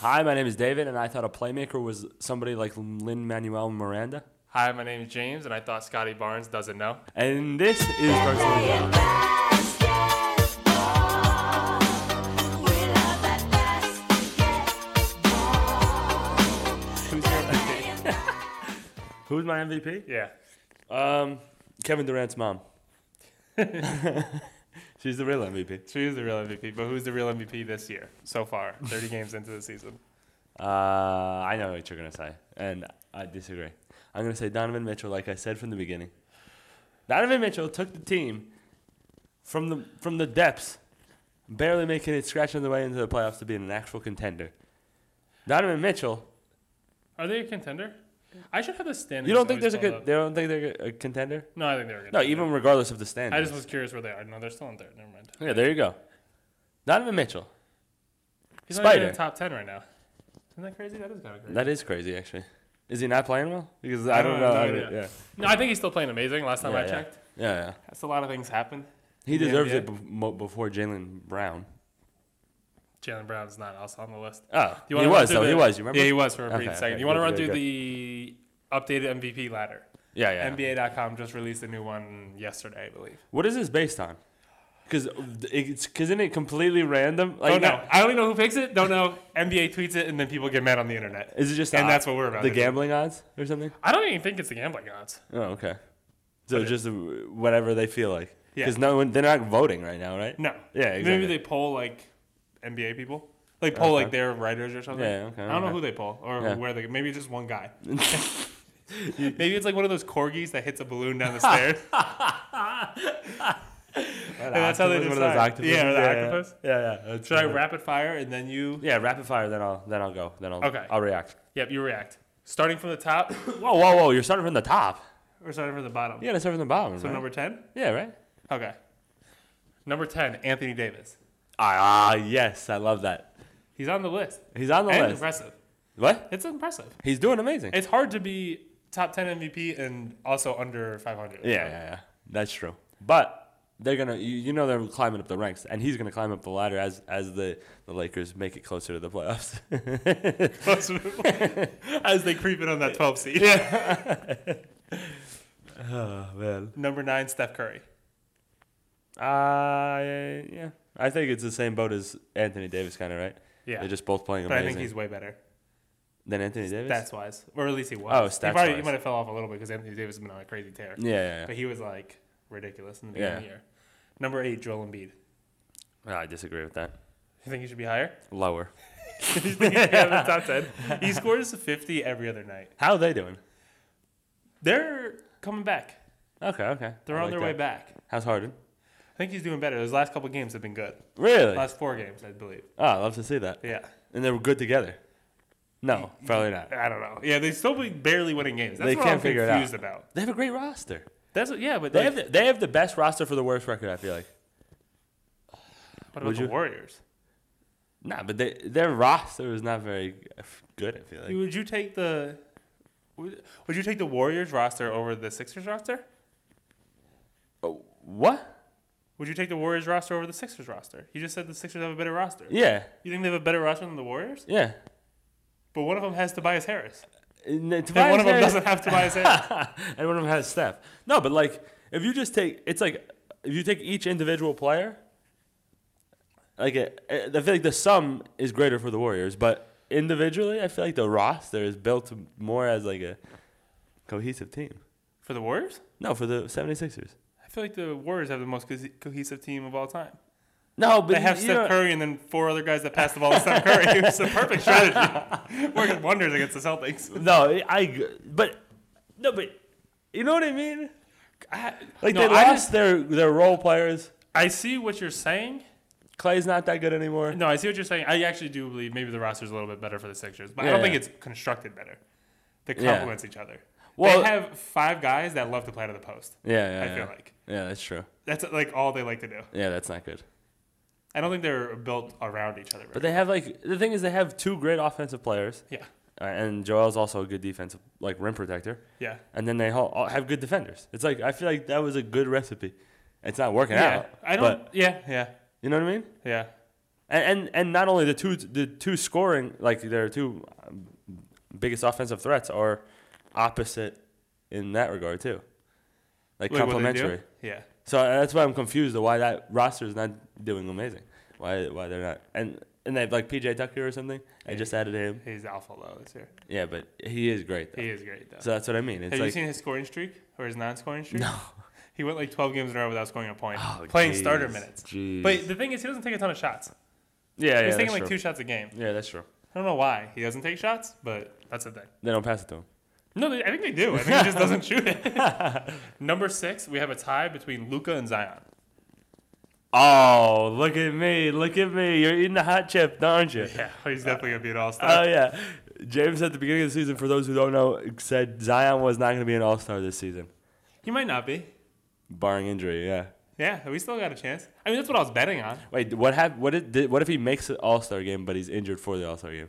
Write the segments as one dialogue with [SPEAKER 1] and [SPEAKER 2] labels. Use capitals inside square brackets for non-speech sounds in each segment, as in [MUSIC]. [SPEAKER 1] Hi, my name is David, and I thought a playmaker was somebody like Lin Manuel Miranda.
[SPEAKER 2] Hi, my name is James, and I thought Scotty Barnes doesn't know.
[SPEAKER 1] And this is personally. Wrong. Who's your MVP? [LAUGHS] Who's my MVP?
[SPEAKER 2] Yeah.
[SPEAKER 1] Um, Kevin Durant's mom. [LAUGHS] She's the real MVP.
[SPEAKER 2] She is the real MVP, but who's the real MVP this year so far, [LAUGHS] 30 games into the season?
[SPEAKER 1] Uh, I know what you're going to say, and I disagree. I'm going to say Donovan Mitchell, like I said from the beginning. Donovan Mitchell took the team from the, from the depths, barely making it, scratching their way into the playoffs to being an actual contender. Donovan Mitchell,
[SPEAKER 2] Are they a contender? I should have the standings.
[SPEAKER 1] you don't think
[SPEAKER 2] always
[SPEAKER 1] there's a
[SPEAKER 2] pulled
[SPEAKER 1] good,
[SPEAKER 2] up.
[SPEAKER 1] they don't think they're a contender?
[SPEAKER 2] No, I think they're a good.
[SPEAKER 1] No, even regardless of the standings.
[SPEAKER 2] I just was curious where they are. No, they're still in third. Never mind.
[SPEAKER 1] yeah, there you go. Donovan Mitchell.
[SPEAKER 2] He's not even
[SPEAKER 1] Spider.
[SPEAKER 2] in the top 10 right now. Isn't that crazy? That is kind of crazy.
[SPEAKER 1] That is crazy, actually. Is he not playing well? Because I don't
[SPEAKER 2] Uh,
[SPEAKER 1] know.
[SPEAKER 2] no
[SPEAKER 1] I-
[SPEAKER 2] idea.
[SPEAKER 1] yeah.
[SPEAKER 2] No, I think he's still playing amazing. Last time
[SPEAKER 1] Yeah,
[SPEAKER 2] I
[SPEAKER 1] yeah.
[SPEAKER 2] checked,
[SPEAKER 1] Yeah, yeah.
[SPEAKER 2] that's a lot of things happened.
[SPEAKER 1] He
[SPEAKER 2] the
[SPEAKER 1] deserves it
[SPEAKER 2] NBA.
[SPEAKER 1] bef- mo- before Jalen Brown.
[SPEAKER 2] Jalen Brown's not also on the list.
[SPEAKER 1] Oh,
[SPEAKER 2] Do you
[SPEAKER 1] he
[SPEAKER 2] wanna run
[SPEAKER 1] was
[SPEAKER 2] through
[SPEAKER 1] though.
[SPEAKER 2] the-
[SPEAKER 1] He was. You remember?
[SPEAKER 2] Yeah, he was for a
[SPEAKER 1] Okay,
[SPEAKER 2] brief
[SPEAKER 1] okay,
[SPEAKER 2] second. you want to
[SPEAKER 1] good,
[SPEAKER 2] run
[SPEAKER 1] good,
[SPEAKER 2] through
[SPEAKER 1] good.
[SPEAKER 2] the updated MVP ladder?
[SPEAKER 1] yeah, yeah.
[SPEAKER 2] NBA.com just released a new one yesterday, I believe.
[SPEAKER 1] What is this based on? Because it's because isn't it completely random? Like,
[SPEAKER 2] oh no,
[SPEAKER 1] not-
[SPEAKER 2] I only know who picks it. Don't know. NBA tweets it, and then people get mad on the internet.
[SPEAKER 1] Is it just
[SPEAKER 2] And
[SPEAKER 1] the-
[SPEAKER 2] that's what we're about
[SPEAKER 1] The
[SPEAKER 2] to do.
[SPEAKER 1] gambling odds or something?
[SPEAKER 2] I don't even think it's the gambling odds.
[SPEAKER 1] Oh, okay. So just uh, whatever they feel like.
[SPEAKER 2] Yeah.
[SPEAKER 1] Because no one, they're not voting right now, right?
[SPEAKER 2] No.
[SPEAKER 1] Yeah,
[SPEAKER 2] Maybe
[SPEAKER 1] exactly.
[SPEAKER 2] they poll like NBA people. Like poll like their writers or something.
[SPEAKER 1] Yeah, okay,
[SPEAKER 2] I don't know
[SPEAKER 1] okay.
[SPEAKER 2] who they poll or
[SPEAKER 1] Yeah.
[SPEAKER 2] where they maybe just one [LAUGHS] guy. maybe it's like one of those corgis that hits a balloon [LAUGHS] down the stairs. and that's how they
[SPEAKER 1] Octopus,
[SPEAKER 2] decide.
[SPEAKER 1] one of those octopuses?
[SPEAKER 2] Yeah, or the
[SPEAKER 1] yeah,
[SPEAKER 2] octopus.
[SPEAKER 1] Yeah, yeah. that's
[SPEAKER 2] Should I
[SPEAKER 1] right.
[SPEAKER 2] rapid fire and then you?
[SPEAKER 1] Yeah, rapid fire. Then I'll then I'll go. Then I'll
[SPEAKER 2] Okay.
[SPEAKER 1] I'll react.
[SPEAKER 2] Yep, you react. Starting from the top
[SPEAKER 1] Whoa, whoa, whoa! You're starting from the top.
[SPEAKER 2] or starting from the bottom.
[SPEAKER 1] You gotta start from the bottom.
[SPEAKER 2] So
[SPEAKER 1] right?
[SPEAKER 2] number ten.
[SPEAKER 1] yeah, right.
[SPEAKER 2] Okay. Number ten, Anthony Davis.
[SPEAKER 1] Ah, yes, I love that.
[SPEAKER 2] He's on the list.
[SPEAKER 1] He's on the
[SPEAKER 2] and
[SPEAKER 1] list.
[SPEAKER 2] impressive.
[SPEAKER 1] What?
[SPEAKER 2] It's impressive.
[SPEAKER 1] He's doing amazing.
[SPEAKER 2] It's hard to be top 10 MVP and also under 500.
[SPEAKER 1] yeah,
[SPEAKER 2] [LAUGHS]
[SPEAKER 1] yeah, yeah. That's true. But they're gonna, you, you know, they're climbing up the ranks, and he's gonna climb up the ladder as as the the Lakers make it closer to the
[SPEAKER 2] [LAUGHS]
[SPEAKER 1] playoffs.
[SPEAKER 2] As they creep in on that 12 seed. Ah,
[SPEAKER 1] oh man.
[SPEAKER 2] Number nine, Steph Curry.
[SPEAKER 1] Uh, yeah. I think it's the same boat as Anthony Davis, kind of right.
[SPEAKER 2] Yeah.
[SPEAKER 1] They're just both playing
[SPEAKER 2] But I
[SPEAKER 1] amazing.
[SPEAKER 2] think he's way better.
[SPEAKER 1] Then Anthony Davis.
[SPEAKER 2] Stats wise. Or at least he was.
[SPEAKER 1] Oh,
[SPEAKER 2] he, probably, he
[SPEAKER 1] stats-wise.
[SPEAKER 2] might have fell off a little bit because Anthony Davis has been on a crazy tear.
[SPEAKER 1] yeah, yeah, yeah.
[SPEAKER 2] But he was like ridiculous in the beginning of the
[SPEAKER 1] Yeah.
[SPEAKER 2] year. Number eight, Joel Embiid.
[SPEAKER 1] No, I disagree with that.
[SPEAKER 2] You think he should be higher? [LAUGHS]
[SPEAKER 1] Lower.
[SPEAKER 2] you think he should be
[SPEAKER 1] [LAUGHS]
[SPEAKER 2] out of the top 10? He scores 50 every other night.
[SPEAKER 1] How are they doing?
[SPEAKER 2] They're coming back.
[SPEAKER 1] Okay, okay.
[SPEAKER 2] They're
[SPEAKER 1] I
[SPEAKER 2] on
[SPEAKER 1] like
[SPEAKER 2] their
[SPEAKER 1] that.
[SPEAKER 2] way back.
[SPEAKER 1] How's Harden?
[SPEAKER 2] I think he's doing better. Those last couple games have been good.
[SPEAKER 1] Really?
[SPEAKER 2] Last four games, I believe.
[SPEAKER 1] Oh, I love to see that.
[SPEAKER 2] Yeah.
[SPEAKER 1] And they were good together. No, probably not.
[SPEAKER 2] I don't know. Yeah, they still be barely winning games. That's
[SPEAKER 1] They
[SPEAKER 2] what
[SPEAKER 1] can't
[SPEAKER 2] I'm
[SPEAKER 1] figure it out.
[SPEAKER 2] confused about.
[SPEAKER 1] They have a great roster.
[SPEAKER 2] That's what, yeah, but
[SPEAKER 1] They
[SPEAKER 2] like,
[SPEAKER 1] have the, they have the best roster for the worst record. I feel like.
[SPEAKER 2] what
[SPEAKER 1] would
[SPEAKER 2] about the
[SPEAKER 1] you-
[SPEAKER 2] Warriors?
[SPEAKER 1] Nah, but they, their roster is not very good. I feel like.
[SPEAKER 2] Would you take the would, would you take the Warriors roster over the Sixers roster?
[SPEAKER 1] Oh, what?
[SPEAKER 2] Would you take the Warriors roster over the Sixers roster? You just said the Sixers have a better roster.
[SPEAKER 1] Yeah,
[SPEAKER 2] You think they have a better roster than the Warriors?
[SPEAKER 1] yeah.
[SPEAKER 2] But one of them has Tobias Harris.
[SPEAKER 1] And, then
[SPEAKER 2] And one of them
[SPEAKER 1] Tobias
[SPEAKER 2] doesn't have
[SPEAKER 1] [LAUGHS]
[SPEAKER 2] Tobias Harris.
[SPEAKER 1] Harris- and one of them has Steph. No, but like if you just take, it's like if you take each individual player. Like it, I feel like the sum is greater for the Warriors, but individually, I feel like the roster is built more as like a cohesive team.
[SPEAKER 2] For the Warriors?
[SPEAKER 1] No, for the 76ers.
[SPEAKER 2] I feel like the Warriors have the most co- cohesive team of all time.
[SPEAKER 1] No, but
[SPEAKER 2] They have
[SPEAKER 1] you
[SPEAKER 2] Steph
[SPEAKER 1] know-
[SPEAKER 2] Curry and then four other guys that pass the ball to Steph Curry. [LAUGHS] It's the perfect strategy. [LAUGHS] Working wonders against the Celtics.
[SPEAKER 1] No, I. g- But no, but you know what I mean.
[SPEAKER 2] I,
[SPEAKER 1] Like
[SPEAKER 2] no,
[SPEAKER 1] they
[SPEAKER 2] I,
[SPEAKER 1] lost
[SPEAKER 2] just-
[SPEAKER 1] their their role players.
[SPEAKER 2] I see what you're saying.
[SPEAKER 1] Clay's not that good anymore.
[SPEAKER 2] No, I see what you're saying. I actually do believe maybe the roster's a little bit better for the Sixers, but I
[SPEAKER 1] Yeah.
[SPEAKER 2] don't think it's constructed better. They
[SPEAKER 1] Yeah.
[SPEAKER 2] complements each other.
[SPEAKER 1] Well-
[SPEAKER 2] they have five guys that love to play to the post.
[SPEAKER 1] Yeah, yeah,
[SPEAKER 2] I
[SPEAKER 1] yeah.
[SPEAKER 2] feel like
[SPEAKER 1] yeah, that's true.
[SPEAKER 2] that's like all they like to do.
[SPEAKER 1] Yeah, that's not good.
[SPEAKER 2] I don't think they're built around each other.
[SPEAKER 1] But they have like the thing is they have two great offensive players,
[SPEAKER 2] yeah,
[SPEAKER 1] uh, and Joel's also a good defensive like rim protector,
[SPEAKER 2] yeah.
[SPEAKER 1] and then they all, all have good defenders. It's like I feel like that was a good recipe. It's not working
[SPEAKER 2] Yeah,
[SPEAKER 1] out.
[SPEAKER 2] I don't.
[SPEAKER 1] But
[SPEAKER 2] yeah, yeah,
[SPEAKER 1] you know what I mean?
[SPEAKER 2] yeah.
[SPEAKER 1] and and, and not only the two the two scoring like their two um, biggest offensive threats are opposite in that regard too, like
[SPEAKER 2] Wait, what'd they do?
[SPEAKER 1] complementary.
[SPEAKER 2] Yeah.
[SPEAKER 1] So uh, that's why I'm confused of why that roster is not doing amazing. Why why they're not and and they have like PJ Tucker or something. I just added him.
[SPEAKER 2] He's alpha low this year.
[SPEAKER 1] Yeah, but he is great though.
[SPEAKER 2] He is great though.
[SPEAKER 1] So that's what I mean. It's
[SPEAKER 2] Have you
[SPEAKER 1] like
[SPEAKER 2] seen his scoring streak or his non-scoring streak? No. [LAUGHS] He went like 12 games in a row without scoring a point,
[SPEAKER 1] Oh,
[SPEAKER 2] playing
[SPEAKER 1] jeez,
[SPEAKER 2] starter minutes.
[SPEAKER 1] jeez.
[SPEAKER 2] But the thing is, he doesn't take a ton of shots.
[SPEAKER 1] yeah, yeah, that's
[SPEAKER 2] He's taking like
[SPEAKER 1] true.
[SPEAKER 2] two shots a game.
[SPEAKER 1] Yeah, that's true.
[SPEAKER 2] I don't know why he doesn't take shots, but that's the thing.
[SPEAKER 1] They don't pass it to him.
[SPEAKER 2] No, they, I think they do. I think he just doesn't shoot it.
[SPEAKER 1] [LAUGHS]
[SPEAKER 2] Number six, we have a tie between Luca and Zion.
[SPEAKER 1] Oh, look at me, look at me. You're eating a hot chip, aren't you?
[SPEAKER 2] Yeah, [LAUGHS] he's definitely gonna be an all-star.
[SPEAKER 1] Oh yeah. James at the beginning of the season, for those who don't know, said Zion was not going to be an All Star this season,
[SPEAKER 2] he might not be.
[SPEAKER 1] barring injury. Yeah.
[SPEAKER 2] Yeah, we still got a chance. I mean, that's what I was betting on.
[SPEAKER 1] Wait, what hap- What did, did? What if he makes an All Star game, but he's injured for the All Star game?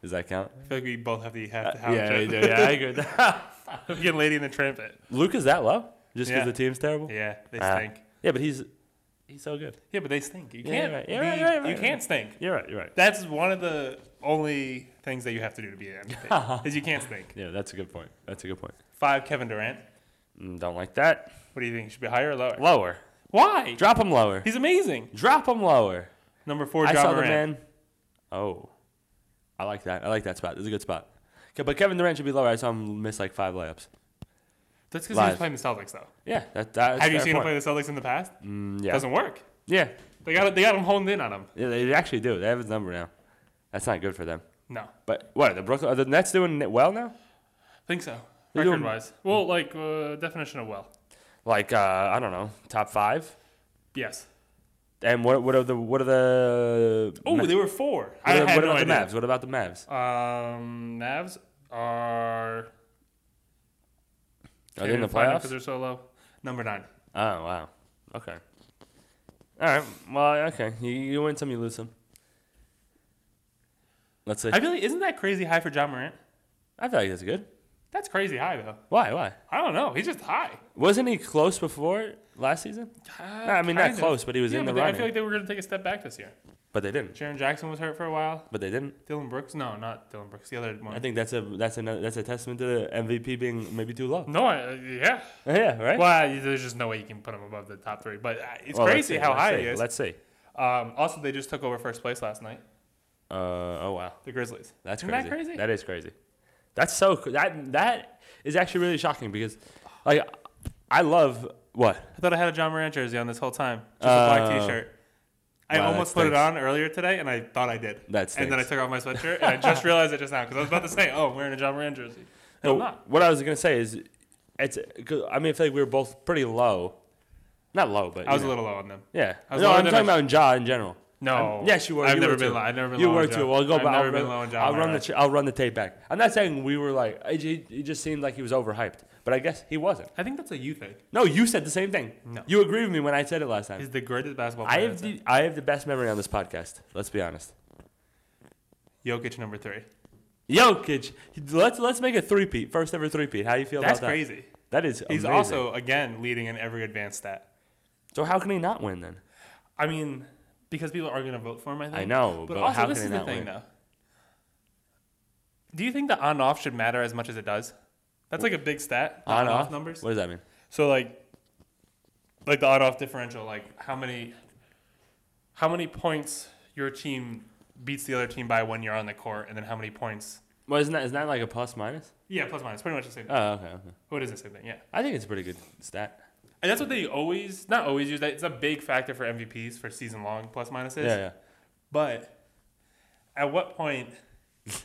[SPEAKER 1] Does that count?
[SPEAKER 2] I feel like we both have the have to have
[SPEAKER 1] Uh, yeah,
[SPEAKER 2] a [LAUGHS]
[SPEAKER 1] yeah, yeah, I agree. with [LAUGHS] that.
[SPEAKER 2] I'm getting Lady in the Trumpet.
[SPEAKER 1] Luke is that low? Just because
[SPEAKER 2] Yeah.
[SPEAKER 1] the team's terrible?
[SPEAKER 2] Yeah, they
[SPEAKER 1] Ah.
[SPEAKER 2] stink.
[SPEAKER 1] Yeah, but he's he's so good.
[SPEAKER 2] Yeah, but they stink. You
[SPEAKER 1] Yeah,
[SPEAKER 2] can't.
[SPEAKER 1] right, yeah, right,
[SPEAKER 2] be-
[SPEAKER 1] right, right,
[SPEAKER 2] you
[SPEAKER 1] right.
[SPEAKER 2] can't stink.
[SPEAKER 1] You're right. You're right.
[SPEAKER 2] That's one of the only things that you have to do to be an
[SPEAKER 1] [LAUGHS]
[SPEAKER 2] MVP is you can't stink.
[SPEAKER 1] Yeah, that's a good point. That's a good point.
[SPEAKER 2] Five, Kevin Durant.
[SPEAKER 1] Mm, don't like that.
[SPEAKER 2] What do you think? Should be higher or lower?
[SPEAKER 1] Lower.
[SPEAKER 2] Why?
[SPEAKER 1] Drop him [LAUGHS] lower.
[SPEAKER 2] He's amazing.
[SPEAKER 1] Drop him lower.
[SPEAKER 2] Number four,
[SPEAKER 1] I
[SPEAKER 2] John
[SPEAKER 1] saw the
[SPEAKER 2] Moran.
[SPEAKER 1] man. Oh, I like that. I like that spot. This is a good spot. Okay, but Kevin Durant should be lower. I saw him miss like five layups.
[SPEAKER 2] That's because he
[SPEAKER 1] Live.
[SPEAKER 2] was playing the Celtics, though.
[SPEAKER 1] Yeah, that, that's
[SPEAKER 2] have you
[SPEAKER 1] fair
[SPEAKER 2] seen
[SPEAKER 1] point.
[SPEAKER 2] him play the Celtics in the past?
[SPEAKER 1] Mm, yeah.
[SPEAKER 2] Doesn't work.
[SPEAKER 1] yeah,
[SPEAKER 2] They got they got him honed in on him.
[SPEAKER 1] yeah, they actually do. They have his number now. That's not good for them.
[SPEAKER 2] No,
[SPEAKER 1] But what are the Brooklyn? Are the Nets doing it well now?
[SPEAKER 2] think so.
[SPEAKER 1] They do him-
[SPEAKER 2] Record wise, well, like uh, definition of well,
[SPEAKER 1] Like uh, I don't know, top five.
[SPEAKER 2] yes.
[SPEAKER 1] And what what are the what are the
[SPEAKER 2] Oh,
[SPEAKER 1] Ma-
[SPEAKER 2] they were four. I
[SPEAKER 1] what, are-
[SPEAKER 2] had
[SPEAKER 1] what
[SPEAKER 2] no
[SPEAKER 1] about the
[SPEAKER 2] idea.
[SPEAKER 1] Mavs? What about the Mavs?
[SPEAKER 2] Um, Mavs are.
[SPEAKER 1] Are they in the
[SPEAKER 2] Because
[SPEAKER 1] playoffs?
[SPEAKER 2] they're so low. Number nine.
[SPEAKER 1] Oh wow. Okay. All right. Well, okay. You, you win some, you lose some. Let's see.
[SPEAKER 2] I really isn't that crazy high for John Morant?
[SPEAKER 1] I feel like that's good.
[SPEAKER 2] That's crazy high though.
[SPEAKER 1] Why? Why?
[SPEAKER 2] I don't know. He's just high.
[SPEAKER 1] Wasn't he close before last season? Nah, I mean, not
[SPEAKER 2] kind of.
[SPEAKER 1] close, but he was
[SPEAKER 2] Yeah,
[SPEAKER 1] in
[SPEAKER 2] but
[SPEAKER 1] the
[SPEAKER 2] they, I
[SPEAKER 1] running.
[SPEAKER 2] feel like they were going to take a step back this year.
[SPEAKER 1] but they didn't.
[SPEAKER 2] Jaron Jackson was hurt for a while.
[SPEAKER 1] But they didn't.
[SPEAKER 2] Dylan Brooks? No, not Dylan Brooks. The other one.
[SPEAKER 1] I think that's a that's another that's a testament to the MVP being maybe too low.
[SPEAKER 2] no, I, [LAUGHS] yeah.
[SPEAKER 1] Yeah. Right.
[SPEAKER 2] Well, I- there's just no way you can put him above the top three. But uh, it's
[SPEAKER 1] Well, let's
[SPEAKER 2] crazy
[SPEAKER 1] see,
[SPEAKER 2] how
[SPEAKER 1] let's
[SPEAKER 2] high
[SPEAKER 1] see,
[SPEAKER 2] he is.
[SPEAKER 1] Let's see.
[SPEAKER 2] Um, also, they just took over first place last night.
[SPEAKER 1] Uh, oh wow.
[SPEAKER 2] The Grizzlies.
[SPEAKER 1] That's
[SPEAKER 2] Isn't
[SPEAKER 1] crazy.
[SPEAKER 2] that crazy?
[SPEAKER 1] That is crazy. That's so cr- that that is actually really shocking because, like, I love what
[SPEAKER 2] I thought I had a John Morant jersey on this whole time. Just a
[SPEAKER 1] Oh.
[SPEAKER 2] black T-shirt. I
[SPEAKER 1] Wow, that
[SPEAKER 2] almost put it
[SPEAKER 1] stinks.
[SPEAKER 2] on earlier today, and I thought I did.
[SPEAKER 1] That
[SPEAKER 2] And then I
[SPEAKER 1] stinks.
[SPEAKER 2] took off my sweatshirt, and
[SPEAKER 1] [LAUGHS]
[SPEAKER 2] I just realized it just now because I was about to say, "Oh, I'm wearing a John Moran jersey." No, I'm
[SPEAKER 1] No,
[SPEAKER 2] not.
[SPEAKER 1] what I was gonna say is, it's. 'cause, I mean, I feel like we were both pretty low, not low, but
[SPEAKER 2] I was
[SPEAKER 1] you
[SPEAKER 2] a
[SPEAKER 1] know.
[SPEAKER 2] little low on them.
[SPEAKER 1] Yeah,
[SPEAKER 2] I was
[SPEAKER 1] no,
[SPEAKER 2] lower
[SPEAKER 1] I'm
[SPEAKER 2] than
[SPEAKER 1] talking
[SPEAKER 2] I
[SPEAKER 1] about in jaw in general.
[SPEAKER 2] No.
[SPEAKER 1] Yes, you were.
[SPEAKER 2] I've
[SPEAKER 1] you
[SPEAKER 2] never
[SPEAKER 1] were
[SPEAKER 2] been
[SPEAKER 1] too.
[SPEAKER 2] low. I've never been
[SPEAKER 1] You
[SPEAKER 2] low
[SPEAKER 1] were
[SPEAKER 2] on
[SPEAKER 1] too.
[SPEAKER 2] John.
[SPEAKER 1] Well, go
[SPEAKER 2] I've
[SPEAKER 1] back.
[SPEAKER 2] never
[SPEAKER 1] I'll
[SPEAKER 2] been
[SPEAKER 1] run-
[SPEAKER 2] low on John
[SPEAKER 1] I'll run the.
[SPEAKER 2] Morant.
[SPEAKER 1] Ch- I'll run the tape back. I'm not saying we were like. It, it it just seemed like he was overhyped, but I guess he wasn't.
[SPEAKER 2] I think that's a you thing.
[SPEAKER 1] No, you said the same thing.
[SPEAKER 2] No.
[SPEAKER 1] You agree with me when I said it last time.
[SPEAKER 2] He's the greatest basketball
[SPEAKER 1] I
[SPEAKER 2] player.
[SPEAKER 1] have the I have the best memory on this podcast. Let's be honest.
[SPEAKER 2] Jokic number three.
[SPEAKER 1] Jokic, let's let's make a three-peat. First ever three-peat. How do you feel
[SPEAKER 2] That's
[SPEAKER 1] about that?
[SPEAKER 2] crazy.
[SPEAKER 1] That is
[SPEAKER 2] He's
[SPEAKER 1] amazing.
[SPEAKER 2] also again leading in every advanced stat.
[SPEAKER 1] So how can he not win then?
[SPEAKER 2] I mean, because people are going to vote for him. I think.
[SPEAKER 1] I know, but
[SPEAKER 2] also,
[SPEAKER 1] how
[SPEAKER 2] this
[SPEAKER 1] can
[SPEAKER 2] is
[SPEAKER 1] he
[SPEAKER 2] the
[SPEAKER 1] not
[SPEAKER 2] thing,
[SPEAKER 1] win?
[SPEAKER 2] though. Do you think the on-off should matter as much as it does? That's like a big stat. the on-off numbers.
[SPEAKER 1] What does that mean?
[SPEAKER 2] So like, like the on-off differential, like how many, how many points your team beats the other team by when you're on the court, and then how many points?
[SPEAKER 1] Well, isn't that isn't that like a plus minus?
[SPEAKER 2] Yeah, plus minus, pretty much the same.
[SPEAKER 1] Oh, okay. okay.
[SPEAKER 2] What is the same thing? Yeah,
[SPEAKER 1] I think it's a pretty good stat.
[SPEAKER 2] and that's what they always, not always use. That it's a big factor for MVPs for season-long plus minuses.
[SPEAKER 1] Yeah, yeah.
[SPEAKER 2] But at what point [LAUGHS]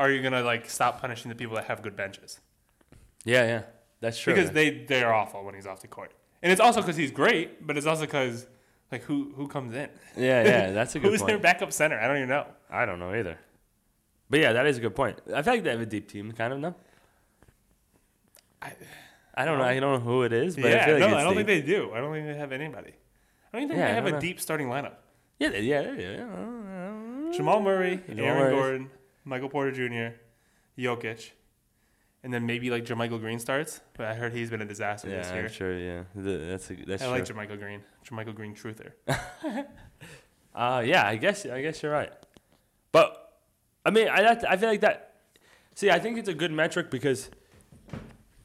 [SPEAKER 2] are you gonna like stop punishing the people that have good benches?
[SPEAKER 1] Yeah, yeah. That's true.
[SPEAKER 2] because
[SPEAKER 1] man.
[SPEAKER 2] they they're awful when he's off the court, and it's also because he's great, but it's also because like who who comes in?
[SPEAKER 1] yeah, yeah, that's
[SPEAKER 2] [LAUGHS]
[SPEAKER 1] a good
[SPEAKER 2] Who's
[SPEAKER 1] point.
[SPEAKER 2] their backup center? I don't even know.
[SPEAKER 1] I don't know either. But yeah, that is a good point. I feel like they have a deep team, kind of, no?
[SPEAKER 2] I-
[SPEAKER 1] I don't know. I don't know who it is, but I
[SPEAKER 2] yeah,
[SPEAKER 1] feel like
[SPEAKER 2] no,
[SPEAKER 1] it's
[SPEAKER 2] I don't
[SPEAKER 1] deep.
[SPEAKER 2] think they do. I don't think they have anybody. I don't even think
[SPEAKER 1] Yeah, I
[SPEAKER 2] they have
[SPEAKER 1] don't
[SPEAKER 2] a
[SPEAKER 1] know.
[SPEAKER 2] deep starting lineup.
[SPEAKER 1] Yeah, they, yeah, they, yeah.
[SPEAKER 2] Jamal Murray,
[SPEAKER 1] Jamal
[SPEAKER 2] Aaron
[SPEAKER 1] Murray.
[SPEAKER 2] Gordon, Michael Porter Jr., Jokic, and then maybe like Jermichael Green starts, but I heard he's been a disaster this
[SPEAKER 1] Yeah,
[SPEAKER 2] year.
[SPEAKER 1] I'm sure. Yeah, Th- that's a, that's
[SPEAKER 2] I
[SPEAKER 1] true.
[SPEAKER 2] like Jermichael Green. Jermichael Green truther.
[SPEAKER 1] Uh, yeah, I guess I guess you're right. But I mean, I that, I feel like that. See, I think it's a good metric because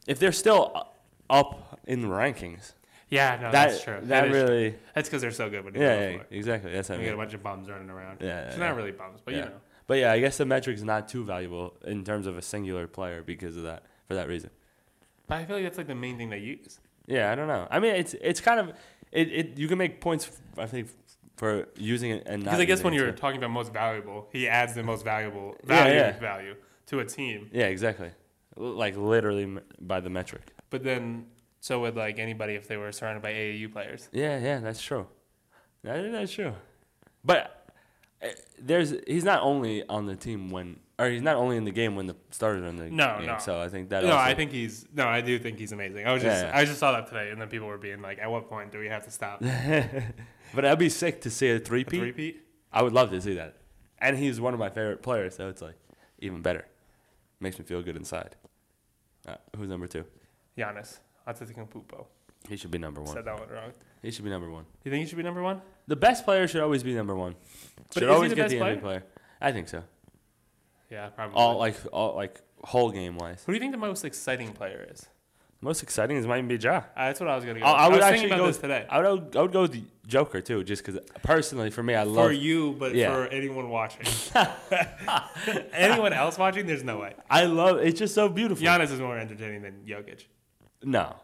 [SPEAKER 1] if they're still u- up in rankings,
[SPEAKER 2] Yeah, no,
[SPEAKER 1] that
[SPEAKER 2] Oh, that's true.
[SPEAKER 1] that,
[SPEAKER 2] is true.
[SPEAKER 1] really
[SPEAKER 2] That's because they're so good. When they
[SPEAKER 1] yeah,
[SPEAKER 2] yeah,
[SPEAKER 1] yeah exactly that's what I
[SPEAKER 2] you get a
[SPEAKER 1] mean.
[SPEAKER 2] bunch of bums running around.
[SPEAKER 1] Yeah, yeah,
[SPEAKER 2] it's
[SPEAKER 1] yeah.
[SPEAKER 2] not really bums, but
[SPEAKER 1] yeah.
[SPEAKER 2] you know.
[SPEAKER 1] But yeah, I guess the metric's not too valuable in terms of a singular player because of that for that reason.
[SPEAKER 2] But I feel like that's like the main thing they use.
[SPEAKER 1] Yeah, I don't know. I mean, it's it's kind of it, it you can make points. f- I think for using it and not
[SPEAKER 2] Because I guess
[SPEAKER 1] using
[SPEAKER 2] when
[SPEAKER 1] it,
[SPEAKER 2] you're
[SPEAKER 1] too.
[SPEAKER 2] talking about most valuable, he adds the most valuable
[SPEAKER 1] Yeah,
[SPEAKER 2] value
[SPEAKER 1] yeah.
[SPEAKER 2] value to a team.
[SPEAKER 1] yeah, exactly, L- like literally m- by the metric.
[SPEAKER 2] But then, so would like anybody if they were surrounded by AAU players.
[SPEAKER 1] Yeah, yeah, that's true. That is that's true. But uh, there's he's not only on the team when or he's not only in the game when the starters are in the
[SPEAKER 2] No,
[SPEAKER 1] game.
[SPEAKER 2] no.
[SPEAKER 1] So I think that
[SPEAKER 2] no,
[SPEAKER 1] also,
[SPEAKER 2] I think he's no, I do think he's amazing. I was just
[SPEAKER 1] Yeah, yeah.
[SPEAKER 2] I just saw that today, and then people were being like, "At what point do we have to stop?" A
[SPEAKER 1] But that'd be sick to see a three P.
[SPEAKER 2] Repeat.
[SPEAKER 1] I would love to see that. And he's one of my favorite players, so it's like even better. Makes me feel good inside. Uh, who's number two?
[SPEAKER 2] Giannis Antetokounmpo
[SPEAKER 1] He should be number one.
[SPEAKER 2] said that one wrong.
[SPEAKER 1] He should be number one.
[SPEAKER 2] You think he should be number one?
[SPEAKER 1] The best player should always be number one.
[SPEAKER 2] But
[SPEAKER 1] should
[SPEAKER 2] is he
[SPEAKER 1] always
[SPEAKER 2] the
[SPEAKER 1] get
[SPEAKER 2] best
[SPEAKER 1] the
[SPEAKER 2] player?
[SPEAKER 1] NBA player. I think so.
[SPEAKER 2] Yeah, probably.
[SPEAKER 1] All like all like whole game wise.
[SPEAKER 2] Who do you think the most exciting player is?
[SPEAKER 1] Most exciting is might be Ja.
[SPEAKER 2] Uh, that's what I was gonna go.
[SPEAKER 1] I, I would
[SPEAKER 2] was
[SPEAKER 1] actually
[SPEAKER 2] thinking about
[SPEAKER 1] go
[SPEAKER 2] this today.
[SPEAKER 1] I would, I would go with the Joker too, just because personally for me, I love.
[SPEAKER 2] for you, but
[SPEAKER 1] Yeah.
[SPEAKER 2] for anyone
[SPEAKER 1] [LAUGHS]
[SPEAKER 2] watching, [LAUGHS] anyone else watching, there's no way.
[SPEAKER 1] I love. It's just so beautiful.
[SPEAKER 2] [LAUGHS] Giannis is more entertaining than Jokic.
[SPEAKER 1] No.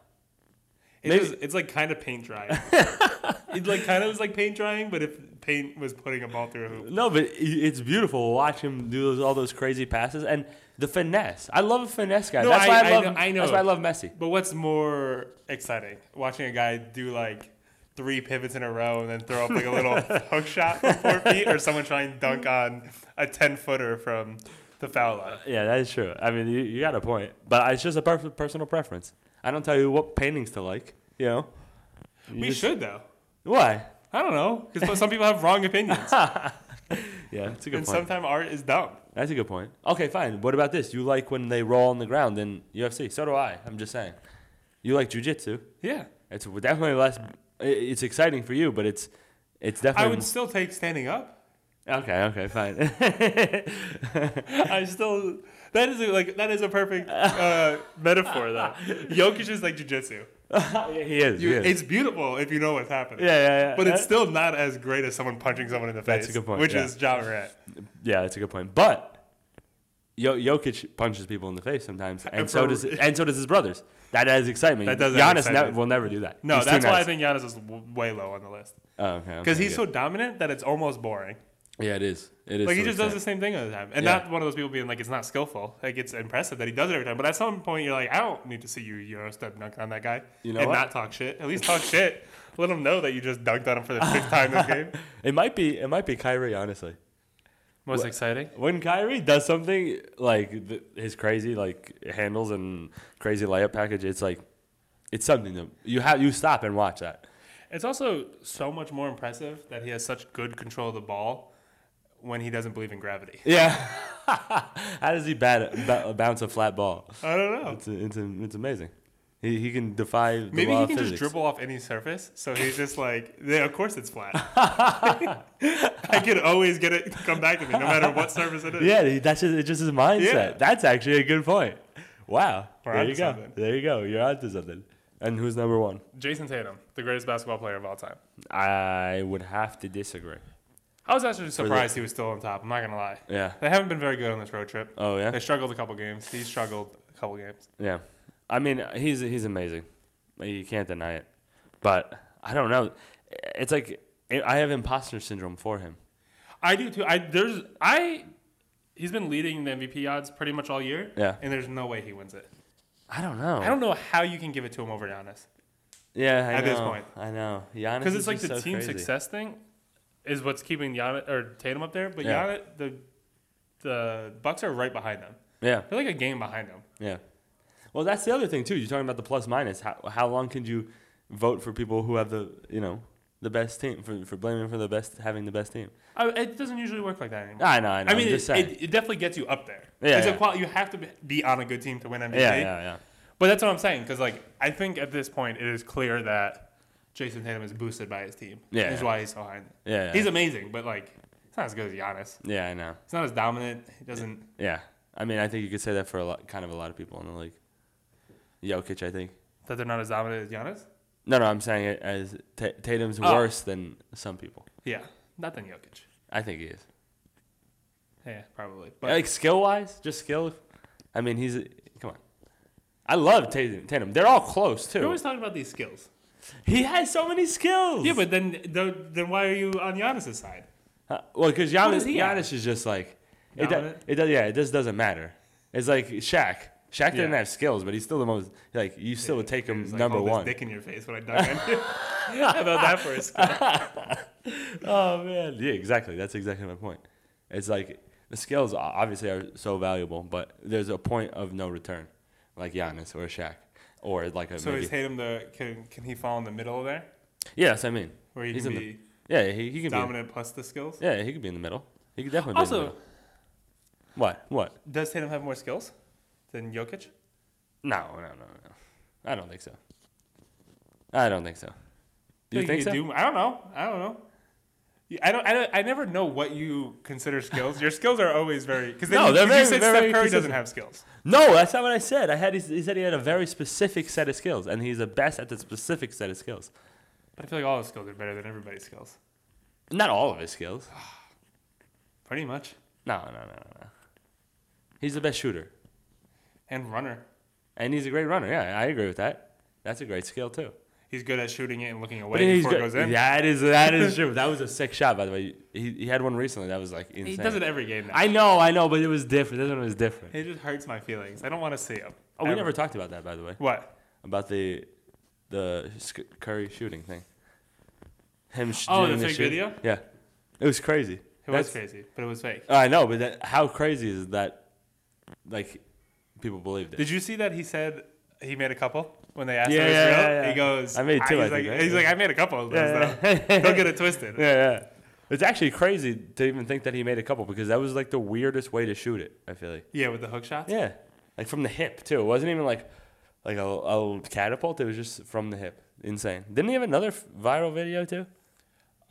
[SPEAKER 2] It's,
[SPEAKER 1] Maybe-
[SPEAKER 2] just, it's like kind of paint drying.
[SPEAKER 1] [LAUGHS]
[SPEAKER 2] it's like kind of is like paint drying, but if paint was putting a ball through a hoop.
[SPEAKER 1] No, but i- it's beautiful. to Watch him do those, all those crazy passes and the finesse. I love a finesse guy.
[SPEAKER 2] No,
[SPEAKER 1] that's
[SPEAKER 2] I-
[SPEAKER 1] why I,
[SPEAKER 2] I
[SPEAKER 1] love.
[SPEAKER 2] know- I know.
[SPEAKER 1] That's why I love Messi.
[SPEAKER 2] But what's more exciting? Watching a guy do like three pivots in a row and then throw up like
[SPEAKER 1] [LAUGHS]
[SPEAKER 2] a little hook shot from four feet, or someone trying to dunk on a ten footer from the foul line.
[SPEAKER 1] Yeah, that is true. I mean, you, you got a point, but it's just a per- personal preference. I don't tell you what paintings to like. You know. You
[SPEAKER 2] we
[SPEAKER 1] just-
[SPEAKER 2] should though.
[SPEAKER 1] Why?
[SPEAKER 2] I don't know because some people have wrong
[SPEAKER 1] [LAUGHS]
[SPEAKER 2] opinions,
[SPEAKER 1] Yeah, that's a good point.
[SPEAKER 2] and sometimes art is dumb.
[SPEAKER 1] That's a good point. Okay, fine. What about this? You like when they roll on the ground in UFC? So do I. I'm just saying. You like jujitsu?
[SPEAKER 2] Yeah,
[SPEAKER 1] It's definitely less. i- It's exciting for you, but it's it's
[SPEAKER 2] I
[SPEAKER 1] definitely.
[SPEAKER 2] would still take standing up.
[SPEAKER 1] okay, okay, fine.
[SPEAKER 2] I still. That is a, like that is a perfect uh, metaphor though. Jokic is like jujitsu.
[SPEAKER 1] [LAUGHS] he is.
[SPEAKER 2] You-
[SPEAKER 1] he is.
[SPEAKER 2] It's beautiful if you know what's happening.
[SPEAKER 1] yeah, yeah, yeah.
[SPEAKER 2] But it's still not as great as someone punching someone in the face.
[SPEAKER 1] That's a good point,
[SPEAKER 2] Which
[SPEAKER 1] yeah.
[SPEAKER 2] is John Morant.
[SPEAKER 1] yeah, that's a good point. But Yo- Jokic punches people in the face sometimes, and so
[SPEAKER 2] for-
[SPEAKER 1] does and so does his brothers. That adds excitement.
[SPEAKER 2] That does add
[SPEAKER 1] Giannis
[SPEAKER 2] excitement.
[SPEAKER 1] ne- will never do that.
[SPEAKER 2] No,
[SPEAKER 1] He's too
[SPEAKER 2] that's why I
[SPEAKER 1] nice.
[SPEAKER 2] think Giannis is w- way low on the list
[SPEAKER 1] Oh, okay, okay,
[SPEAKER 2] because he's
[SPEAKER 1] yeah.
[SPEAKER 2] so dominant that it's almost boring.
[SPEAKER 1] yeah, it is. It is.
[SPEAKER 2] Like
[SPEAKER 1] to
[SPEAKER 2] he
[SPEAKER 1] an
[SPEAKER 2] just
[SPEAKER 1] extent.
[SPEAKER 2] does the same thing all the time, and
[SPEAKER 1] Yeah.
[SPEAKER 2] not one of those people being like it's not skillful. Like it's impressive that he does it every time. But at some point, you're like, I don't need to see you, you know, step dunk on that guy
[SPEAKER 1] You know
[SPEAKER 2] and
[SPEAKER 1] what?
[SPEAKER 2] not talk shit. At least talk shit. Let him know that you just dunked on him for the fifth
[SPEAKER 1] [LAUGHS]
[SPEAKER 2] time this game.
[SPEAKER 1] It might be. It might be Kyrie, honestly.
[SPEAKER 2] Most
[SPEAKER 1] Wha-
[SPEAKER 2] exciting.
[SPEAKER 1] When Kyrie does something like th- his crazy like handles and crazy layup package, it's like it's something that you have you stop and watch that.
[SPEAKER 2] It's also so much more impressive that he has such good control of the ball when he doesn't believe in gravity.
[SPEAKER 1] Yeah. [LAUGHS] How does he bat, ba- bounce a flat ball?
[SPEAKER 2] [LAUGHS] I don't know.
[SPEAKER 1] It's it's, it's amazing. He, he can defy the
[SPEAKER 2] Maybe
[SPEAKER 1] law
[SPEAKER 2] he
[SPEAKER 1] of
[SPEAKER 2] can just
[SPEAKER 1] physics.
[SPEAKER 2] dribble off any surface, so he's just like, yeah, of course
[SPEAKER 1] [LAUGHS]
[SPEAKER 2] it's flat. I can always get it to come back to me, no matter what surface it is.
[SPEAKER 1] Yeah, he- that's just, it's just his mindset.
[SPEAKER 2] Yeah.
[SPEAKER 1] That's actually a good point. Wow.
[SPEAKER 2] We're
[SPEAKER 1] there
[SPEAKER 2] onto
[SPEAKER 1] you go.
[SPEAKER 2] something.
[SPEAKER 1] There you go. You're onto something. And who's number one?
[SPEAKER 2] Jason Tatum, the greatest basketball player of all time.
[SPEAKER 1] I would have to disagree.
[SPEAKER 2] I was actually surprised he was still on top. I'm not gonna lie.
[SPEAKER 1] Yeah.
[SPEAKER 2] They haven't been very good on this road trip.
[SPEAKER 1] Oh yeah.
[SPEAKER 2] They struggled a couple games. He struggled a couple games.
[SPEAKER 1] Yeah, I mean he's he's amazing. You can't deny it. But I don't know. It's like I have imposter syndrome for him.
[SPEAKER 2] I do too. I there's I. He's been leading the MVP odds pretty much all year.
[SPEAKER 1] Yeah. Oh.
[SPEAKER 2] And there's no way he wins it.
[SPEAKER 1] I don't know.
[SPEAKER 2] I don't know how you can give it to him over Giannis.
[SPEAKER 1] yeah, I
[SPEAKER 2] at
[SPEAKER 1] know.
[SPEAKER 2] this point.
[SPEAKER 1] I know. Giannis
[SPEAKER 2] Because
[SPEAKER 1] because
[SPEAKER 2] it's like the
[SPEAKER 1] so
[SPEAKER 2] team
[SPEAKER 1] crazy.
[SPEAKER 2] success thing is what's keeping Giannis or Tatum up there. But
[SPEAKER 1] Yeah.
[SPEAKER 2] Giannis, the the Bucks are right behind them.
[SPEAKER 1] Yeah,
[SPEAKER 2] They're like a game behind them.
[SPEAKER 1] yeah. Well, that's the other thing too. You're talking about the plus minus. How how long can you vote for people who have the you know the best team for for blaming for the best having the best team?
[SPEAKER 2] I, it doesn't usually work like that anymore.
[SPEAKER 1] I know. I know.
[SPEAKER 2] I
[SPEAKER 1] am
[SPEAKER 2] mean, it,
[SPEAKER 1] just saying.
[SPEAKER 2] it, it definitely gets you up there.
[SPEAKER 1] Yeah,
[SPEAKER 2] it's
[SPEAKER 1] yeah.
[SPEAKER 2] a qual- you have to be- be on a good team to win MVP.
[SPEAKER 1] yeah, yeah, yeah.
[SPEAKER 2] But that's what I'm saying because like I think at this point it is clear that Jason Tatum is boosted by his team.
[SPEAKER 1] Yeah.
[SPEAKER 2] Which is why he's so high. in-
[SPEAKER 1] Yeah.
[SPEAKER 2] He's amazing, but like, it's not as good as Giannis.
[SPEAKER 1] yeah, I know.
[SPEAKER 2] It's not as dominant. He doesn't.
[SPEAKER 1] Yeah. I mean, I think you could say that for a lot, kind of a lot of people in the league. Jokic, I think.
[SPEAKER 2] That they're not as dominant as Giannis?
[SPEAKER 1] No, no, I'm saying it as Ta Tatum's
[SPEAKER 2] Oh.
[SPEAKER 1] worse than some people.
[SPEAKER 2] Yeah. Not than Jokic.
[SPEAKER 1] I think he is.
[SPEAKER 2] Yeah, probably. But
[SPEAKER 1] like skill wise, just skill. I mean, he's come on. I love Tatum. Tatum. They're all close too.
[SPEAKER 2] you're always talking about these skills.
[SPEAKER 1] he has so many skills.
[SPEAKER 2] Yeah, but then th- then why are you on Giannis' side?
[SPEAKER 1] Uh, well, because
[SPEAKER 2] What
[SPEAKER 1] Giannis,
[SPEAKER 2] does he have?
[SPEAKER 1] Giannis is just like it. Do,
[SPEAKER 2] Dominant?
[SPEAKER 1] it does. Yeah, it just doesn't matter. It's like Shaq. Shaq didn't
[SPEAKER 2] Yeah.
[SPEAKER 1] have skills, but he's still the most. Like you still would take him
[SPEAKER 2] It's like,
[SPEAKER 1] number
[SPEAKER 2] hold this
[SPEAKER 1] one.
[SPEAKER 2] Dick in [LAUGHS] your face when I dunk on you. How about
[SPEAKER 1] [LAUGHS]
[SPEAKER 2] that for a skill?
[SPEAKER 1] Oh man. Yeah, exactly. That's exactly my point. It's like the skills o- obviously are so valuable, but there's a point of no return, like Giannis or Shaq, or like a
[SPEAKER 2] So
[SPEAKER 1] maybe.
[SPEAKER 2] is Tatum the can can he fall in the middle there
[SPEAKER 1] yeah, that's what I mean.
[SPEAKER 2] where he
[SPEAKER 1] He's
[SPEAKER 2] can
[SPEAKER 1] in the-
[SPEAKER 2] be
[SPEAKER 1] Yeah, he, he can be.
[SPEAKER 2] dominant plus the skills?
[SPEAKER 1] Yeah, he could be in the middle. He could definitely be in the
[SPEAKER 2] Also,
[SPEAKER 1] middle. What? What?
[SPEAKER 2] does Tatum have more skills than Jokic?
[SPEAKER 1] No, no, no, no. I don't think so. I don't think so. Do you think, so?
[SPEAKER 2] do- I don't know. I don't know. You- I don't, I don't. I never know what you consider skills. Your skills are always very because
[SPEAKER 1] No,
[SPEAKER 2] no, you,
[SPEAKER 1] they're
[SPEAKER 2] 'cause you
[SPEAKER 1] very-
[SPEAKER 2] said
[SPEAKER 1] very
[SPEAKER 2] Steph Curry doesn't
[SPEAKER 1] consistent.
[SPEAKER 2] have skills.
[SPEAKER 1] No, that's not what I said. I had he, he said he had a very specific set of skills, and he's the best at the specific set of skills.
[SPEAKER 2] But I feel like all his skills are better than everybody's skills.
[SPEAKER 1] Not all of his skills.
[SPEAKER 2] Pretty much.
[SPEAKER 1] No, no, no, no, no. He's the best shooter,
[SPEAKER 2] And runner.
[SPEAKER 1] and he's a great runner. Yeah, I agree with that. That's a great skill too.
[SPEAKER 2] He's good at shooting it and looking
[SPEAKER 1] But
[SPEAKER 2] away
[SPEAKER 1] he's
[SPEAKER 2] before it
[SPEAKER 1] good-
[SPEAKER 2] goes in.
[SPEAKER 1] That is that
[SPEAKER 2] [LAUGHS]
[SPEAKER 1] is true. That was a sick shot, by the way. He, he had one recently that was like insane.
[SPEAKER 2] He does it every game now.
[SPEAKER 1] I know, I know, but it was different. This one was different.
[SPEAKER 2] it just hurts my feelings. I don't want to see him.
[SPEAKER 1] Oh, we
[SPEAKER 2] Ever.
[SPEAKER 1] never talked about that, by the way,
[SPEAKER 2] What?
[SPEAKER 1] about the the Sc- Curry shooting thing. Him. Sh-
[SPEAKER 2] Oh, the
[SPEAKER 1] doing
[SPEAKER 2] fake
[SPEAKER 1] shoot-
[SPEAKER 2] video?
[SPEAKER 1] Yeah, it was crazy.
[SPEAKER 2] It was
[SPEAKER 1] That's- Oh,
[SPEAKER 2] crazy, but it was fake.
[SPEAKER 1] I know, but that, how crazy is that? Like, people believed it.
[SPEAKER 2] Did you see that he said he made a couple when they asked
[SPEAKER 1] Yeah,
[SPEAKER 2] him if
[SPEAKER 1] yeah,
[SPEAKER 2] it's real?
[SPEAKER 1] yeah, yeah.
[SPEAKER 2] He goes,
[SPEAKER 1] I made two,
[SPEAKER 2] He's,
[SPEAKER 1] I think,
[SPEAKER 2] like,
[SPEAKER 1] right?
[SPEAKER 2] he's like, I made a couple of those.
[SPEAKER 1] Yeah, [LAUGHS]
[SPEAKER 2] though. [LAUGHS] Don't get it twisted.
[SPEAKER 1] yeah, yeah. It's actually crazy to even think that he made a couple because that was like the weirdest way to shoot it. I feel like.
[SPEAKER 2] Yeah, with the hook shots.
[SPEAKER 1] Yeah, like from the hip too. It wasn't even like like a, a catapult. It was just from the hip. Insane. Didn't he have another f- viral video too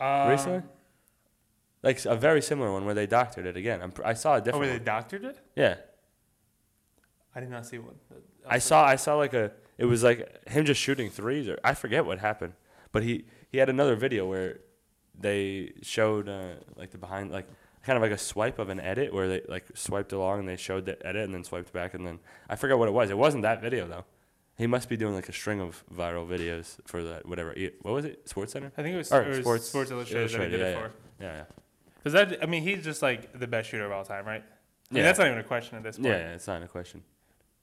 [SPEAKER 2] Um,
[SPEAKER 1] recently? Like s- a very similar one where they doctored it again. I'm, pr- I saw a
[SPEAKER 2] Oh,
[SPEAKER 1] different.
[SPEAKER 2] where they
[SPEAKER 1] one.
[SPEAKER 2] doctored it?
[SPEAKER 1] Yeah,
[SPEAKER 2] I did not see one.
[SPEAKER 1] I saw. I saw like a. It was like him just shooting threes, or I forget what happened. But he he had another video where they showed uh, like the behind like kind of like a swipe of an edit where they like swiped along and they showed the edit and then swiped back and then I forget what it was. It wasn't that video though. He must be doing like a string of viral videos for that whatever. E- What was it? Sports Center?
[SPEAKER 2] I think it was,
[SPEAKER 1] Or
[SPEAKER 2] it was
[SPEAKER 1] Sports-
[SPEAKER 2] Sports, Illustrated, that he did
[SPEAKER 1] Illustrated,
[SPEAKER 2] it for.
[SPEAKER 1] Yeah, yeah.
[SPEAKER 2] Because that, I mean, he's just like the best shooter of all time, right? I
[SPEAKER 1] Yeah.
[SPEAKER 2] mean, that's not even a question at this point.
[SPEAKER 1] Yeah, yeah, it's not a question.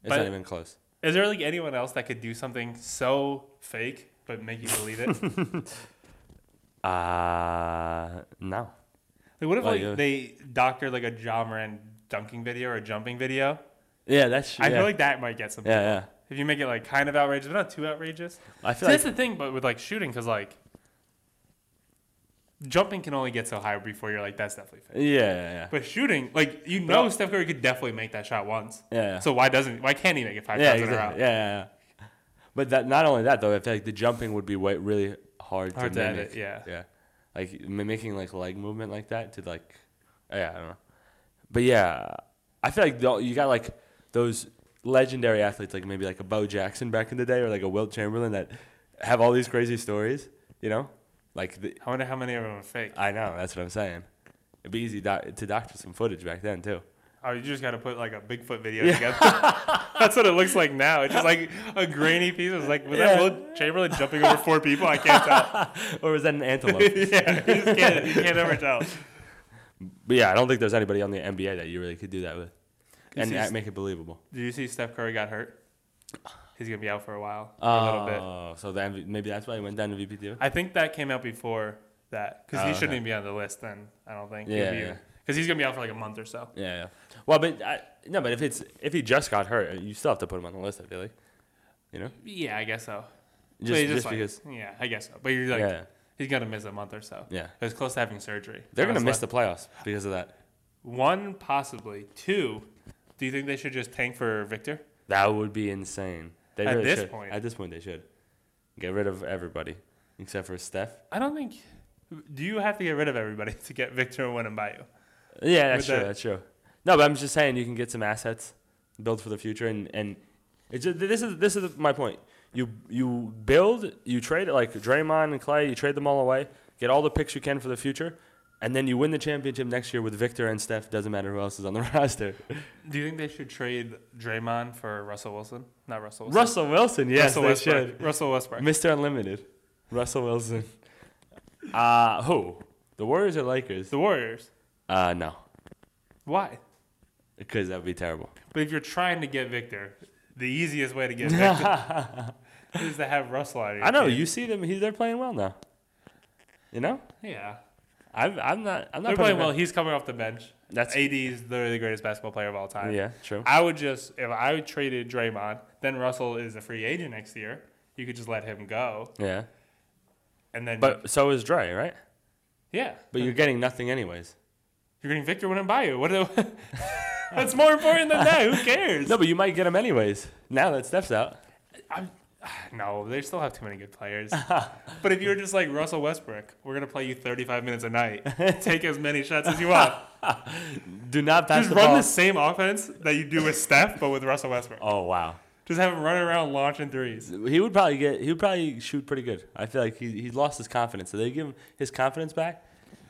[SPEAKER 1] It's
[SPEAKER 2] But-
[SPEAKER 1] not even close.
[SPEAKER 2] Is there like anyone else that could do something so fake but make you
[SPEAKER 1] [LAUGHS]
[SPEAKER 2] believe it? like,
[SPEAKER 1] Uh no.
[SPEAKER 2] what if
[SPEAKER 1] Well,
[SPEAKER 2] like
[SPEAKER 1] yeah.
[SPEAKER 2] they doctored like a John Moran dunking video or a jumping video?
[SPEAKER 1] Yeah, that's
[SPEAKER 2] I
[SPEAKER 1] yeah.
[SPEAKER 2] feel like that might get some.
[SPEAKER 1] Yeah, yeah.
[SPEAKER 2] If you make it like kind of outrageous, but not too outrageous.
[SPEAKER 1] I
[SPEAKER 2] See,
[SPEAKER 1] feel like
[SPEAKER 2] that's the thing, but with like shooting, because like jumping can only get so high before you're like, that's definitely fake.
[SPEAKER 1] yeah, yeah, yeah.
[SPEAKER 2] But shooting, like you
[SPEAKER 1] But-
[SPEAKER 2] know, Steph Curry could definitely make that shot once.
[SPEAKER 1] Yeah, yeah.
[SPEAKER 2] So why doesn't? Why can't he make it five
[SPEAKER 1] yeah,
[SPEAKER 2] times
[SPEAKER 1] exactly.
[SPEAKER 2] in a row?
[SPEAKER 1] Yeah, yeah, yeah. But that not only that though, I feel like the jumping would be way, really hard,
[SPEAKER 2] Hard
[SPEAKER 1] to
[SPEAKER 2] to
[SPEAKER 1] mimic.
[SPEAKER 2] edit, yeah.
[SPEAKER 1] yeah. Like mimicking like leg movement like that to like, oh, yeah, I don't know. But yeah, I feel like the, you got like those legendary athletes like maybe like a Bo Jackson back in the day or like a Wilt Chamberlain that have all these crazy stories. You know, like the,
[SPEAKER 2] I wonder how many of them are fake.
[SPEAKER 1] I know that's what I'm saying. It'd be easy doc- to doctor some footage back then too.
[SPEAKER 2] Oh, you just gotta put like a Bigfoot video [LAUGHS] together. That's what it looks like now. It's just like a grainy piece. It's like was
[SPEAKER 1] Yeah.
[SPEAKER 2] that Will Chamberlain jumping over four people? I can't [LAUGHS] tell.
[SPEAKER 1] Or was that an [LAUGHS] antelope?
[SPEAKER 2] yeah, you, just can't, you can't ever tell.
[SPEAKER 1] But yeah, I don't think there's anybody on the NBA that you really could do that with, and
[SPEAKER 2] he's-
[SPEAKER 1] that make it believable.
[SPEAKER 2] Did you see Steph Curry got hurt? He's gonna be out for a while, for
[SPEAKER 1] Oh,
[SPEAKER 2] a little bit.
[SPEAKER 1] so the MV- maybe that's why he went down to VP two.
[SPEAKER 2] I think that came out before that because
[SPEAKER 1] Oh,
[SPEAKER 2] he
[SPEAKER 1] okay.
[SPEAKER 2] shouldn't even be on the list. Then I don't think.
[SPEAKER 1] Yeah, yeah.
[SPEAKER 2] Because he's gonna be out for like a month or so.
[SPEAKER 1] Yeah, yeah. Well, but I, no, but if it's if he just got hurt, you still have to put him on the list. I feel like, you know,
[SPEAKER 2] Yeah, I guess so. So
[SPEAKER 1] just,
[SPEAKER 2] he's
[SPEAKER 1] just,
[SPEAKER 2] like-
[SPEAKER 1] because.
[SPEAKER 2] Yeah, I guess so. But you're like,
[SPEAKER 1] yeah,
[SPEAKER 2] he's gonna miss a month or so.
[SPEAKER 1] yeah.
[SPEAKER 2] It was close to having surgery.
[SPEAKER 1] They're gonna
[SPEAKER 2] Honestly.
[SPEAKER 1] miss the playoffs because of that.
[SPEAKER 2] One, possibly. Two, do you think they should just tank for Victor?
[SPEAKER 1] That would be insane. They
[SPEAKER 2] At
[SPEAKER 1] really
[SPEAKER 2] this
[SPEAKER 1] should.
[SPEAKER 2] point.
[SPEAKER 1] at this point, they should get rid of everybody. except for Steph.
[SPEAKER 2] I don't think. Do you have to get rid of everybody [LAUGHS] to get Victor Wembanyama?
[SPEAKER 1] Yeah, that's
[SPEAKER 2] With
[SPEAKER 1] true.
[SPEAKER 2] that-
[SPEAKER 1] That's true. No, but I'm just saying you can get some assets, build for the future, and and it's just, this is this is my point. You you build, you trade like Draymond and Clay. You trade them all away, get all the picks you can for the future, and then you win the championship next year with Victor and Steph. Doesn't matter who else is on the [LAUGHS] roster.
[SPEAKER 2] Do you think they should trade Draymond for Russell Wilson? Not Russell Wilson.
[SPEAKER 1] Russell Wilson, yes,
[SPEAKER 2] Russell
[SPEAKER 1] they
[SPEAKER 2] Westbrook.
[SPEAKER 1] should.
[SPEAKER 2] Russell Westbrook.
[SPEAKER 1] Mr. Unlimited, Russell Wilson.
[SPEAKER 2] [LAUGHS]
[SPEAKER 1] Uh who? The Warriors or Lakers?
[SPEAKER 2] The Warriors.
[SPEAKER 1] Uh no,
[SPEAKER 2] Why?
[SPEAKER 1] because that'd be terrible.
[SPEAKER 2] But if you're trying to get Victor, the easiest way to
[SPEAKER 1] [LAUGHS]
[SPEAKER 2] get Victor is to have Russell out of your
[SPEAKER 1] I know
[SPEAKER 2] team.
[SPEAKER 1] you see them. He, they're playing well now. You know,
[SPEAKER 2] Yeah.
[SPEAKER 1] I'm, I'm not. I'm not
[SPEAKER 2] They're
[SPEAKER 1] putting
[SPEAKER 2] playing well. He's coming off the bench.
[SPEAKER 1] That's
[SPEAKER 2] AD is literally the greatest basketball player of all time.
[SPEAKER 1] yeah, true.
[SPEAKER 2] I would just, if I traded Draymond, then Russell is a free agent next year. You could just let him go.
[SPEAKER 1] Yeah,
[SPEAKER 2] And then,
[SPEAKER 1] but so is Dre, right?
[SPEAKER 2] yeah.
[SPEAKER 1] But you're getting nothing anyways.
[SPEAKER 2] You're getting Victor Wembanyama. What? do- [LAUGHS] That's more important than that. Who cares?
[SPEAKER 1] No, but you might get him anyways. Now that Steph's out,
[SPEAKER 2] I'm, no, they still have too many
[SPEAKER 1] [LAUGHS]
[SPEAKER 2] good players. but if you were just like Russell Westbrook, we're gonna play you 35 minutes a night. Take as many shots as you want.
[SPEAKER 1] do not pass
[SPEAKER 2] just
[SPEAKER 1] the
[SPEAKER 2] run
[SPEAKER 1] ball.
[SPEAKER 2] the same offense that you do with Steph, but with Russell Westbrook.
[SPEAKER 1] Oh wow,
[SPEAKER 2] Just have him running around launching threes.
[SPEAKER 1] he would probably get. He would probably shoot pretty good. I feel like he he lost his confidence. So they give him his confidence back.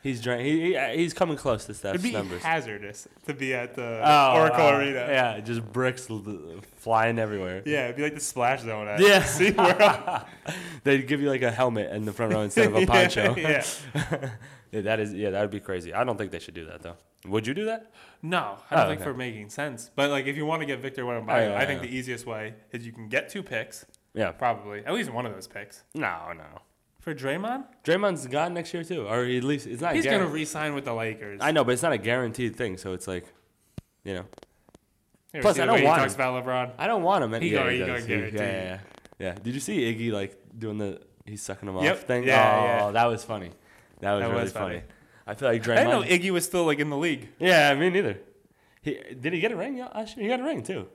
[SPEAKER 1] He's dra- he, he he's coming close to Steph's
[SPEAKER 2] It'd be
[SPEAKER 1] numbers.
[SPEAKER 2] hazardous to be at the
[SPEAKER 1] Oh,
[SPEAKER 2] Oracle
[SPEAKER 1] wow.
[SPEAKER 2] Arena. uh, Yeah.
[SPEAKER 1] Yeah, just bricks l- l- flying everywhere.
[SPEAKER 2] it'd be like the splash zone at [LAUGHS]
[SPEAKER 1] Yeah.
[SPEAKER 2] Sea World.
[SPEAKER 1] They give you like a helmet in the front row instead of a
[SPEAKER 2] [LAUGHS] Yeah,
[SPEAKER 1] poncho.
[SPEAKER 2] yeah.
[SPEAKER 1] Yeah, that is yeah, that would be crazy. I don't think they should do that though. Would you do that?
[SPEAKER 2] No, I don't
[SPEAKER 1] Oh,
[SPEAKER 2] think
[SPEAKER 1] okay.
[SPEAKER 2] for making sense. But like, if you want to get Victor Wembanyama,
[SPEAKER 1] Oh, yeah,
[SPEAKER 2] I think
[SPEAKER 1] yeah.
[SPEAKER 2] the easiest way is you can get two picks,
[SPEAKER 1] Yeah.
[SPEAKER 2] probably at least one of those picks
[SPEAKER 1] No, no.
[SPEAKER 2] for Draymond.
[SPEAKER 1] Draymond's gone next year too, or at least it's not.
[SPEAKER 2] He's
[SPEAKER 1] guaran-
[SPEAKER 2] gonna re-sign with the Lakers.
[SPEAKER 1] I know, but it's not a guaranteed thing. So it's like, you know,
[SPEAKER 2] Here,
[SPEAKER 1] Plus,
[SPEAKER 2] see
[SPEAKER 1] I
[SPEAKER 2] the
[SPEAKER 1] don't
[SPEAKER 2] way
[SPEAKER 1] want
[SPEAKER 2] He talks
[SPEAKER 1] him.
[SPEAKER 2] about LeBron.
[SPEAKER 1] I don't want him. Any-
[SPEAKER 2] He
[SPEAKER 1] yeah,
[SPEAKER 2] gonna-
[SPEAKER 1] he
[SPEAKER 2] he gonna
[SPEAKER 1] does. He- yeah,
[SPEAKER 2] guarantee.
[SPEAKER 1] yeah, yeah, yeah. Did you see Iggy like doing the he's sucking him
[SPEAKER 2] Yep.
[SPEAKER 1] off thing?
[SPEAKER 2] Yeah,
[SPEAKER 1] oh,
[SPEAKER 2] yeah.
[SPEAKER 1] that was funny. That was
[SPEAKER 2] That
[SPEAKER 1] really
[SPEAKER 2] was
[SPEAKER 1] funny.
[SPEAKER 2] funny.
[SPEAKER 1] I feel like
[SPEAKER 2] I
[SPEAKER 1] Draymond.
[SPEAKER 2] didn't know Iggy was still like in the league.
[SPEAKER 1] yeah, me neither. He did he get a ring? Yeah, I should- he got a ring too.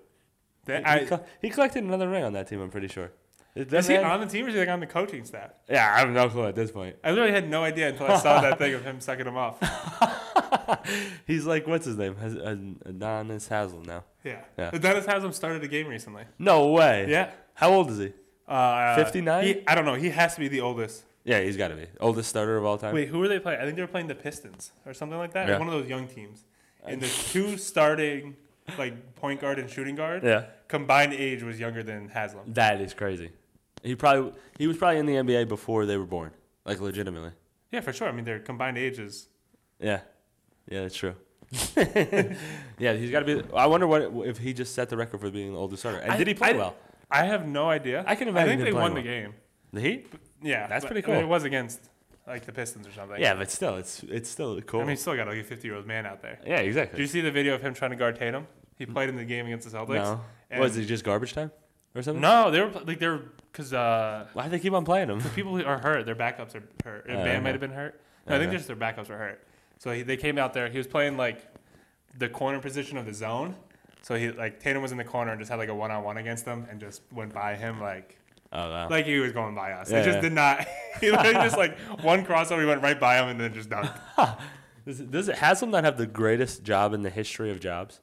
[SPEAKER 2] That-
[SPEAKER 1] he,
[SPEAKER 2] I-
[SPEAKER 1] co- he collected another ring on that team. I'm pretty sure. Is that
[SPEAKER 2] is he
[SPEAKER 1] man-
[SPEAKER 2] on the team or is he like on the coaching staff?
[SPEAKER 1] yeah, I have no clue at this point.
[SPEAKER 2] I literally had no idea until I saw that thing
[SPEAKER 1] [LAUGHS]
[SPEAKER 2] of him sucking him off.
[SPEAKER 1] He's like, what's his name? Has- Ad- Adonis Hazel now.
[SPEAKER 2] Yeah.
[SPEAKER 1] Yeah.
[SPEAKER 2] Dennis Haslam started a game recently.
[SPEAKER 1] No way.
[SPEAKER 2] Yeah.
[SPEAKER 1] How old is he?
[SPEAKER 2] Uh,
[SPEAKER 1] 59?
[SPEAKER 2] he- I don't know. He has to be the oldest.
[SPEAKER 1] Yeah, he's got to be oldest starter of all time.
[SPEAKER 2] Wait, who were they playing? I think they were playing the Pistons or something like that.
[SPEAKER 1] Yeah.
[SPEAKER 2] One of those young teams.
[SPEAKER 1] [LAUGHS]
[SPEAKER 2] And the two starting like point guard and shooting guard
[SPEAKER 1] Yeah,
[SPEAKER 2] combined age was younger than Haslam.
[SPEAKER 1] that is crazy. He probably he was probably in the NBA before they were born, like legitimately.
[SPEAKER 2] Yeah, for sure. I mean, their combined age is
[SPEAKER 1] Yeah, yeah, that's true. [LAUGHS] yeah, he's got to be. I wonder what if he just set the record for being the oldest starter. And
[SPEAKER 2] I-
[SPEAKER 1] did he play
[SPEAKER 2] I-
[SPEAKER 1] well?
[SPEAKER 2] I have no idea.
[SPEAKER 1] I can
[SPEAKER 2] I
[SPEAKER 1] imagine
[SPEAKER 2] think
[SPEAKER 1] him
[SPEAKER 2] they
[SPEAKER 1] playing
[SPEAKER 2] won the
[SPEAKER 1] well.
[SPEAKER 2] game.
[SPEAKER 1] The Heat?
[SPEAKER 2] Yeah,
[SPEAKER 1] That's
[SPEAKER 2] but-
[SPEAKER 1] pretty
[SPEAKER 2] I mean,
[SPEAKER 1] cool.
[SPEAKER 2] it was against like the Pistons or something.
[SPEAKER 1] Yeah, but still, it's it's still cool.
[SPEAKER 2] I mean, you still got like a 50 year old man out there.
[SPEAKER 1] yeah,
[SPEAKER 2] Did
[SPEAKER 1] exactly.
[SPEAKER 2] you see the video of him trying to guard Tatum? He played in the game against the Celtics.
[SPEAKER 1] no,
[SPEAKER 2] and-
[SPEAKER 1] was it just garbage time or something?
[SPEAKER 2] No, they were pl- like they were because uh,
[SPEAKER 1] Why do they keep on playing him? [LAUGHS]
[SPEAKER 2] people who are hurt, their backups are hurt.
[SPEAKER 1] Oh,
[SPEAKER 2] Bam
[SPEAKER 1] okay.
[SPEAKER 2] might have been hurt. No, I think
[SPEAKER 1] Okay.
[SPEAKER 2] just their backups were hurt. So he, they came out there. He was playing like the corner position of the zone. So he like Tatum was in the corner and just had like a one on one against him and just went by him like
[SPEAKER 1] Oh wow.
[SPEAKER 2] like he was going by us.
[SPEAKER 1] Yeah,
[SPEAKER 2] it just
[SPEAKER 1] yeah.
[SPEAKER 2] did not. [LAUGHS] He literally just like one crossover, he went right by him and then just
[SPEAKER 1] [LAUGHS]
[SPEAKER 2] dunked.
[SPEAKER 1] Does, does it Haslam not have the greatest job in the history of jobs?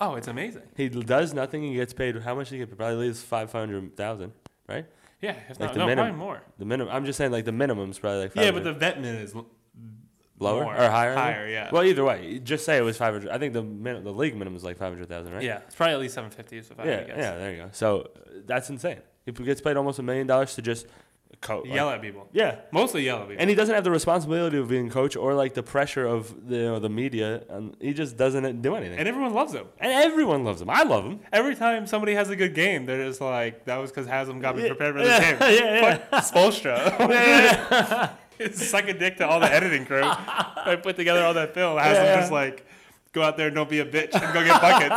[SPEAKER 2] Oh, it's amazing.
[SPEAKER 1] He does nothing. He gets paid. How much he get? Probably at least five hundred thousand, right?
[SPEAKER 2] Yeah, if
[SPEAKER 1] Like
[SPEAKER 2] not,
[SPEAKER 1] the
[SPEAKER 2] no,
[SPEAKER 1] minimum-
[SPEAKER 2] probably more.
[SPEAKER 1] The minimum. I'm just saying, like the minimum is probably like
[SPEAKER 2] Yeah, but
[SPEAKER 1] 500.
[SPEAKER 2] the vet min is l-
[SPEAKER 1] lower
[SPEAKER 2] more.
[SPEAKER 1] or higher.
[SPEAKER 2] Higher, yeah.
[SPEAKER 1] Well, either way, just say it was five hundred. I think the min- the league minimum is like five hundred thousand, right?
[SPEAKER 2] yeah, it's probably at least seven fifty. If I had
[SPEAKER 1] yeah,
[SPEAKER 2] to guess.
[SPEAKER 1] yeah. There you go. So uh, that's insane. He gets paid almost a million dollars to just coach.
[SPEAKER 2] Yell at people.
[SPEAKER 1] yeah.
[SPEAKER 2] Mostly yell at people.
[SPEAKER 1] And he doesn't have the responsibility of being coach or like the pressure of the you know, the media. And he just doesn't do anything. And,
[SPEAKER 2] and everyone loves him.
[SPEAKER 1] everyone loves him. I love him.
[SPEAKER 2] Every time somebody has a good game, they're just like, "That was because Haslam got me
[SPEAKER 1] Yeah,
[SPEAKER 2] prepared for this
[SPEAKER 1] [LAUGHS] yeah,
[SPEAKER 2] game."
[SPEAKER 1] yeah, [LAUGHS] yeah.
[SPEAKER 2] Fuck Spoelstra. [LAUGHS] Suck a dick to all the editing
[SPEAKER 1] [LAUGHS]
[SPEAKER 2] crew. I put together all that film. Haslam
[SPEAKER 1] yeah.
[SPEAKER 2] just like, "Go out there and don't be a bitch and go get buckets."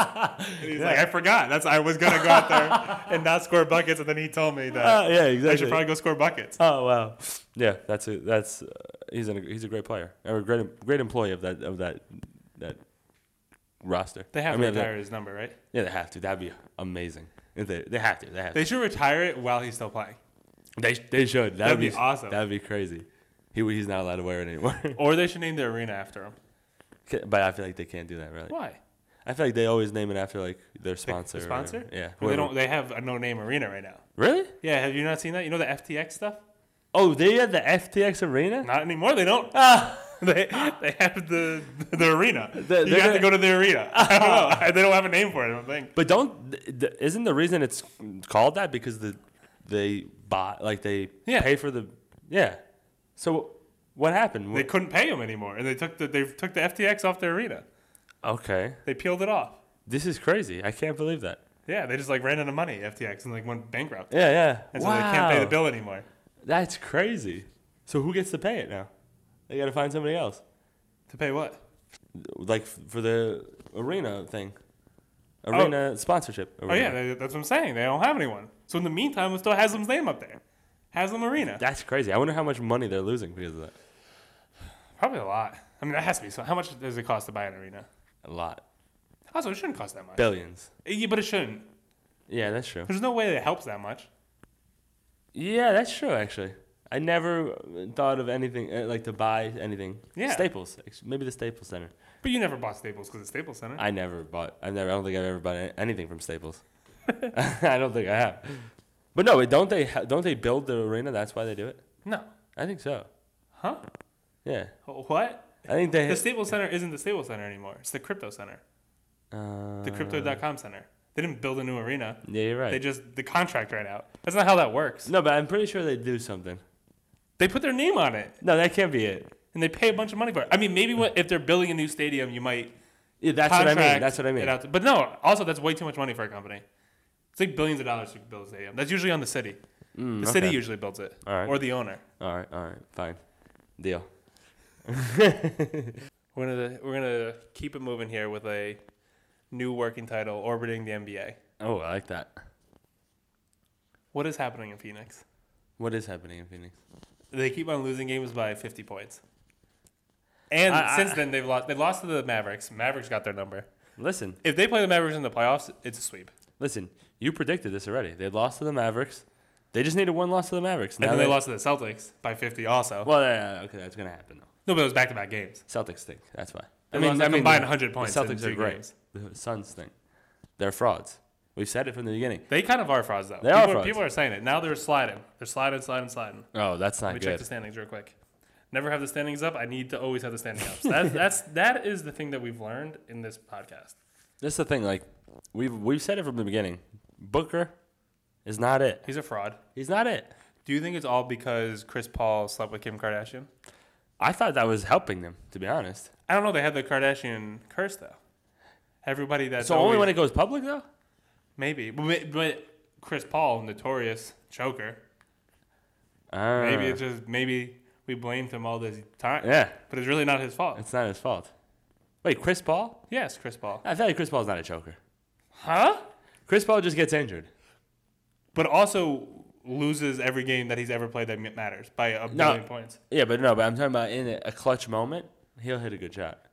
[SPEAKER 2] and he's like, "I forgot. That's I was gonna go out there and not score buckets." And then he told me that
[SPEAKER 1] Uh, yeah,
[SPEAKER 2] I
[SPEAKER 1] exactly.
[SPEAKER 2] should probably go score buckets.
[SPEAKER 1] Oh wow, yeah, that's a, that's uh, he's an, he's a great player or a great great employee of that of that that roster.
[SPEAKER 2] They have
[SPEAKER 1] I mean,
[SPEAKER 2] to retire his number, right?
[SPEAKER 1] yeah, they have to. That'd be amazing. If They, they have to. They have.
[SPEAKER 2] They
[SPEAKER 1] to.
[SPEAKER 2] should retire it while he's still playing.
[SPEAKER 1] They they should. That
[SPEAKER 2] That'd
[SPEAKER 1] would be,
[SPEAKER 2] be awesome.
[SPEAKER 1] That'd be crazy. He he's not allowed to wear it anymore.
[SPEAKER 2] [LAUGHS] Or they should name the arena after him.
[SPEAKER 1] but I feel like they can't do that really.
[SPEAKER 2] Why?
[SPEAKER 1] I feel like they always name it after like their sponsor. or
[SPEAKER 2] sponsor?
[SPEAKER 1] whatever. Yeah.
[SPEAKER 2] Well,
[SPEAKER 1] whoever.
[SPEAKER 2] they don't. They have a no name arena right now.
[SPEAKER 1] Really?
[SPEAKER 2] Yeah, have you not seen that? You know the FTX stuff?
[SPEAKER 1] Oh, they had the FTX Arena.
[SPEAKER 2] Not anymore. They don't.
[SPEAKER 1] Ah,
[SPEAKER 2] [LAUGHS] They, they have the the arena.
[SPEAKER 1] They're
[SPEAKER 2] you have
[SPEAKER 1] gonna-
[SPEAKER 2] to go to the arena. [LAUGHS] I don't know. They don't have a name for it. I don't think.
[SPEAKER 1] but don't th- th- isn't the reason it's called that because the they bought like they
[SPEAKER 2] Yeah.
[SPEAKER 1] pay for the yeah. So what happened?
[SPEAKER 2] They couldn't pay them anymore, and they took the they took the FTX off their arena.
[SPEAKER 1] okay,
[SPEAKER 2] They peeled it off.
[SPEAKER 1] this is crazy. I can't believe that.
[SPEAKER 2] Yeah, they just like ran out of money FTX and like went bankrupt,
[SPEAKER 1] Yeah, yeah.
[SPEAKER 2] and so they can't pay the
[SPEAKER 1] Wow.
[SPEAKER 2] bill anymore.
[SPEAKER 1] That's crazy. So who gets to pay it now? They got to find somebody else.
[SPEAKER 2] To pay what?
[SPEAKER 1] Like f- for the arena thing. Arena sponsorship.
[SPEAKER 2] Oh yeah, they, that's what I'm saying. They don't have anyone. So in the meantime, it still Haslam's name up there. Haslam Arena.
[SPEAKER 1] That's crazy. I wonder how much money they're losing because of that.
[SPEAKER 2] Probably a lot. I mean, that has to be. So how much does it cost to buy an arena?
[SPEAKER 1] A lot.
[SPEAKER 2] Also, it shouldn't cost that much.
[SPEAKER 1] Billions.
[SPEAKER 2] Yeah, but it shouldn't.
[SPEAKER 1] Yeah, that's true.
[SPEAKER 2] There's no way it helps that much.
[SPEAKER 1] Yeah, that's true actually. I never uh, thought of anything uh, like to buy anything.
[SPEAKER 2] Yeah.
[SPEAKER 1] Staples. ex- Maybe the Staples Center.
[SPEAKER 2] But you never bought Staples because it's Staples Center.
[SPEAKER 1] I never bought. I've never. I don't think I've ever bought a- anything from
[SPEAKER 2] [LAUGHS]
[SPEAKER 1] Staples. [LAUGHS] I don't think I have. But no, wait, don't they ha- don't they build the arena? That's why they do it.
[SPEAKER 2] no.
[SPEAKER 1] I think so.
[SPEAKER 2] Huh?
[SPEAKER 1] Yeah.
[SPEAKER 2] What?
[SPEAKER 1] I think they
[SPEAKER 2] The Staples Center isn't the Staples Center anymore. It's the Crypto Center,
[SPEAKER 1] Uh,
[SPEAKER 2] the Crypto.com Center. They didn't build a new arena.
[SPEAKER 1] Yeah, you're Uh. right.
[SPEAKER 2] They just the contract ran out. That's not how that works.
[SPEAKER 1] no, but I'm pretty sure they do something.
[SPEAKER 2] They put their name on it
[SPEAKER 1] No, that can't be it.
[SPEAKER 2] and they pay a bunch of money for it. I mean, maybe what, if they're building a new stadium, you might
[SPEAKER 1] Yeah, that's
[SPEAKER 2] contract. uh,
[SPEAKER 1] what I mean. That's what I
[SPEAKER 2] it
[SPEAKER 1] mean.
[SPEAKER 2] out to- but no, also that's way too much money for a company. It's like billions of dollars to build a stadium. That's usually on the city.
[SPEAKER 1] Mm,
[SPEAKER 2] The city
[SPEAKER 1] okay.
[SPEAKER 2] usually builds it,
[SPEAKER 1] All right.
[SPEAKER 2] or the owner.
[SPEAKER 1] All right, all right, fine, deal.
[SPEAKER 2] We're gonna we're gonna keep it moving here with a new working title, orbiting the NBA.
[SPEAKER 1] Oh, I like that.
[SPEAKER 2] What is happening in Phoenix?
[SPEAKER 1] What is happening in Phoenix?
[SPEAKER 2] They keep on losing games by 50 points. And
[SPEAKER 1] I- I-
[SPEAKER 2] since then, they've lost. They lost to the Mavericks. Mavericks got their number.
[SPEAKER 1] Listen,
[SPEAKER 2] If they play the Mavericks in the playoffs, it's a sweep.
[SPEAKER 1] listen. You predicted this already. They lost to the Mavericks. They just needed one loss to the Mavericks.
[SPEAKER 2] And then they lost to the Celtics by 50 also.
[SPEAKER 1] Well, yeah, yeah, okay, that's gonna happen though.
[SPEAKER 2] no, but it was back-to-back games.
[SPEAKER 1] Celtics stink. That's why.
[SPEAKER 2] They lost a combined 100
[SPEAKER 1] the
[SPEAKER 2] points in
[SPEAKER 1] Celtics
[SPEAKER 2] two
[SPEAKER 1] are great.
[SPEAKER 2] games.
[SPEAKER 1] The Suns stink. They're frauds. We've said it from the beginning.
[SPEAKER 2] They kind of are frauds, though.
[SPEAKER 1] They
[SPEAKER 2] people,
[SPEAKER 1] are frauds.
[SPEAKER 2] people are saying it. Now they're sliding. They're sliding, sliding, sliding.
[SPEAKER 1] Oh, that's
[SPEAKER 2] Let
[SPEAKER 1] not
[SPEAKER 2] me check
[SPEAKER 1] good.
[SPEAKER 2] the standings real quick. Never have the standings up. I need to always have the standings up. So that's, that's, that [LAUGHS] is the thing that we've learned in this podcast.
[SPEAKER 1] That's the thing. Like we've we've said it from the beginning. Booker is not it.
[SPEAKER 2] He's a fraud.
[SPEAKER 1] He's not it.
[SPEAKER 2] Do you think it's all because Chris Paul slept with Kim Kardashian?
[SPEAKER 1] I thought that was helping them, to be honest.
[SPEAKER 2] I don't know. They have the Kardashian curse though. Everybody that's
[SPEAKER 1] So only when it goes public, though.
[SPEAKER 2] maybe, but, but Chris Paul, notorious choker.
[SPEAKER 1] Uh,
[SPEAKER 2] Maybe it's just maybe we blamed him all this time.
[SPEAKER 1] yeah.
[SPEAKER 2] but it's really not his fault.
[SPEAKER 1] It's not his fault. Wait, Chris Paul?
[SPEAKER 2] yes, Chris Paul.
[SPEAKER 1] I feel like Chris Paul's not a choker.
[SPEAKER 2] Huh?
[SPEAKER 1] Chris Paul just gets injured.
[SPEAKER 2] But also loses every game that he's ever played that matters by a
[SPEAKER 1] No.
[SPEAKER 2] million points.
[SPEAKER 1] Yeah, but no. But I'm talking about in a- a clutch moment, he'll hit a good shot.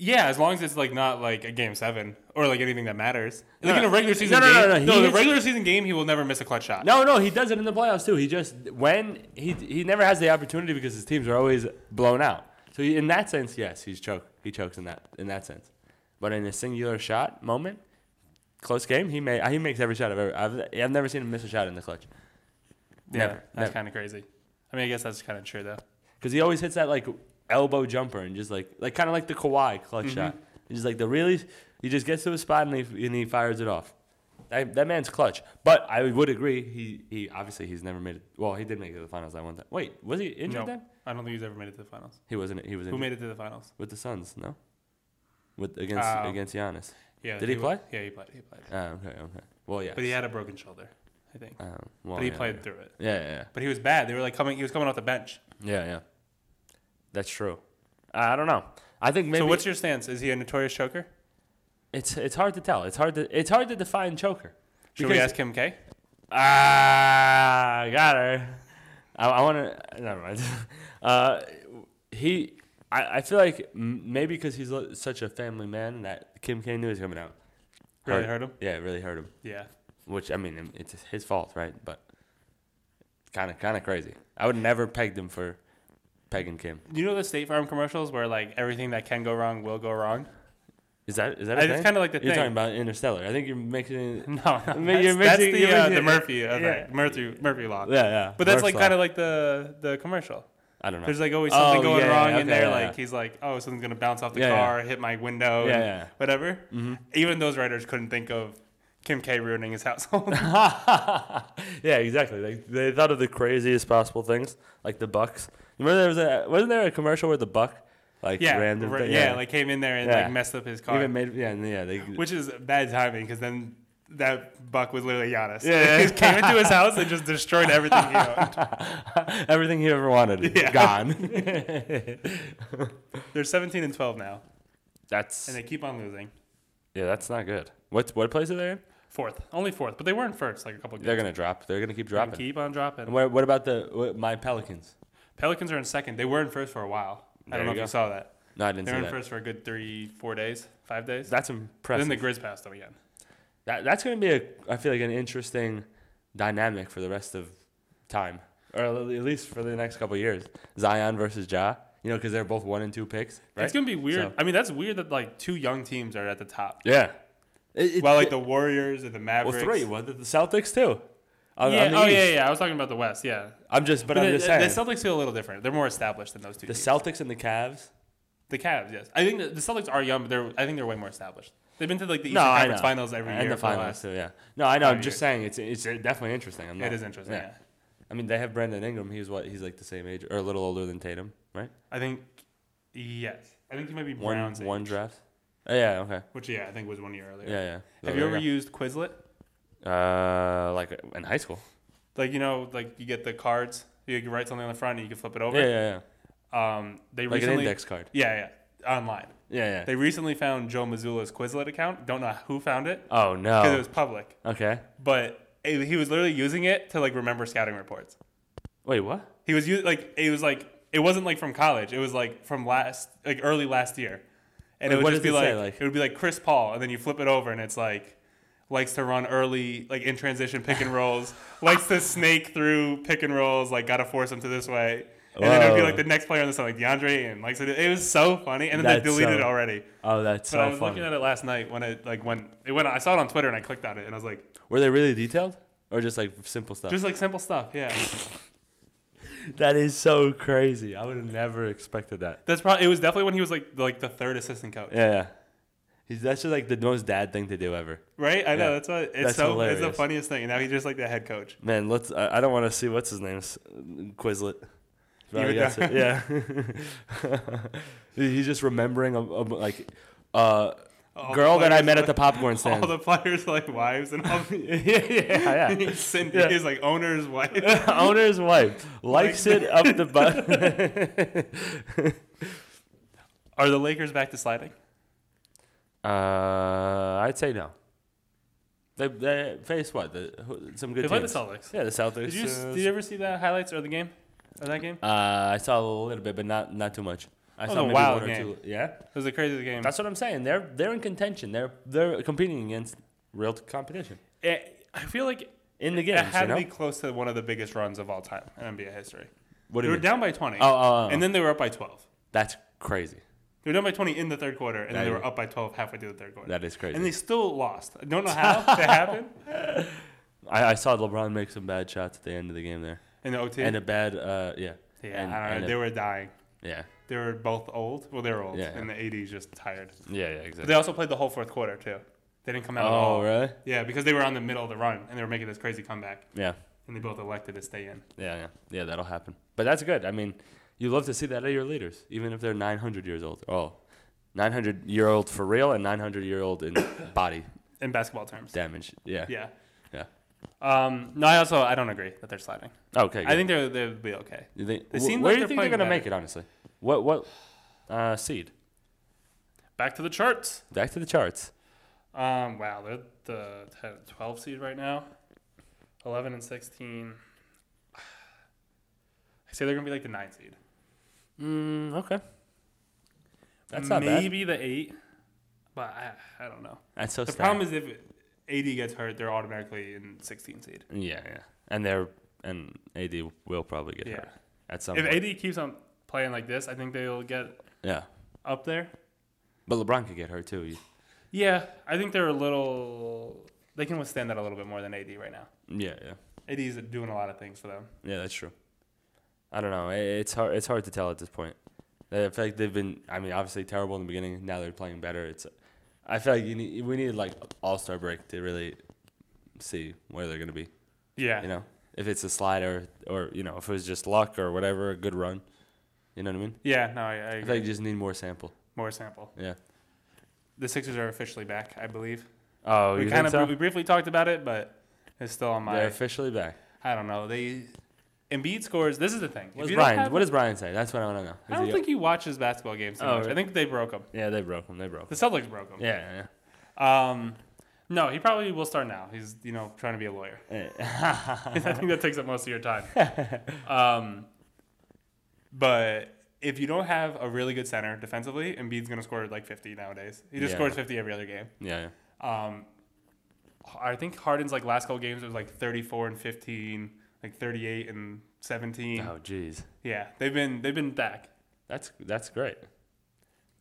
[SPEAKER 2] Yeah, as long as it's like not like a game seven or like anything that matters.
[SPEAKER 1] No,
[SPEAKER 2] Like in a
[SPEAKER 1] no.
[SPEAKER 2] regular season
[SPEAKER 1] No, no, no,
[SPEAKER 2] game,
[SPEAKER 1] no,
[SPEAKER 2] no,
[SPEAKER 1] he
[SPEAKER 2] the
[SPEAKER 1] is-
[SPEAKER 2] regular season game he will never miss a clutch shot.
[SPEAKER 1] No, no, he does it in the playoffs too. He just when he he never has the opportunity because his teams are always blown out. So he, in that sense, yes, he's choke. He chokes in that in that sense. But in a singular shot moment, close game, he may he makes every shot I've ever. I've, I've never seen him miss a shot in the clutch.
[SPEAKER 2] yeah,
[SPEAKER 1] Never,
[SPEAKER 2] that's
[SPEAKER 1] never.
[SPEAKER 2] kind of crazy. I mean, I guess that's kind of true though.
[SPEAKER 1] because he always hits that like elbow jumper and just like like kind of like the Kawhi clutch
[SPEAKER 2] Mm-hmm.
[SPEAKER 1] shot. He's just like the really he just gets to a spot and he and he fires it off. That, that man's clutch. But I would agree he he obviously he's never made it. Well, he did make it to the finals that one time. Wait, was he injured
[SPEAKER 2] No,
[SPEAKER 1] then?
[SPEAKER 2] I don't think he's ever made it to the finals.
[SPEAKER 1] He wasn't. He was
[SPEAKER 2] Who
[SPEAKER 1] injured
[SPEAKER 2] made it to the finals?
[SPEAKER 1] with the Suns. No, with against
[SPEAKER 2] Oh.
[SPEAKER 1] against Giannis.
[SPEAKER 2] Yeah.
[SPEAKER 1] Did he
[SPEAKER 2] wa-
[SPEAKER 1] play?
[SPEAKER 2] Yeah, he played. He played.
[SPEAKER 1] Oh, okay, okay. Well, yeah.
[SPEAKER 2] But he had a broken shoulder, I think.
[SPEAKER 1] um, well,
[SPEAKER 2] but he
[SPEAKER 1] yeah,
[SPEAKER 2] played
[SPEAKER 1] yeah.
[SPEAKER 2] through it.
[SPEAKER 1] Yeah, yeah, yeah.
[SPEAKER 2] But he was bad. They were like coming. He was coming off the bench.
[SPEAKER 1] yeah, yeah. That's true. I I don't know. I think maybe
[SPEAKER 2] So what's your stance? Is he a notorious choker?
[SPEAKER 1] it's it's hard to tell. It's hard to it's hard to define choker.
[SPEAKER 2] Should we
[SPEAKER 1] Because-
[SPEAKER 2] ask Kim K?
[SPEAKER 1] [LAUGHS] Ah, got her. I, I want to. Never mind. [LAUGHS] Uh, he, I, I feel like m- maybe because he's lo- such a family man that Kim K knew he was coming out.
[SPEAKER 2] Really hurt him?
[SPEAKER 1] Yeah, it really hurt him.
[SPEAKER 2] Yeah.
[SPEAKER 1] Which I mean, it's his fault, right? But kind of kind of crazy. I would never peg them for pegging Kim.
[SPEAKER 2] You know the State Farm commercials where like everything that can go wrong will go wrong.
[SPEAKER 1] Is that is that?
[SPEAKER 2] I-
[SPEAKER 1] A
[SPEAKER 2] it's
[SPEAKER 1] thing?
[SPEAKER 2] kinda like the
[SPEAKER 1] you're
[SPEAKER 2] thing.
[SPEAKER 1] talking about Interstellar. I think you're
[SPEAKER 2] [LAUGHS]
[SPEAKER 1] making.
[SPEAKER 2] No, no
[SPEAKER 1] mean,
[SPEAKER 2] Oh,
[SPEAKER 1] [LAUGHS]
[SPEAKER 2] that's,
[SPEAKER 1] you're
[SPEAKER 2] that's
[SPEAKER 1] mixing-
[SPEAKER 2] the
[SPEAKER 1] you're
[SPEAKER 2] uh,
[SPEAKER 1] mixing-
[SPEAKER 2] the Murphy effect,
[SPEAKER 1] yeah.
[SPEAKER 2] Murphy Murphy law.
[SPEAKER 1] Yeah, yeah.
[SPEAKER 2] But that's
[SPEAKER 1] Murph's
[SPEAKER 2] like
[SPEAKER 1] Law.
[SPEAKER 2] kind of like the the commercial.
[SPEAKER 1] I don't know.
[SPEAKER 2] There's like always
[SPEAKER 1] Oh,
[SPEAKER 2] something going
[SPEAKER 1] yeah,
[SPEAKER 2] wrong
[SPEAKER 1] yeah,
[SPEAKER 2] in
[SPEAKER 1] okay,
[SPEAKER 2] there.
[SPEAKER 1] yeah,
[SPEAKER 2] like
[SPEAKER 1] yeah.
[SPEAKER 2] he's like, oh, something's gonna bounce off the
[SPEAKER 1] Yeah, yeah.
[SPEAKER 2] car, hit my window,
[SPEAKER 1] Yeah, Mm-hmm.
[SPEAKER 2] and
[SPEAKER 1] yeah.
[SPEAKER 2] whatever. Even those writers couldn't think of Kim K ruining his
[SPEAKER 1] [LAUGHS]
[SPEAKER 2] household. [LAUGHS]
[SPEAKER 1] yeah, [LAUGHS] exactly. Like they thought of the craziest possible things, like the Bucks. Remember there was a wasn't there a commercial where the Buck like
[SPEAKER 2] yeah,
[SPEAKER 1] random
[SPEAKER 2] right-
[SPEAKER 1] thing?
[SPEAKER 2] yeah, like came in there and
[SPEAKER 1] Yeah.
[SPEAKER 2] like messed up his car,
[SPEAKER 1] even made yeah and yeah they
[SPEAKER 2] which is bad timing because then that buck was literally Giannis.
[SPEAKER 1] Yeah, yeah.
[SPEAKER 2] [LAUGHS] he came into his house and just destroyed everything
[SPEAKER 1] [LAUGHS]
[SPEAKER 2] he owned.
[SPEAKER 1] everything he ever wanted
[SPEAKER 2] Yeah. [LAUGHS]
[SPEAKER 1] gone.
[SPEAKER 2] They're 17 and 12 now,
[SPEAKER 1] [LAUGHS] that's
[SPEAKER 2] and they keep on losing.
[SPEAKER 1] yeah, that's not good. What what place are they in?
[SPEAKER 2] Fourth, only fourth, but they were in first like a couple. Of
[SPEAKER 1] They're
[SPEAKER 2] games.
[SPEAKER 1] gonna drop. They're gonna keep
[SPEAKER 2] They
[SPEAKER 1] dropping.
[SPEAKER 2] Keep on dropping.
[SPEAKER 1] and what what about the what, my Pelicans?
[SPEAKER 2] Pelicans are in second. They were in first for a while. I
[SPEAKER 1] There
[SPEAKER 2] don't know
[SPEAKER 1] you
[SPEAKER 2] if
[SPEAKER 1] go.
[SPEAKER 2] you saw that.
[SPEAKER 1] No, I didn't
[SPEAKER 2] They were
[SPEAKER 1] see
[SPEAKER 2] in
[SPEAKER 1] that.
[SPEAKER 2] first for a good three, four days, five days.
[SPEAKER 1] That's
[SPEAKER 2] then
[SPEAKER 1] impressive.
[SPEAKER 2] the Grizz passed them again.
[SPEAKER 1] that, that's gonna be a I feel like an interesting dynamic for the rest of time, or at least for the next couple of years. Zion versus Ja. You know, because they're both one and two picks, right?
[SPEAKER 2] It's gonna be weird.
[SPEAKER 1] So-
[SPEAKER 2] I mean, that's weird that like two young teams are at the top.
[SPEAKER 1] Yeah. It, it-
[SPEAKER 2] Well, like the Warriors and the Mavericks.
[SPEAKER 1] well, three. Well, the, the Celtics too. On-
[SPEAKER 2] yeah.
[SPEAKER 1] on the
[SPEAKER 2] oh
[SPEAKER 1] East.
[SPEAKER 2] yeah, yeah. I was talking about the West. Yeah.
[SPEAKER 1] I'm just, but,
[SPEAKER 2] But
[SPEAKER 1] I'm
[SPEAKER 2] the,
[SPEAKER 1] just saying.
[SPEAKER 2] the
[SPEAKER 1] The,
[SPEAKER 2] Celtics feel a little different. They're more established than those two. teams.
[SPEAKER 1] Celtics and the Cavs.
[SPEAKER 2] the Cavs, yes. I think the, the Celtics are young, but they're. I think they're way more established. They've been to like the Eastern Conference Finals every
[SPEAKER 1] and
[SPEAKER 2] year.
[SPEAKER 1] the
[SPEAKER 2] for
[SPEAKER 1] finals
[SPEAKER 2] last-
[SPEAKER 1] too. Yeah. No, I know. I'm
[SPEAKER 2] five
[SPEAKER 1] just
[SPEAKER 2] years.
[SPEAKER 1] saying it's it's definitely interesting. I'm not,
[SPEAKER 2] It is interesting. Yeah.
[SPEAKER 1] I mean, they have Brandon Ingram. He's what? He's like the same age or a little older than Tatum, right?
[SPEAKER 2] I think. Yes. I think he might be
[SPEAKER 1] One
[SPEAKER 2] Brown's
[SPEAKER 1] one
[SPEAKER 2] age,
[SPEAKER 1] draft. Oh, yeah. Okay.
[SPEAKER 2] which yeah, I think was one year earlier.
[SPEAKER 1] Yeah. Yeah.
[SPEAKER 2] Have you ever used Quizlet?
[SPEAKER 1] Uh, like in high school.
[SPEAKER 2] Like you know, like you get the cards. You can write something on the front, and you can flip it over.
[SPEAKER 1] Yeah, yeah, yeah.
[SPEAKER 2] Um, they
[SPEAKER 1] Like an
[SPEAKER 2] recently,
[SPEAKER 1] index card.
[SPEAKER 2] yeah, yeah, online.
[SPEAKER 1] Yeah, yeah.
[SPEAKER 2] They recently found Joe Missoula's Quizlet account. Don't know who found it
[SPEAKER 1] Oh
[SPEAKER 2] because it
[SPEAKER 1] no.
[SPEAKER 2] was public,
[SPEAKER 1] Okay.
[SPEAKER 2] but it- he was literally using it to like remember scouting reports.
[SPEAKER 1] Wait, what?
[SPEAKER 2] He was using like it was like it wasn't like from college. It was like from last like early last year, and
[SPEAKER 1] Like,
[SPEAKER 2] it would
[SPEAKER 1] what
[SPEAKER 2] just
[SPEAKER 1] does
[SPEAKER 2] be
[SPEAKER 1] it
[SPEAKER 2] like,
[SPEAKER 1] say, like-
[SPEAKER 2] it would be like Chris Paul, and then you flip it over, and it's like likes to run early like in transition pick and
[SPEAKER 1] [LAUGHS]
[SPEAKER 2] rolls, likes to snake through pick and rolls, like gotta force him to this way. And then it would be
[SPEAKER 1] Whoa.
[SPEAKER 2] like the next player on the side, like DeAndre Ayton. Like, so it was so funny. And then
[SPEAKER 1] That's
[SPEAKER 2] they deleted it
[SPEAKER 1] so-
[SPEAKER 2] already.
[SPEAKER 1] Oh, that's
[SPEAKER 2] But
[SPEAKER 1] so
[SPEAKER 2] I was
[SPEAKER 1] funny.
[SPEAKER 2] looking at it last night when it like when it went. I saw it on Twitter and I clicked on it and I was like,
[SPEAKER 1] Were they really detailed? Or just like simple stuff?
[SPEAKER 2] just like simple stuff. Yeah,
[SPEAKER 1] that is so crazy. I would have never expected that.
[SPEAKER 2] that's probably. It was definitely when he was like like the third assistant coach.
[SPEAKER 1] Yeah, yeah. He's, that's just like the most dad thing to do ever.
[SPEAKER 2] Right? I know
[SPEAKER 1] Yeah.
[SPEAKER 2] that's what it's
[SPEAKER 1] That's
[SPEAKER 2] so it's
[SPEAKER 1] hilarious.
[SPEAKER 2] the funniest thing. And now he's just like the head coach.
[SPEAKER 1] Man, let's. I, I don't want to see what's his name's Quizlet.
[SPEAKER 2] You would
[SPEAKER 1] Yes,
[SPEAKER 2] know.
[SPEAKER 1] yeah. [LAUGHS] He's just remembering a, a- like uh,
[SPEAKER 2] All the
[SPEAKER 1] girl that I
[SPEAKER 2] players,
[SPEAKER 1] met at the popcorn stand.
[SPEAKER 2] [LAUGHS] all the players like wives and
[SPEAKER 1] [LAUGHS]
[SPEAKER 2] all.
[SPEAKER 1] yeah,
[SPEAKER 2] [LAUGHS]
[SPEAKER 1] yeah, yeah.
[SPEAKER 2] Cindy
[SPEAKER 1] Yeah.
[SPEAKER 2] is like owner's wife.
[SPEAKER 1] [LAUGHS] Owner's wife likes
[SPEAKER 2] Like-
[SPEAKER 1] it up the butt.
[SPEAKER 2] [LAUGHS] Are the Lakers back to sliding?
[SPEAKER 1] uh, I'd say no. They, they face what? The, who- some good
[SPEAKER 2] they played the
[SPEAKER 1] teams.
[SPEAKER 2] Celtics.
[SPEAKER 1] yeah, the Celtics.
[SPEAKER 2] Did you
[SPEAKER 1] uh,
[SPEAKER 2] did you ever see the highlights of the game? Of that game?
[SPEAKER 1] Uh, I saw a little bit, but not not too much. I
[SPEAKER 2] was
[SPEAKER 1] saw
[SPEAKER 2] a
[SPEAKER 1] maybe
[SPEAKER 2] Oh, wild
[SPEAKER 1] one or
[SPEAKER 2] game.
[SPEAKER 1] two. Yeah,
[SPEAKER 2] It was a crazy game.
[SPEAKER 1] that's what I'm saying. They're they're in contention. They're they're competing against real competition
[SPEAKER 2] It- eh, I feel like
[SPEAKER 1] in the
[SPEAKER 2] it
[SPEAKER 1] game. You
[SPEAKER 2] had to
[SPEAKER 1] know?
[SPEAKER 2] be close to one of the biggest runs of all time in NBA history.
[SPEAKER 1] what do
[SPEAKER 2] They
[SPEAKER 1] you
[SPEAKER 2] were
[SPEAKER 1] mean?
[SPEAKER 2] down by 20,
[SPEAKER 1] Oh, oh, oh,
[SPEAKER 2] and then they were up by 12.
[SPEAKER 1] that's crazy.
[SPEAKER 2] They were down by 20 in the third quarter, and then they
[SPEAKER 1] That-
[SPEAKER 2] were up by 12 halfway through the third quarter.
[SPEAKER 1] That is crazy.
[SPEAKER 2] And they still lost. I
[SPEAKER 1] [LAUGHS]
[SPEAKER 2] don't know how that happened.
[SPEAKER 1] I, I saw LeBron make some bad shots at the end of the game there,
[SPEAKER 2] In the OT.
[SPEAKER 1] and a bad uh, yeah.
[SPEAKER 2] Yeah,
[SPEAKER 1] and-
[SPEAKER 2] I don't
[SPEAKER 1] and
[SPEAKER 2] know.
[SPEAKER 1] a-
[SPEAKER 2] They were dying.
[SPEAKER 1] yeah,
[SPEAKER 2] They were both old. Well, they were old,
[SPEAKER 1] Yeah, yeah.
[SPEAKER 2] and the '80s just tired.
[SPEAKER 1] yeah, yeah, exactly.
[SPEAKER 2] But they also played the whole fourth quarter too. They didn't come out at
[SPEAKER 1] oh,
[SPEAKER 2] all.
[SPEAKER 1] really?
[SPEAKER 2] Yeah, because they were on the middle of the run and they were making this crazy comeback,
[SPEAKER 1] Yeah,
[SPEAKER 2] and they both elected to stay in.
[SPEAKER 1] yeah, yeah, yeah. That'll happen. But that's good. I mean, you love to see that at your leaders, even if they're 900 years old. Oh, 900 year old for real, and 900 year old
[SPEAKER 2] [COUGHS]
[SPEAKER 1] in body
[SPEAKER 2] In basketball terms.
[SPEAKER 1] damage. Yeah.
[SPEAKER 2] Yeah.
[SPEAKER 1] Yeah.
[SPEAKER 2] Um, no, I also I don't agree that they're sliding.
[SPEAKER 1] Okay.
[SPEAKER 2] I think they're they'll be okay.
[SPEAKER 1] You think-
[SPEAKER 2] They
[SPEAKER 1] wh-
[SPEAKER 2] seem
[SPEAKER 1] where
[SPEAKER 2] like
[SPEAKER 1] do you
[SPEAKER 2] they're
[SPEAKER 1] think they're
[SPEAKER 2] playing
[SPEAKER 1] gonna make
[SPEAKER 2] better.
[SPEAKER 1] it? Honestly, what what uh, seed?
[SPEAKER 2] Back to the charts.
[SPEAKER 1] Back to the charts.
[SPEAKER 2] Um, wow, they're the 10, 12 seed right now. 11 and 16. [SIGHS] I say they're gonna be like the nine seed.
[SPEAKER 1] Mm, okay. That's not bad.
[SPEAKER 2] Maybe the eight, but I, I don't know.
[SPEAKER 1] That's so.
[SPEAKER 2] The
[SPEAKER 1] stacked.
[SPEAKER 2] problem is if AD gets hurt, they're automatically in 16 seed.
[SPEAKER 1] Yeah, yeah. And they're and AD will probably get
[SPEAKER 2] Yeah.
[SPEAKER 1] hurt at some.
[SPEAKER 2] If
[SPEAKER 1] point.
[SPEAKER 2] AD keeps on playing like this, I think they'll get
[SPEAKER 1] yeah,
[SPEAKER 2] up there.
[SPEAKER 1] but LeBron could get hurt too. You-
[SPEAKER 2] Yeah, I think they're a little. They can withstand that a little bit more than AD right now.
[SPEAKER 1] Yeah, yeah,
[SPEAKER 2] AD is doing a lot of things for them.
[SPEAKER 1] yeah. That's true. I don't know. I- It's hard. It's hard to tell at this point. I feel like they've been. I mean, obviously terrible in the beginning. Now they're playing better. It's. I feel like you need, we need like All Star break to really see where they're gonna be.
[SPEAKER 2] Yeah,
[SPEAKER 1] You know, if it's a slide or or you know if it was just luck or whatever, a good run. You know what I mean?
[SPEAKER 2] yeah. No, I, I
[SPEAKER 1] I feel
[SPEAKER 2] agree.
[SPEAKER 1] like you just need more sample.
[SPEAKER 2] More sample.
[SPEAKER 1] Yeah.
[SPEAKER 2] The Sixers are officially back, I believe.
[SPEAKER 1] Oh,
[SPEAKER 2] we
[SPEAKER 1] you
[SPEAKER 2] kind
[SPEAKER 1] think so?
[SPEAKER 2] of we briefly talked about it, but it's still on my.
[SPEAKER 1] They're officially back.
[SPEAKER 2] I don't know. They Embiid scores. This is the thing. If
[SPEAKER 1] What does
[SPEAKER 2] you don't
[SPEAKER 1] Brian?
[SPEAKER 2] have-
[SPEAKER 1] what does Brian say? That's what I want to know.
[SPEAKER 2] I
[SPEAKER 1] Is
[SPEAKER 2] don't
[SPEAKER 1] he-
[SPEAKER 2] think he watches basketball games. Too
[SPEAKER 1] Oh,
[SPEAKER 2] much. I
[SPEAKER 1] really?
[SPEAKER 2] think they broke him.
[SPEAKER 1] Yeah, they broke him. They broke.
[SPEAKER 2] The
[SPEAKER 1] Him.
[SPEAKER 2] Celtics broke him.
[SPEAKER 1] Yeah,
[SPEAKER 2] Um, no, he probably will start now. He's you know trying to be a lawyer. [LAUGHS]
[SPEAKER 1] yeah. [LAUGHS]
[SPEAKER 2] I think that takes up most of your time. Um, but if you don't have a really good center defensively, Embiid's gonna score like 50 nowadays. He just
[SPEAKER 1] Yeah.
[SPEAKER 2] scores 50 every other game.
[SPEAKER 1] yeah, yeah.
[SPEAKER 2] Um, I think Harden's like last couple games it was like 34 and 15, like 38 and 17.
[SPEAKER 1] Oh, jeez,
[SPEAKER 2] Yeah, they've been they've been back.
[SPEAKER 1] that's that's great.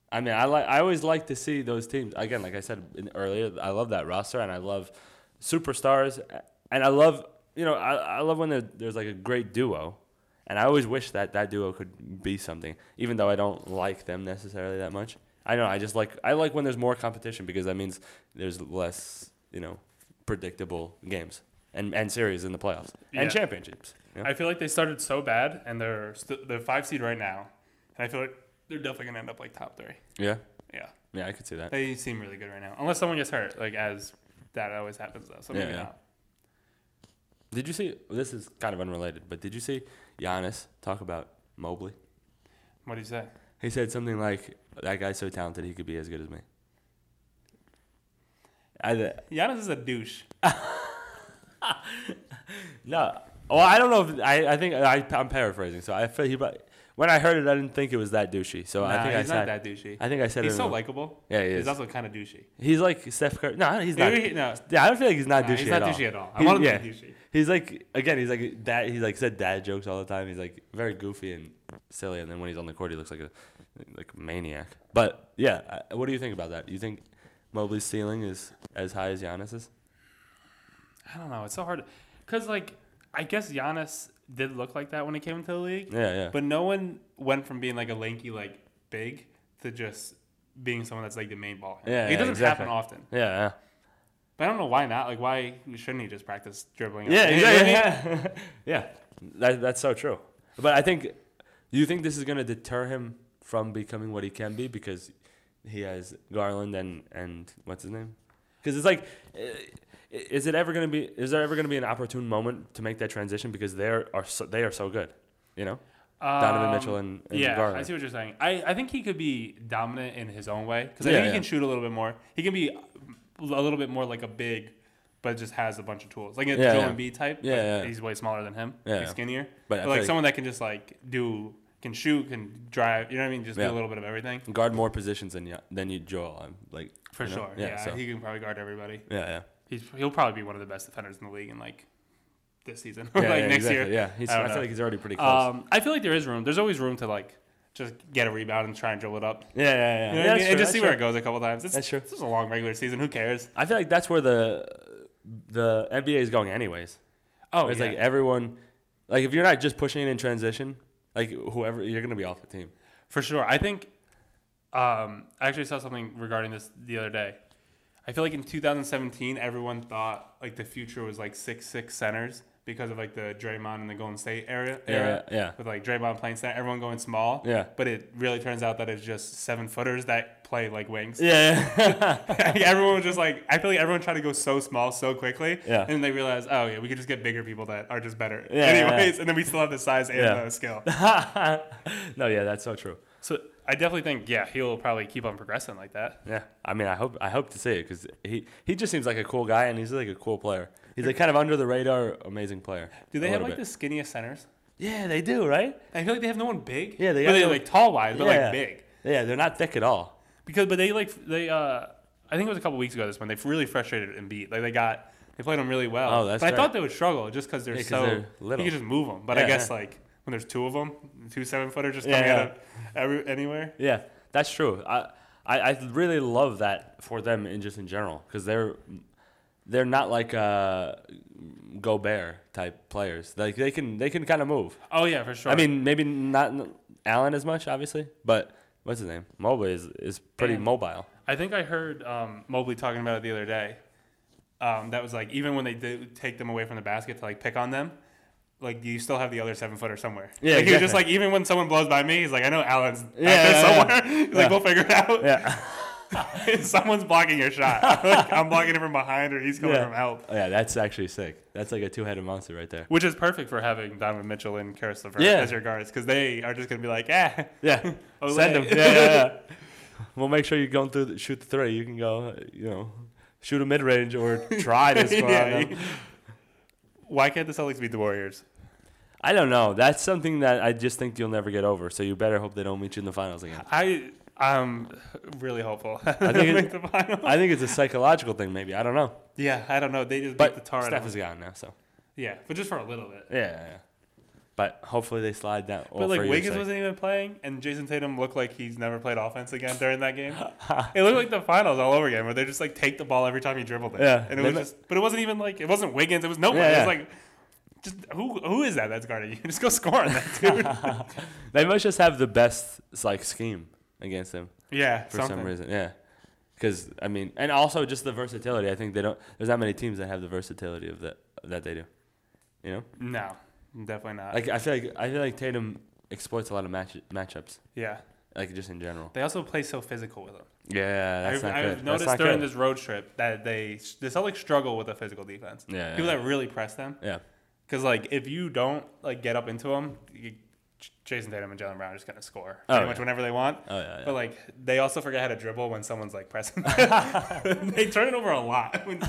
[SPEAKER 1] I mean, I like. I always like to see those teams again. Like I said in, earlier, I love that roster, and I love superstars, and I love you know I, I love when there, there's like a great duo, and I always wish that that duo could be something. Even though I don't like them necessarily that much, I know I just like I like when there's more competition because that means there's less you know predictable games and and series in the playoffs
[SPEAKER 2] Yeah.
[SPEAKER 1] and championships. you know?
[SPEAKER 2] I feel like they started so bad, and they're st- they're five seed right now, and I feel like they're definitely gonna end up like top three.
[SPEAKER 1] yeah,
[SPEAKER 2] Yeah,
[SPEAKER 1] yeah, I could see that.
[SPEAKER 2] they seem really good right now, unless someone gets hurt, like as that always happens though. So maybe
[SPEAKER 1] Yeah, yeah.
[SPEAKER 2] not.
[SPEAKER 1] Did you see? This is kind of unrelated, but did you see Giannis talk about Mobley?
[SPEAKER 2] What do you say?
[SPEAKER 1] He said something like, "That guy's so talented, he could be as good as me." I th-
[SPEAKER 2] Giannis is a douche.
[SPEAKER 1] no. Well, I don't know. If, I I think I, I'm paraphrasing. So I feel he. But when I heard it, I didn't think it was that douchey. So I
[SPEAKER 2] Nah,
[SPEAKER 1] think I
[SPEAKER 2] he's not
[SPEAKER 1] said.
[SPEAKER 2] that douchey.
[SPEAKER 1] I think I said
[SPEAKER 2] He's
[SPEAKER 1] it.
[SPEAKER 2] so
[SPEAKER 1] in-
[SPEAKER 2] likable.
[SPEAKER 1] yeah, he
[SPEAKER 2] He's
[SPEAKER 1] is.
[SPEAKER 2] also kind of douchey.
[SPEAKER 1] he's like Steph Curry. No, he's not.
[SPEAKER 2] Maybe he- no,
[SPEAKER 1] yeah, I don't feel like he's not
[SPEAKER 2] nah,
[SPEAKER 1] douchey
[SPEAKER 2] he's
[SPEAKER 1] at
[SPEAKER 2] not
[SPEAKER 1] all.
[SPEAKER 2] douchey at all. I
[SPEAKER 1] He-
[SPEAKER 2] want him
[SPEAKER 1] yeah.
[SPEAKER 2] to be douchey.
[SPEAKER 1] He's like again. He's like dad. He's like said dad jokes all the time. He's like very goofy and silly. And then when he's on the court, he looks like a like a maniac. But yeah, I- what do you think about that? You think Mobley's ceiling is as high as Giannis's?
[SPEAKER 2] I don't know. It's so hard because like I guess Giannis did look like that when he came into the league.
[SPEAKER 1] Yeah, yeah,
[SPEAKER 2] But no one went from being like a lanky, like big, to just being someone that's like the main ball. handler.
[SPEAKER 1] Yeah,
[SPEAKER 2] Like, it
[SPEAKER 1] yeah,
[SPEAKER 2] doesn't
[SPEAKER 1] exactly.
[SPEAKER 2] happen often.
[SPEAKER 1] yeah, yeah.
[SPEAKER 2] But I don't know why not. Like, why shouldn't he just practice dribbling?
[SPEAKER 1] Yeah,
[SPEAKER 2] You know what I
[SPEAKER 1] exactly.
[SPEAKER 2] mean?
[SPEAKER 1] Yeah, [LAUGHS] yeah. That, that's so true. But I think, do you think this is going to deter him from becoming what he can be because he has Garland and and what's his name? Because it's like, eh, is it ever going to be? Is there ever going to be an opportune moment to make that transition? Because they are so, they are so good, you know. [LAUGHS] Donovan
[SPEAKER 2] Um,
[SPEAKER 1] Mitchell and- and
[SPEAKER 2] yeah, I
[SPEAKER 1] Garland.
[SPEAKER 2] see what you're saying. I, I think he could be dominant in his own way because I
[SPEAKER 1] Yeah,
[SPEAKER 2] think he
[SPEAKER 1] yeah.
[SPEAKER 2] can shoot a little bit more. He can be a little bit more like a big, but just has a bunch of tools, like a
[SPEAKER 1] Yeah,
[SPEAKER 2] Joel
[SPEAKER 1] yeah.
[SPEAKER 2] Embiid type.
[SPEAKER 1] Yeah,
[SPEAKER 2] but
[SPEAKER 1] yeah.
[SPEAKER 2] he's way smaller than him.
[SPEAKER 1] Yeah,
[SPEAKER 2] he's
[SPEAKER 1] yeah.
[SPEAKER 2] skinnier.
[SPEAKER 1] But I
[SPEAKER 2] But,
[SPEAKER 1] feel
[SPEAKER 2] like
[SPEAKER 1] like-
[SPEAKER 2] someone that can just like do can shoot, can drive. You know what I mean? Just
[SPEAKER 1] Yeah.
[SPEAKER 2] do a little bit of everything.
[SPEAKER 1] Guard more positions than Ya- than you, Joel. I'm like
[SPEAKER 2] For
[SPEAKER 1] you know?
[SPEAKER 2] sure.
[SPEAKER 1] Yeah,
[SPEAKER 2] Yeah,
[SPEAKER 1] so-
[SPEAKER 2] he can probably guard everybody.
[SPEAKER 1] yeah, yeah.
[SPEAKER 2] He's he'll probably be one of the best defenders in the league in like this season [LAUGHS]
[SPEAKER 1] yeah,
[SPEAKER 2] or [LAUGHS] like
[SPEAKER 1] yeah,
[SPEAKER 2] next
[SPEAKER 1] exactly.
[SPEAKER 2] year.
[SPEAKER 1] Yeah, he's,
[SPEAKER 2] I
[SPEAKER 1] I,
[SPEAKER 2] don't
[SPEAKER 1] feel
[SPEAKER 2] know.
[SPEAKER 1] like he's already pretty close.
[SPEAKER 2] Um, I feel like there is room. There's always room to like just get a rebound and try and dribble it up.
[SPEAKER 1] yeah, yeah, yeah.
[SPEAKER 2] You know
[SPEAKER 1] Yeah,
[SPEAKER 2] what I
[SPEAKER 1] that's
[SPEAKER 2] mean?
[SPEAKER 1] true,
[SPEAKER 2] And just
[SPEAKER 1] that's
[SPEAKER 2] see
[SPEAKER 1] true.
[SPEAKER 2] where it goes a couple times. It's,
[SPEAKER 1] That's true.
[SPEAKER 2] It's just a long regular season. Who cares?
[SPEAKER 1] I feel like that's where the the NBA is going anyways.
[SPEAKER 2] Oh,
[SPEAKER 1] it's
[SPEAKER 2] yeah.
[SPEAKER 1] like everyone, like if you're not just pushing it in transition, like whoever you're gonna be off the team.
[SPEAKER 2] for sure. I think um, I actually saw something regarding this the other day. I feel like in 2017, everyone thought like the future was like six six centers because of like the Draymond and the Golden State era. era
[SPEAKER 1] Yeah, yeah.
[SPEAKER 2] With like Draymond playing center, everyone going small.
[SPEAKER 1] Yeah.
[SPEAKER 2] But it really turns out that it's just seven footers that play like wings.
[SPEAKER 1] Yeah,
[SPEAKER 2] everyone was just [LAUGHS] like, I feel like everyone tried to go so small so quickly.
[SPEAKER 1] Yeah.
[SPEAKER 2] And then they realized, oh, yeah, we could just get bigger people that are just better.
[SPEAKER 1] Yeah, yeah,
[SPEAKER 2] Anyways, and then we still have the size and
[SPEAKER 1] Yeah.
[SPEAKER 2] the skill.
[SPEAKER 1] yeah. [LAUGHS] no, yeah, that's so true.
[SPEAKER 2] So I definitely think, yeah, he'll probably keep on progressing like that.
[SPEAKER 1] Yeah, I mean, I hope I hope to see it because he he just seems like a cool guy and he's like a cool player. He's like kind of under the radar, amazing player.
[SPEAKER 2] Do they
[SPEAKER 1] a
[SPEAKER 2] have
[SPEAKER 1] little
[SPEAKER 2] like the skinniest centers?
[SPEAKER 1] bit. Yeah, they do, right?
[SPEAKER 2] I feel like they have no one big.
[SPEAKER 1] Yeah, they
[SPEAKER 2] but
[SPEAKER 1] got
[SPEAKER 2] they
[SPEAKER 1] no-
[SPEAKER 2] like tall wise, but
[SPEAKER 1] Yeah.
[SPEAKER 2] like big.
[SPEAKER 1] Yeah, they're not thick at all.
[SPEAKER 2] Because but they like they uh I think it was a couple weeks ago this one they really frustrated Embiid like they got They played them really well.
[SPEAKER 1] Oh, that's
[SPEAKER 2] But I
[SPEAKER 1] right.
[SPEAKER 2] thought they would struggle just because they're
[SPEAKER 1] Yeah, 'cause
[SPEAKER 2] so
[SPEAKER 1] they're little.
[SPEAKER 2] You can just move them. But I
[SPEAKER 1] Yeah,
[SPEAKER 2] guess
[SPEAKER 1] yeah.
[SPEAKER 2] like when there's two of them, two seven footers just
[SPEAKER 1] Yeah,
[SPEAKER 2] coming
[SPEAKER 1] yeah.
[SPEAKER 2] out of every, anywhere.
[SPEAKER 1] Yeah, that's true. I, I, I really love that for them in just in general because they're they're not like uh, Gobert type players. Like they can they can kind of move.
[SPEAKER 2] Oh yeah, for sure.
[SPEAKER 1] I mean, maybe not Allen as much, obviously, but what's his name? Mobley is, is pretty
[SPEAKER 2] And-
[SPEAKER 1] mobile.
[SPEAKER 2] I think I heard um, Mobley talking about it the other day. Um, that was like even when they did take them away from the basket to like pick on them, like you still have the other seven footer somewhere.
[SPEAKER 1] Yeah,
[SPEAKER 2] like, he was just
[SPEAKER 1] exactly.
[SPEAKER 2] like even when someone blows by me, he's like, I know Allen's
[SPEAKER 1] Yeah,
[SPEAKER 2] out there
[SPEAKER 1] yeah,
[SPEAKER 2] somewhere. [LAUGHS] He's
[SPEAKER 1] Yeah.
[SPEAKER 2] like, we'll figure it out.
[SPEAKER 1] [LAUGHS] Yeah,
[SPEAKER 2] [LAUGHS] Someone's blocking your shot. [LAUGHS] Like, I'm blocking it from behind, or he's coming
[SPEAKER 1] Yeah.
[SPEAKER 2] from help.
[SPEAKER 1] [LAUGHS] yeah, that's actually sick. That's like a two-headed monster right there.
[SPEAKER 2] Which is perfect for having Donovan Mitchell and Karis LeVert
[SPEAKER 1] Yeah.
[SPEAKER 2] as your guards because they are just gonna be like, eh.
[SPEAKER 1] [LAUGHS] Yeah,
[SPEAKER 2] Olay.
[SPEAKER 1] send him. Yeah, [LAUGHS] yeah, yeah. We'll make sure you're going through, the, shoot the three. You can go, uh, you know, shoot a mid-range or try [LAUGHS] this.
[SPEAKER 2] [LAUGHS]
[SPEAKER 1] for all I
[SPEAKER 2] Yeah.
[SPEAKER 1] know.
[SPEAKER 2] Why can't the Celtics beat the Warriors?
[SPEAKER 1] I don't know. That's something that I just think you'll never get over. So you better hope they don't meet you in the finals again.
[SPEAKER 2] I I'm really hopeful. I [LAUGHS]
[SPEAKER 1] think it-
[SPEAKER 2] make the final.
[SPEAKER 1] I think it's a psychological thing, maybe. I don't know.
[SPEAKER 2] yeah, I don't know. They just
[SPEAKER 1] But
[SPEAKER 2] beat the tar out
[SPEAKER 1] Steph
[SPEAKER 2] of
[SPEAKER 1] is
[SPEAKER 2] them.
[SPEAKER 1] gone now, so
[SPEAKER 2] Yeah, but just for a little bit.
[SPEAKER 1] yeah. yeah, yeah. But hopefully they slide down.
[SPEAKER 2] But like Wiggins wasn't even playing, and Jason Tatum looked like he's never played offense again during
[SPEAKER 1] [LAUGHS]
[SPEAKER 2] that game. it looked like the finals all over again, where they just like take the ball every time he dribbled it.
[SPEAKER 1] Yeah.
[SPEAKER 2] and it
[SPEAKER 1] They
[SPEAKER 2] was
[SPEAKER 1] ma-
[SPEAKER 2] just. But it wasn't even like it wasn't Wiggins. It was no one.
[SPEAKER 1] Yeah,
[SPEAKER 2] It
[SPEAKER 1] yeah.
[SPEAKER 2] was like, just who who is that that's guarding you? [LAUGHS] Just go score on that
[SPEAKER 1] [LAUGHS]
[SPEAKER 2] dude.
[SPEAKER 1] they must just have the best like scheme against them
[SPEAKER 2] yeah,
[SPEAKER 1] for
[SPEAKER 2] something.
[SPEAKER 1] some reason. Yeah, because I mean, and also just the versatility. I think they don't. There's not many teams that have the versatility of that that they do. You know,
[SPEAKER 2] No, definitely not.
[SPEAKER 1] like I feel like I feel like Tatum exploits a lot of match matchups,
[SPEAKER 2] yeah,
[SPEAKER 1] like just in general.
[SPEAKER 2] they also play so physical with him.
[SPEAKER 1] Yeah, that's
[SPEAKER 2] I've,
[SPEAKER 1] not
[SPEAKER 2] I've
[SPEAKER 1] good.
[SPEAKER 2] noticed
[SPEAKER 1] that's not
[SPEAKER 2] during
[SPEAKER 1] good.
[SPEAKER 2] this road trip that they the Celtics struggle with a physical defense.
[SPEAKER 1] Yeah,
[SPEAKER 2] people
[SPEAKER 1] yeah.
[SPEAKER 2] that really press them
[SPEAKER 1] Yeah.
[SPEAKER 2] because like if you don't like get up into them, you, J- Jason Tatum and Jalen Brown are just gonna score
[SPEAKER 1] Oh,
[SPEAKER 2] pretty much
[SPEAKER 1] yeah.
[SPEAKER 2] whenever they want.
[SPEAKER 1] Oh yeah. yeah.
[SPEAKER 2] But like they also forget how to dribble when someone's like pressing.
[SPEAKER 1] [LAUGHS]
[SPEAKER 2] them. [LAUGHS] they turn it over a lot. [LAUGHS] When,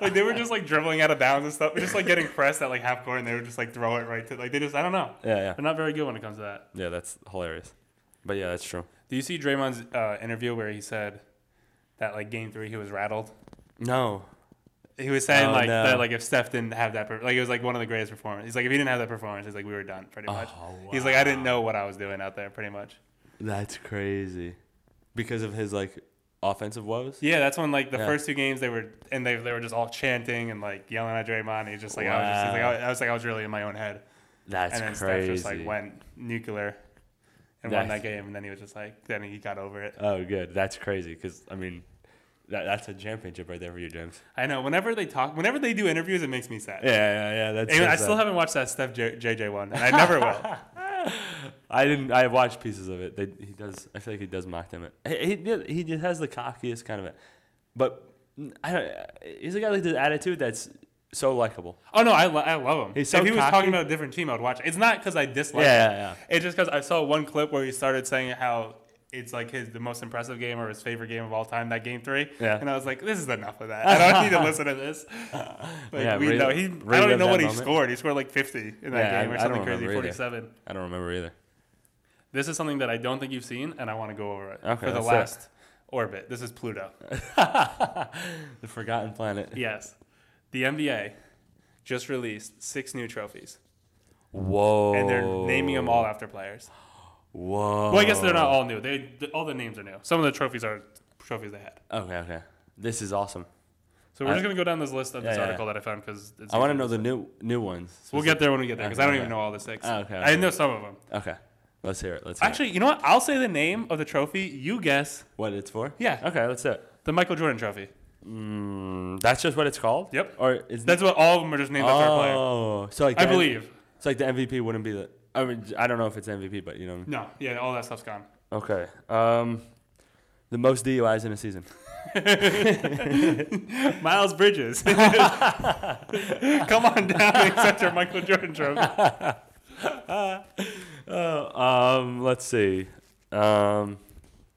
[SPEAKER 2] like they were just like dribbling out of bounds and stuff, just like getting pressed at like half court, and they would just like throw it right to like they just I don't know.
[SPEAKER 1] yeah,
[SPEAKER 2] [LAUGHS]
[SPEAKER 1] yeah,
[SPEAKER 2] They're not very good when it comes to that.
[SPEAKER 1] yeah. That's hilarious. But yeah, that's true.
[SPEAKER 2] Do you see Draymond's uh, interview where he said that like game three he was rattled?
[SPEAKER 1] No.
[SPEAKER 2] He was saying
[SPEAKER 1] Oh,
[SPEAKER 2] like
[SPEAKER 1] no.
[SPEAKER 2] that like if Steph didn't have that per- like it was like one of the greatest performances. He's like if he didn't have that performance, he's like we were done
[SPEAKER 1] Oh,
[SPEAKER 2] pretty much. He's like I didn't know what I was doing out there pretty much.
[SPEAKER 1] That's crazy. Because of his like offensive woes.
[SPEAKER 2] Yeah, that's when like the
[SPEAKER 1] Yeah.
[SPEAKER 2] first two games they were and they, they were just all chanting and like yelling at Draymond. And he's just like I was just he's
[SPEAKER 1] Wow.
[SPEAKER 2] like I, I was like I was really in my own head.
[SPEAKER 1] That's
[SPEAKER 2] and then Steph
[SPEAKER 1] crazy.
[SPEAKER 2] just like went nuclear and won
[SPEAKER 1] That's-
[SPEAKER 2] that game and then he was just like then he got over it.
[SPEAKER 1] Oh, good. That's crazy. Because I mean, that, that's a championship right there for you, James.
[SPEAKER 2] I know. Whenever they talk, whenever they do interviews, it makes me sad.
[SPEAKER 1] Yeah, yeah, yeah. That's.
[SPEAKER 2] Anyway,
[SPEAKER 1] so
[SPEAKER 2] I still
[SPEAKER 1] sad.
[SPEAKER 2] haven't watched that Steph J- JJ one, and I never
[SPEAKER 1] [LAUGHS]
[SPEAKER 2] will.
[SPEAKER 1] I didn't. I watched pieces of it. They, he does. I feel like he does mock them. He he, did- he just has the cockiest kind of it, but I don't. He's a guy like this attitude that's so likable.
[SPEAKER 2] Oh no, I, lo- I love him.
[SPEAKER 1] He's so
[SPEAKER 2] if he was
[SPEAKER 1] cocky.
[SPEAKER 2] talking about a different team, I would watch. it. It's not because I dislike.
[SPEAKER 1] Yeah,
[SPEAKER 2] him.
[SPEAKER 1] yeah,
[SPEAKER 2] It's just because I saw one clip where he started saying how it's like his the most impressive game or his favorite game of all time, that game three.
[SPEAKER 1] Yeah.
[SPEAKER 2] And I was like, this is enough of that. I don't need
[SPEAKER 1] [LAUGHS]
[SPEAKER 2] to listen to this. Like
[SPEAKER 1] Yeah,
[SPEAKER 2] we
[SPEAKER 1] re-
[SPEAKER 2] know he. I don't
[SPEAKER 1] relive
[SPEAKER 2] even know
[SPEAKER 1] that
[SPEAKER 2] what he
[SPEAKER 1] moment.
[SPEAKER 2] scored. He scored like fifty in that
[SPEAKER 1] Yeah, I-
[SPEAKER 2] game
[SPEAKER 1] I
[SPEAKER 2] or
[SPEAKER 1] don't
[SPEAKER 2] something crazy,
[SPEAKER 1] remember either.
[SPEAKER 2] forty-seven.
[SPEAKER 1] I don't remember either. [LAUGHS]
[SPEAKER 2] This is something that I don't think you've seen, and I want to go over it
[SPEAKER 1] Okay,
[SPEAKER 2] for the
[SPEAKER 1] let's do it.
[SPEAKER 2] last orbit. This is Pluto.
[SPEAKER 1] The Forgotten Planet.
[SPEAKER 2] yes, the NBA just released six new trophies,
[SPEAKER 1] Whoa.
[SPEAKER 2] and they're naming them
[SPEAKER 1] Oh.
[SPEAKER 2] all after players.
[SPEAKER 1] Whoa.
[SPEAKER 2] Well, I guess they're not all new. They th- all the names are new. Some of the trophies are trophies they had.
[SPEAKER 1] Okay, okay. This is awesome.
[SPEAKER 2] So we're
[SPEAKER 1] I-
[SPEAKER 2] just gonna go down this list of
[SPEAKER 1] Yeah,
[SPEAKER 2] this
[SPEAKER 1] yeah,
[SPEAKER 2] article that I found because
[SPEAKER 1] I want to know the new new ones.
[SPEAKER 2] We'll get there when we get there because I don't
[SPEAKER 1] Okay,
[SPEAKER 2] even
[SPEAKER 1] okay.
[SPEAKER 2] know all the six.
[SPEAKER 1] Oh, okay,
[SPEAKER 2] I
[SPEAKER 1] okay.
[SPEAKER 2] know some of them.
[SPEAKER 1] Okay. Let's hear it. Let's hear
[SPEAKER 2] Actually, you know what? I'll say the name of the trophy. You guess
[SPEAKER 1] it. what it's for.
[SPEAKER 2] Yeah.
[SPEAKER 1] Okay, let's do it.
[SPEAKER 2] the Michael Jordan trophy.
[SPEAKER 1] Mm, that's just what it's called.
[SPEAKER 2] Yep.
[SPEAKER 1] Or is
[SPEAKER 2] That's what all of them are just named after a player.
[SPEAKER 1] oh, so like
[SPEAKER 2] I
[SPEAKER 1] the-
[SPEAKER 2] believe.
[SPEAKER 1] So like the MVP wouldn't be the. I mean, I don't know if it's MVP, but you know.
[SPEAKER 2] No, yeah, all that stuff's gone. [LAUGHS]
[SPEAKER 1] Okay. Um, the most DUIs in a season.
[SPEAKER 2] Miles Bridges. [LAUGHS] Come on down and accept your Michael Jordan trophy.
[SPEAKER 1] [LAUGHS] Oh, um, let's see. Um,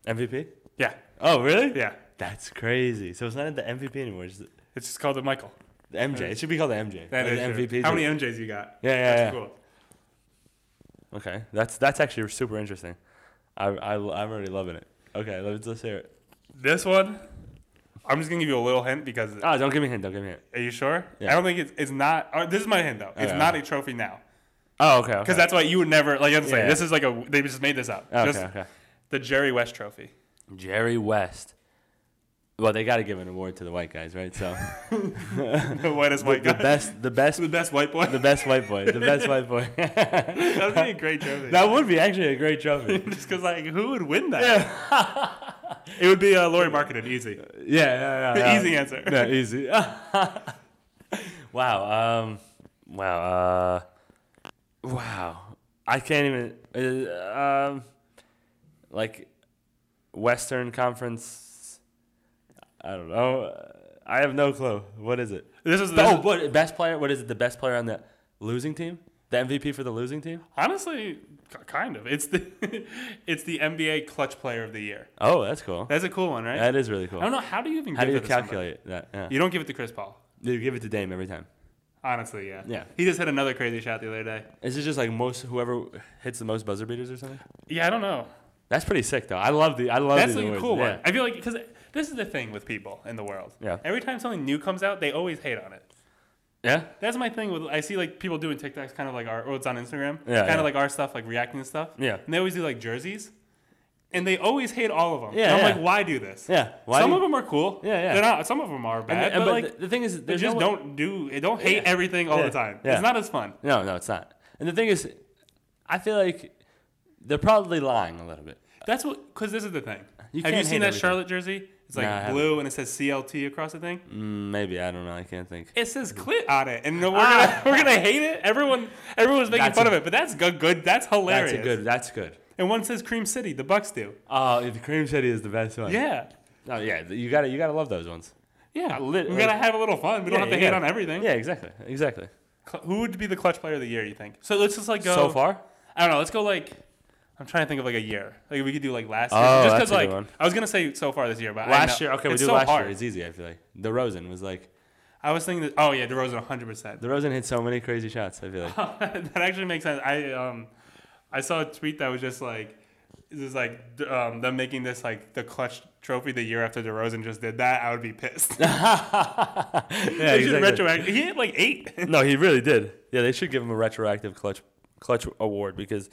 [SPEAKER 1] MVP.
[SPEAKER 2] Yeah,
[SPEAKER 1] Oh, really?
[SPEAKER 2] yeah.
[SPEAKER 1] That's crazy. So it's not the MVP anymore. It's the,
[SPEAKER 2] It's just called the Michael.
[SPEAKER 1] the MJ. It should be called the MJ.
[SPEAKER 2] That
[SPEAKER 1] Like
[SPEAKER 2] is
[SPEAKER 1] the
[SPEAKER 2] true.
[SPEAKER 1] MVP.
[SPEAKER 2] How many MJs you got?
[SPEAKER 1] Yeah, yeah,
[SPEAKER 2] That's
[SPEAKER 1] yeah.
[SPEAKER 2] cool.
[SPEAKER 1] Okay, that's that's actually super interesting. I I am already loving it. Okay, let's let's hear it.
[SPEAKER 2] This one, I'm just gonna give you a little hint because
[SPEAKER 1] Ah, don't give me a hint. Don't give me a hint.
[SPEAKER 2] are you sure?
[SPEAKER 1] Yeah.
[SPEAKER 2] I don't think it's it's not. Oh, this is my hint though. It's
[SPEAKER 1] Okay.
[SPEAKER 2] not a trophy now
[SPEAKER 1] Oh, okay. okay.
[SPEAKER 2] because that's why you would never like. I'm saying
[SPEAKER 1] Yeah.
[SPEAKER 2] this is like a they just made this up.
[SPEAKER 1] okay,
[SPEAKER 2] Just
[SPEAKER 1] okay.
[SPEAKER 2] the Jerry West Trophy. [LAUGHS]
[SPEAKER 1] Jerry West. Well, they got to give an award to the white guys, right?
[SPEAKER 2] [LAUGHS]
[SPEAKER 1] So [LAUGHS]
[SPEAKER 2] the whitest
[SPEAKER 1] the
[SPEAKER 2] white guy.
[SPEAKER 1] best, the best,
[SPEAKER 2] [LAUGHS] the best white boy.
[SPEAKER 1] the best white boy, the best white boy.
[SPEAKER 2] [LAUGHS]
[SPEAKER 1] [LAUGHS]
[SPEAKER 2] that would be a great trophy.
[SPEAKER 1] that would be actually a great trophy.
[SPEAKER 2] [LAUGHS] just because like who would win that? it would be uh, [LAUGHS] Lori Marketed easy.
[SPEAKER 1] Yeah, yeah, yeah.
[SPEAKER 2] The
[SPEAKER 1] yeah.
[SPEAKER 2] easy answer.
[SPEAKER 1] Uh, Yeah, easy. [LAUGHS] wow. Um. Wow. Uh. Wow. I can't even. Uh, um. Like, Western Conference. I don't know. I have no clue. What is it?
[SPEAKER 2] [LAUGHS] This is this
[SPEAKER 1] Oh,
[SPEAKER 2] is-
[SPEAKER 1] what best player? What is it? The best player on the losing team? The MVP for the losing team?
[SPEAKER 2] honestly k- kind of. It's the [LAUGHS] it's the NBA clutch player of the year.
[SPEAKER 1] Oh, that's cool.
[SPEAKER 2] That's a cool one, right?
[SPEAKER 1] That is really
[SPEAKER 2] I
[SPEAKER 1] cool.
[SPEAKER 2] don't know how do you even
[SPEAKER 1] How
[SPEAKER 2] give
[SPEAKER 1] do you
[SPEAKER 2] that to somebody?
[SPEAKER 1] calculate that? Yeah.
[SPEAKER 2] You don't give it to Chris Paul.
[SPEAKER 1] You give it to Dame every time.
[SPEAKER 2] Honestly, yeah.
[SPEAKER 1] Yeah.
[SPEAKER 2] He just hit another crazy shot the other day.
[SPEAKER 1] Is it just like most whoever hits the most buzzer beaters or something?
[SPEAKER 2] Yeah, I don't know.
[SPEAKER 1] That's pretty sick, though. I love the. I love
[SPEAKER 2] That's
[SPEAKER 1] these
[SPEAKER 2] like a
[SPEAKER 1] awards.
[SPEAKER 2] cool
[SPEAKER 1] yeah.
[SPEAKER 2] one. I feel like because this is the thing with people in the world.
[SPEAKER 1] Yeah.
[SPEAKER 2] Every time something new comes out, they always hate on it.
[SPEAKER 1] Yeah.
[SPEAKER 2] That's my thing with I see like people doing TikToks, kind of like our or it's on Instagram,
[SPEAKER 1] Yeah,
[SPEAKER 2] kind
[SPEAKER 1] yeah.
[SPEAKER 2] of like our stuff, like reacting to stuff.
[SPEAKER 1] Yeah.
[SPEAKER 2] And they always do like jerseys, and they always hate all of them.
[SPEAKER 1] Yeah,
[SPEAKER 2] And I'm
[SPEAKER 1] yeah.
[SPEAKER 2] like, why do this?
[SPEAKER 1] Yeah.
[SPEAKER 2] some
[SPEAKER 1] do-
[SPEAKER 2] of them are cool.
[SPEAKER 1] Yeah, yeah.
[SPEAKER 2] They're not. Some of them are bad,
[SPEAKER 1] And the-
[SPEAKER 2] but,
[SPEAKER 1] but
[SPEAKER 2] like
[SPEAKER 1] the- the thing is,
[SPEAKER 2] they
[SPEAKER 1] there's
[SPEAKER 2] just
[SPEAKER 1] no one-
[SPEAKER 2] don't do. Don't hate
[SPEAKER 1] Yeah.
[SPEAKER 2] everything all
[SPEAKER 1] Yeah.
[SPEAKER 2] the time.
[SPEAKER 1] Yeah.
[SPEAKER 2] It's not as fun.
[SPEAKER 1] No, no, it's not. And the thing is, I feel like they're probably lying a little bit.
[SPEAKER 2] That's what because this is the thing.
[SPEAKER 1] You
[SPEAKER 2] Have you
[SPEAKER 1] can't hate
[SPEAKER 2] seen that
[SPEAKER 1] everything.
[SPEAKER 2] Charlotte jersey? It's like
[SPEAKER 1] No, I haven't.
[SPEAKER 2] blue and it says CLT across the thing.
[SPEAKER 1] Mm, maybe I don't know. I can't think.
[SPEAKER 2] It says clit on it, and we're gonna,
[SPEAKER 1] Ah.
[SPEAKER 2] we're gonna [LAUGHS] hate it. Everyone everyone's making
[SPEAKER 1] That's
[SPEAKER 2] fun
[SPEAKER 1] a-
[SPEAKER 2] of it, but that's good. good that's hilarious.
[SPEAKER 1] That's a good. That's good.
[SPEAKER 2] And one says Cream City. The Bucks do.
[SPEAKER 1] Oh, the cream city is the best one.
[SPEAKER 2] Yeah.
[SPEAKER 1] No, yeah. You gotta. You gotta love those ones.
[SPEAKER 2] Yeah.
[SPEAKER 1] lit-
[SPEAKER 2] we gotta have a little fun. We don't
[SPEAKER 1] Yeah,
[SPEAKER 2] have to
[SPEAKER 1] you
[SPEAKER 2] hate
[SPEAKER 1] gotta-
[SPEAKER 2] on everything.
[SPEAKER 1] Yeah. Exactly. Exactly.
[SPEAKER 2] Cl- Who would be the clutch player of the year? You think? So let's just like go.
[SPEAKER 1] So far.
[SPEAKER 2] I don't know. Let's go like. I'm trying to think of like a year. Like we could do like last
[SPEAKER 1] Oh,
[SPEAKER 2] year. Just
[SPEAKER 1] that's a
[SPEAKER 2] like
[SPEAKER 1] good one.
[SPEAKER 2] I was gonna say so far this year, but I
[SPEAKER 1] Last
[SPEAKER 2] know-
[SPEAKER 1] year. Okay, we
[SPEAKER 2] it's
[SPEAKER 1] do
[SPEAKER 2] so
[SPEAKER 1] last
[SPEAKER 2] hard.
[SPEAKER 1] year. It's easy. I feel like DeRozan was like
[SPEAKER 2] I was thinking. That, oh yeah, DeRozan 100. percent
[SPEAKER 1] DeRozan hit so many crazy shots. I feel
[SPEAKER 2] [LAUGHS]
[SPEAKER 1] like. [LAUGHS]
[SPEAKER 2] That actually makes sense. I um, I saw a tweet that was just like. This is like d- um, them making this like the clutch trophy the year after DeRozan just did that. I would be pissed.
[SPEAKER 1] yeah.
[SPEAKER 2] [LAUGHS] they should
[SPEAKER 1] exactly.
[SPEAKER 2] retroact. He hit like eight. [LAUGHS]
[SPEAKER 1] No, he really did. Yeah, they should give him a retroactive clutch clutch award because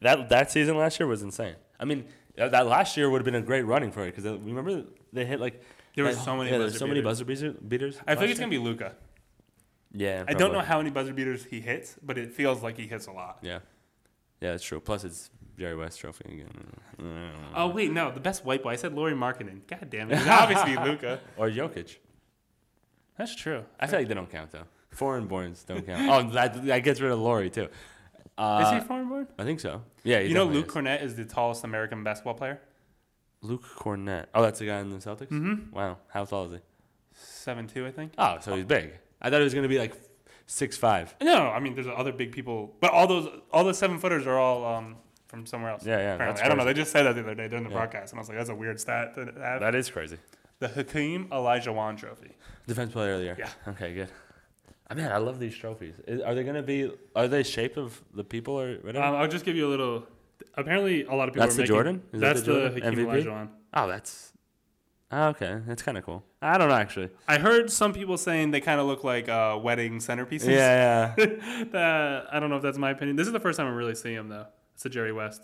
[SPEAKER 1] that that season last year was insane. I mean, that, that last year would have been a great running for it because remember they hit like
[SPEAKER 2] There were
[SPEAKER 1] that-
[SPEAKER 2] so many
[SPEAKER 1] yeah, there were
[SPEAKER 2] buzzer
[SPEAKER 1] so many buzzer beater- beaters.
[SPEAKER 2] I think it's gonna be Luca.
[SPEAKER 1] yeah.
[SPEAKER 2] I don't know
[SPEAKER 1] probably.
[SPEAKER 2] how many buzzer beaters he hits, but it feels like he hits a lot.
[SPEAKER 1] Yeah, yeah, that's true. Plus, it's Jerry West Trophy again.
[SPEAKER 2] Oh
[SPEAKER 1] Mm-hmm.
[SPEAKER 2] wait, no, the best white boy. I said Laurie Markkinen. God damn it! It's obviously Luca.
[SPEAKER 1] [LAUGHS] Or Jokic.
[SPEAKER 2] That's true.
[SPEAKER 1] I feel like they don't count though. Foreign borns don't count. Oh, that that gets rid of Laurie too.
[SPEAKER 2] is
[SPEAKER 1] Uh,
[SPEAKER 2] he foreign born?
[SPEAKER 1] I think so. Yeah, he
[SPEAKER 2] You know,
[SPEAKER 1] definitely
[SPEAKER 2] Luke
[SPEAKER 1] is.
[SPEAKER 2] Cornett is the tallest American basketball player,
[SPEAKER 1] Luke Cornett. Oh, that's the guy in the Celtics. Mm-hmm. Wow, how tall is he?
[SPEAKER 2] seven two, I think.
[SPEAKER 1] Oh, so he's big. I thought he was gonna be like six five.
[SPEAKER 2] No, no, I mean, there's other big people, but all those, all the seven footers are all um, from somewhere else.
[SPEAKER 1] Yeah, yeah, that's
[SPEAKER 2] Apparently. I don't know. They
[SPEAKER 1] crazy.
[SPEAKER 2] just said that the other day during the
[SPEAKER 1] Yeah.
[SPEAKER 2] broadcast, and I was like, that's a weird stat to have.
[SPEAKER 1] That is crazy.
[SPEAKER 2] the Hakeem Elijah Wan Trophy.
[SPEAKER 1] Defense player of the year.
[SPEAKER 2] Yeah.
[SPEAKER 1] Okay, good. I mean, Oh, I love these trophies. Is, are they gonna be? Are they shape of the people or whatever?
[SPEAKER 2] Um, I'll just give you a little. Apparently, a lot of people.
[SPEAKER 1] That's
[SPEAKER 2] are
[SPEAKER 1] the
[SPEAKER 2] making,
[SPEAKER 1] Jordan? Is that
[SPEAKER 2] that's
[SPEAKER 1] the
[SPEAKER 2] the,
[SPEAKER 1] Jordan?
[SPEAKER 2] Hakeem
[SPEAKER 1] MVP?
[SPEAKER 2] Elijah Wan.
[SPEAKER 1] oh, that's. Oh, okay, that's kind of cool. I don't know actually.
[SPEAKER 2] I heard some people saying they kind of look like uh, wedding centerpieces.
[SPEAKER 1] [LAUGHS] Yeah, yeah,
[SPEAKER 2] [LAUGHS] that, I don't know if that's my opinion. This is the first time I'm really seeing him though. It's a Jerry West.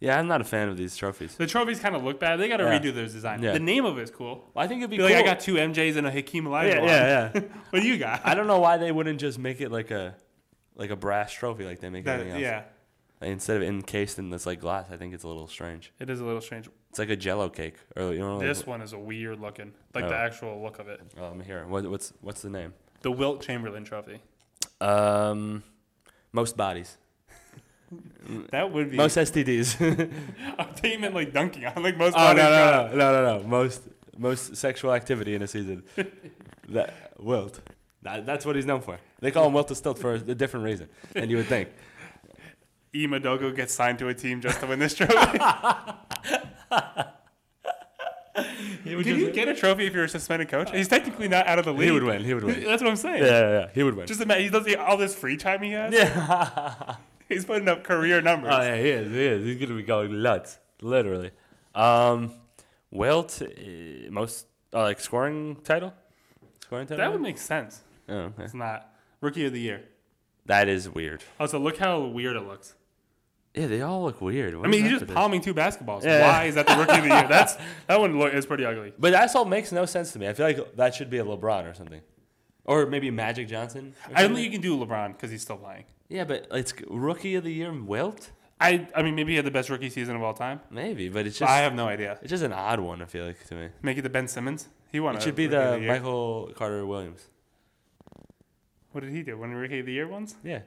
[SPEAKER 1] yeah. I'm not a fan of these trophies.
[SPEAKER 2] The trophies kind of look bad. They got to
[SPEAKER 1] Yeah.
[SPEAKER 2] redo their design.
[SPEAKER 1] Yeah.
[SPEAKER 2] The name of it is cool.
[SPEAKER 1] Well, I think it'd be
[SPEAKER 2] Be
[SPEAKER 1] cool.
[SPEAKER 2] like I
[SPEAKER 1] [LAUGHS]
[SPEAKER 2] got two MJs and a Hakeem Elijah.
[SPEAKER 1] yeah,
[SPEAKER 2] Wan.
[SPEAKER 1] yeah, yeah.
[SPEAKER 2] [LAUGHS] what do you got?
[SPEAKER 1] I don't know why they wouldn't just make it like a, like a brass trophy like they make
[SPEAKER 2] That-
[SPEAKER 1] everything else.
[SPEAKER 2] yeah,
[SPEAKER 1] Instead of encased in this like glass, I think it's a little strange.
[SPEAKER 2] it is a little strange.
[SPEAKER 1] It's like a Jello cake, or you know, like-
[SPEAKER 2] This one is a weird looking, like the
[SPEAKER 1] Oh.
[SPEAKER 2] actual look of it.
[SPEAKER 1] Oh, I'm here. What, what's what's the name?
[SPEAKER 2] The Wilt Chamberlain Trophy.
[SPEAKER 1] Um, most bodies,
[SPEAKER 2] That would be
[SPEAKER 1] Mm.
[SPEAKER 2] [LAUGHS]
[SPEAKER 1] most [LAUGHS] STDs.
[SPEAKER 2] I thought you meant like dunking on like most.
[SPEAKER 1] oh no
[SPEAKER 2] bodies got-
[SPEAKER 1] no no no no no most most sexual activity in a [LAUGHS] season. that Wilt. That, that's what he's known for. They call him Wilt the Stilt for a different reason than you would think.
[SPEAKER 2] Imadogo gets signed to a team just to win this
[SPEAKER 1] [LAUGHS]
[SPEAKER 2] trophy. [LAUGHS] Did you get a trophy if you're a suspended coach? He's technically not out of the league.
[SPEAKER 1] [LAUGHS] He would win. He would win.
[SPEAKER 2] That's what I'm saying.
[SPEAKER 1] [LAUGHS] Yeah, yeah, yeah. He would win.
[SPEAKER 2] Just imagine he does the, all this free time he has.
[SPEAKER 1] [LAUGHS] yeah.
[SPEAKER 2] He's putting up career numbers.
[SPEAKER 1] Oh yeah, he is. He is. He's gonna be going nuts, literally. Um, Wilt, uh, most Oh, like scoring title? Scoring title?
[SPEAKER 2] That would make sense.
[SPEAKER 1] oh, okay.
[SPEAKER 2] It's not rookie of the year.
[SPEAKER 1] That is weird.
[SPEAKER 2] Also, look how weird it looks.
[SPEAKER 1] Yeah, they all look weird. What
[SPEAKER 2] I
[SPEAKER 1] is up
[SPEAKER 2] mean, he's
[SPEAKER 1] with
[SPEAKER 2] just
[SPEAKER 1] this?
[SPEAKER 2] palming two basketballs.
[SPEAKER 1] Yeah.
[SPEAKER 2] Why is that the rookie of the
[SPEAKER 1] [LAUGHS]
[SPEAKER 2] year? That's that one look is pretty ugly.
[SPEAKER 1] But that all makes no sense to me. I feel like that should be a LeBron or something, or maybe Magic Johnson. or
[SPEAKER 2] I don't
[SPEAKER 1] something.
[SPEAKER 2] think you can do LeBron because he's still playing.
[SPEAKER 1] yeah, but it's rookie of the year Wilt,
[SPEAKER 2] I I mean, maybe he had the best rookie season of all time.
[SPEAKER 1] maybe. But it's
[SPEAKER 2] But
[SPEAKER 1] just
[SPEAKER 2] I have no idea.
[SPEAKER 1] it's just an odd one. I feel like to me,
[SPEAKER 2] Make it the Ben Simmons. He won.
[SPEAKER 1] it
[SPEAKER 2] a
[SPEAKER 1] should be
[SPEAKER 2] Rookie of
[SPEAKER 1] Uh, the
[SPEAKER 2] year.
[SPEAKER 1] Michael Carter Williams.
[SPEAKER 2] What did he do? Win rookie of the year once?
[SPEAKER 1] Yeah,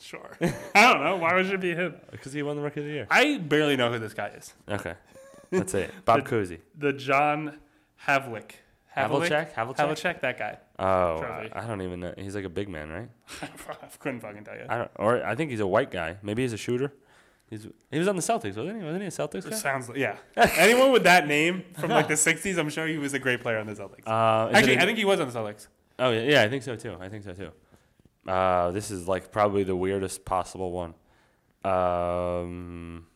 [SPEAKER 2] Sure. [LAUGHS] I don't know. Why would it be him?
[SPEAKER 1] because he won the rookie of the year.
[SPEAKER 2] I barely know who this guy is.
[SPEAKER 1] [LAUGHS] Okay, that's it. Bob Cousy,
[SPEAKER 2] The John Havlick.
[SPEAKER 1] Havlicek, Havlicek.
[SPEAKER 2] Havlicek. That guy. [LAUGHS]
[SPEAKER 1] Oh, I,
[SPEAKER 2] Trophy.
[SPEAKER 1] I don't even know. He's like a big man, right?
[SPEAKER 2] I couldn't fucking tell you.
[SPEAKER 1] I don't, or I think he's a white guy. Maybe he's a shooter. He's he was on the Celtics, wasn't he? Wasn't he a Celtics guy?
[SPEAKER 2] Sounds
[SPEAKER 1] [LAUGHS]
[SPEAKER 2] like, yeah. Anyone with that name from like the 60s, I'm sure he was a great player on the Celtics.
[SPEAKER 1] Uh, is it
[SPEAKER 2] Actually,
[SPEAKER 1] a-
[SPEAKER 2] I think he was on the Celtics.
[SPEAKER 1] Oh yeah, yeah, I think so too. I think so too. Uh, this is like probably the weirdest possible one. Um,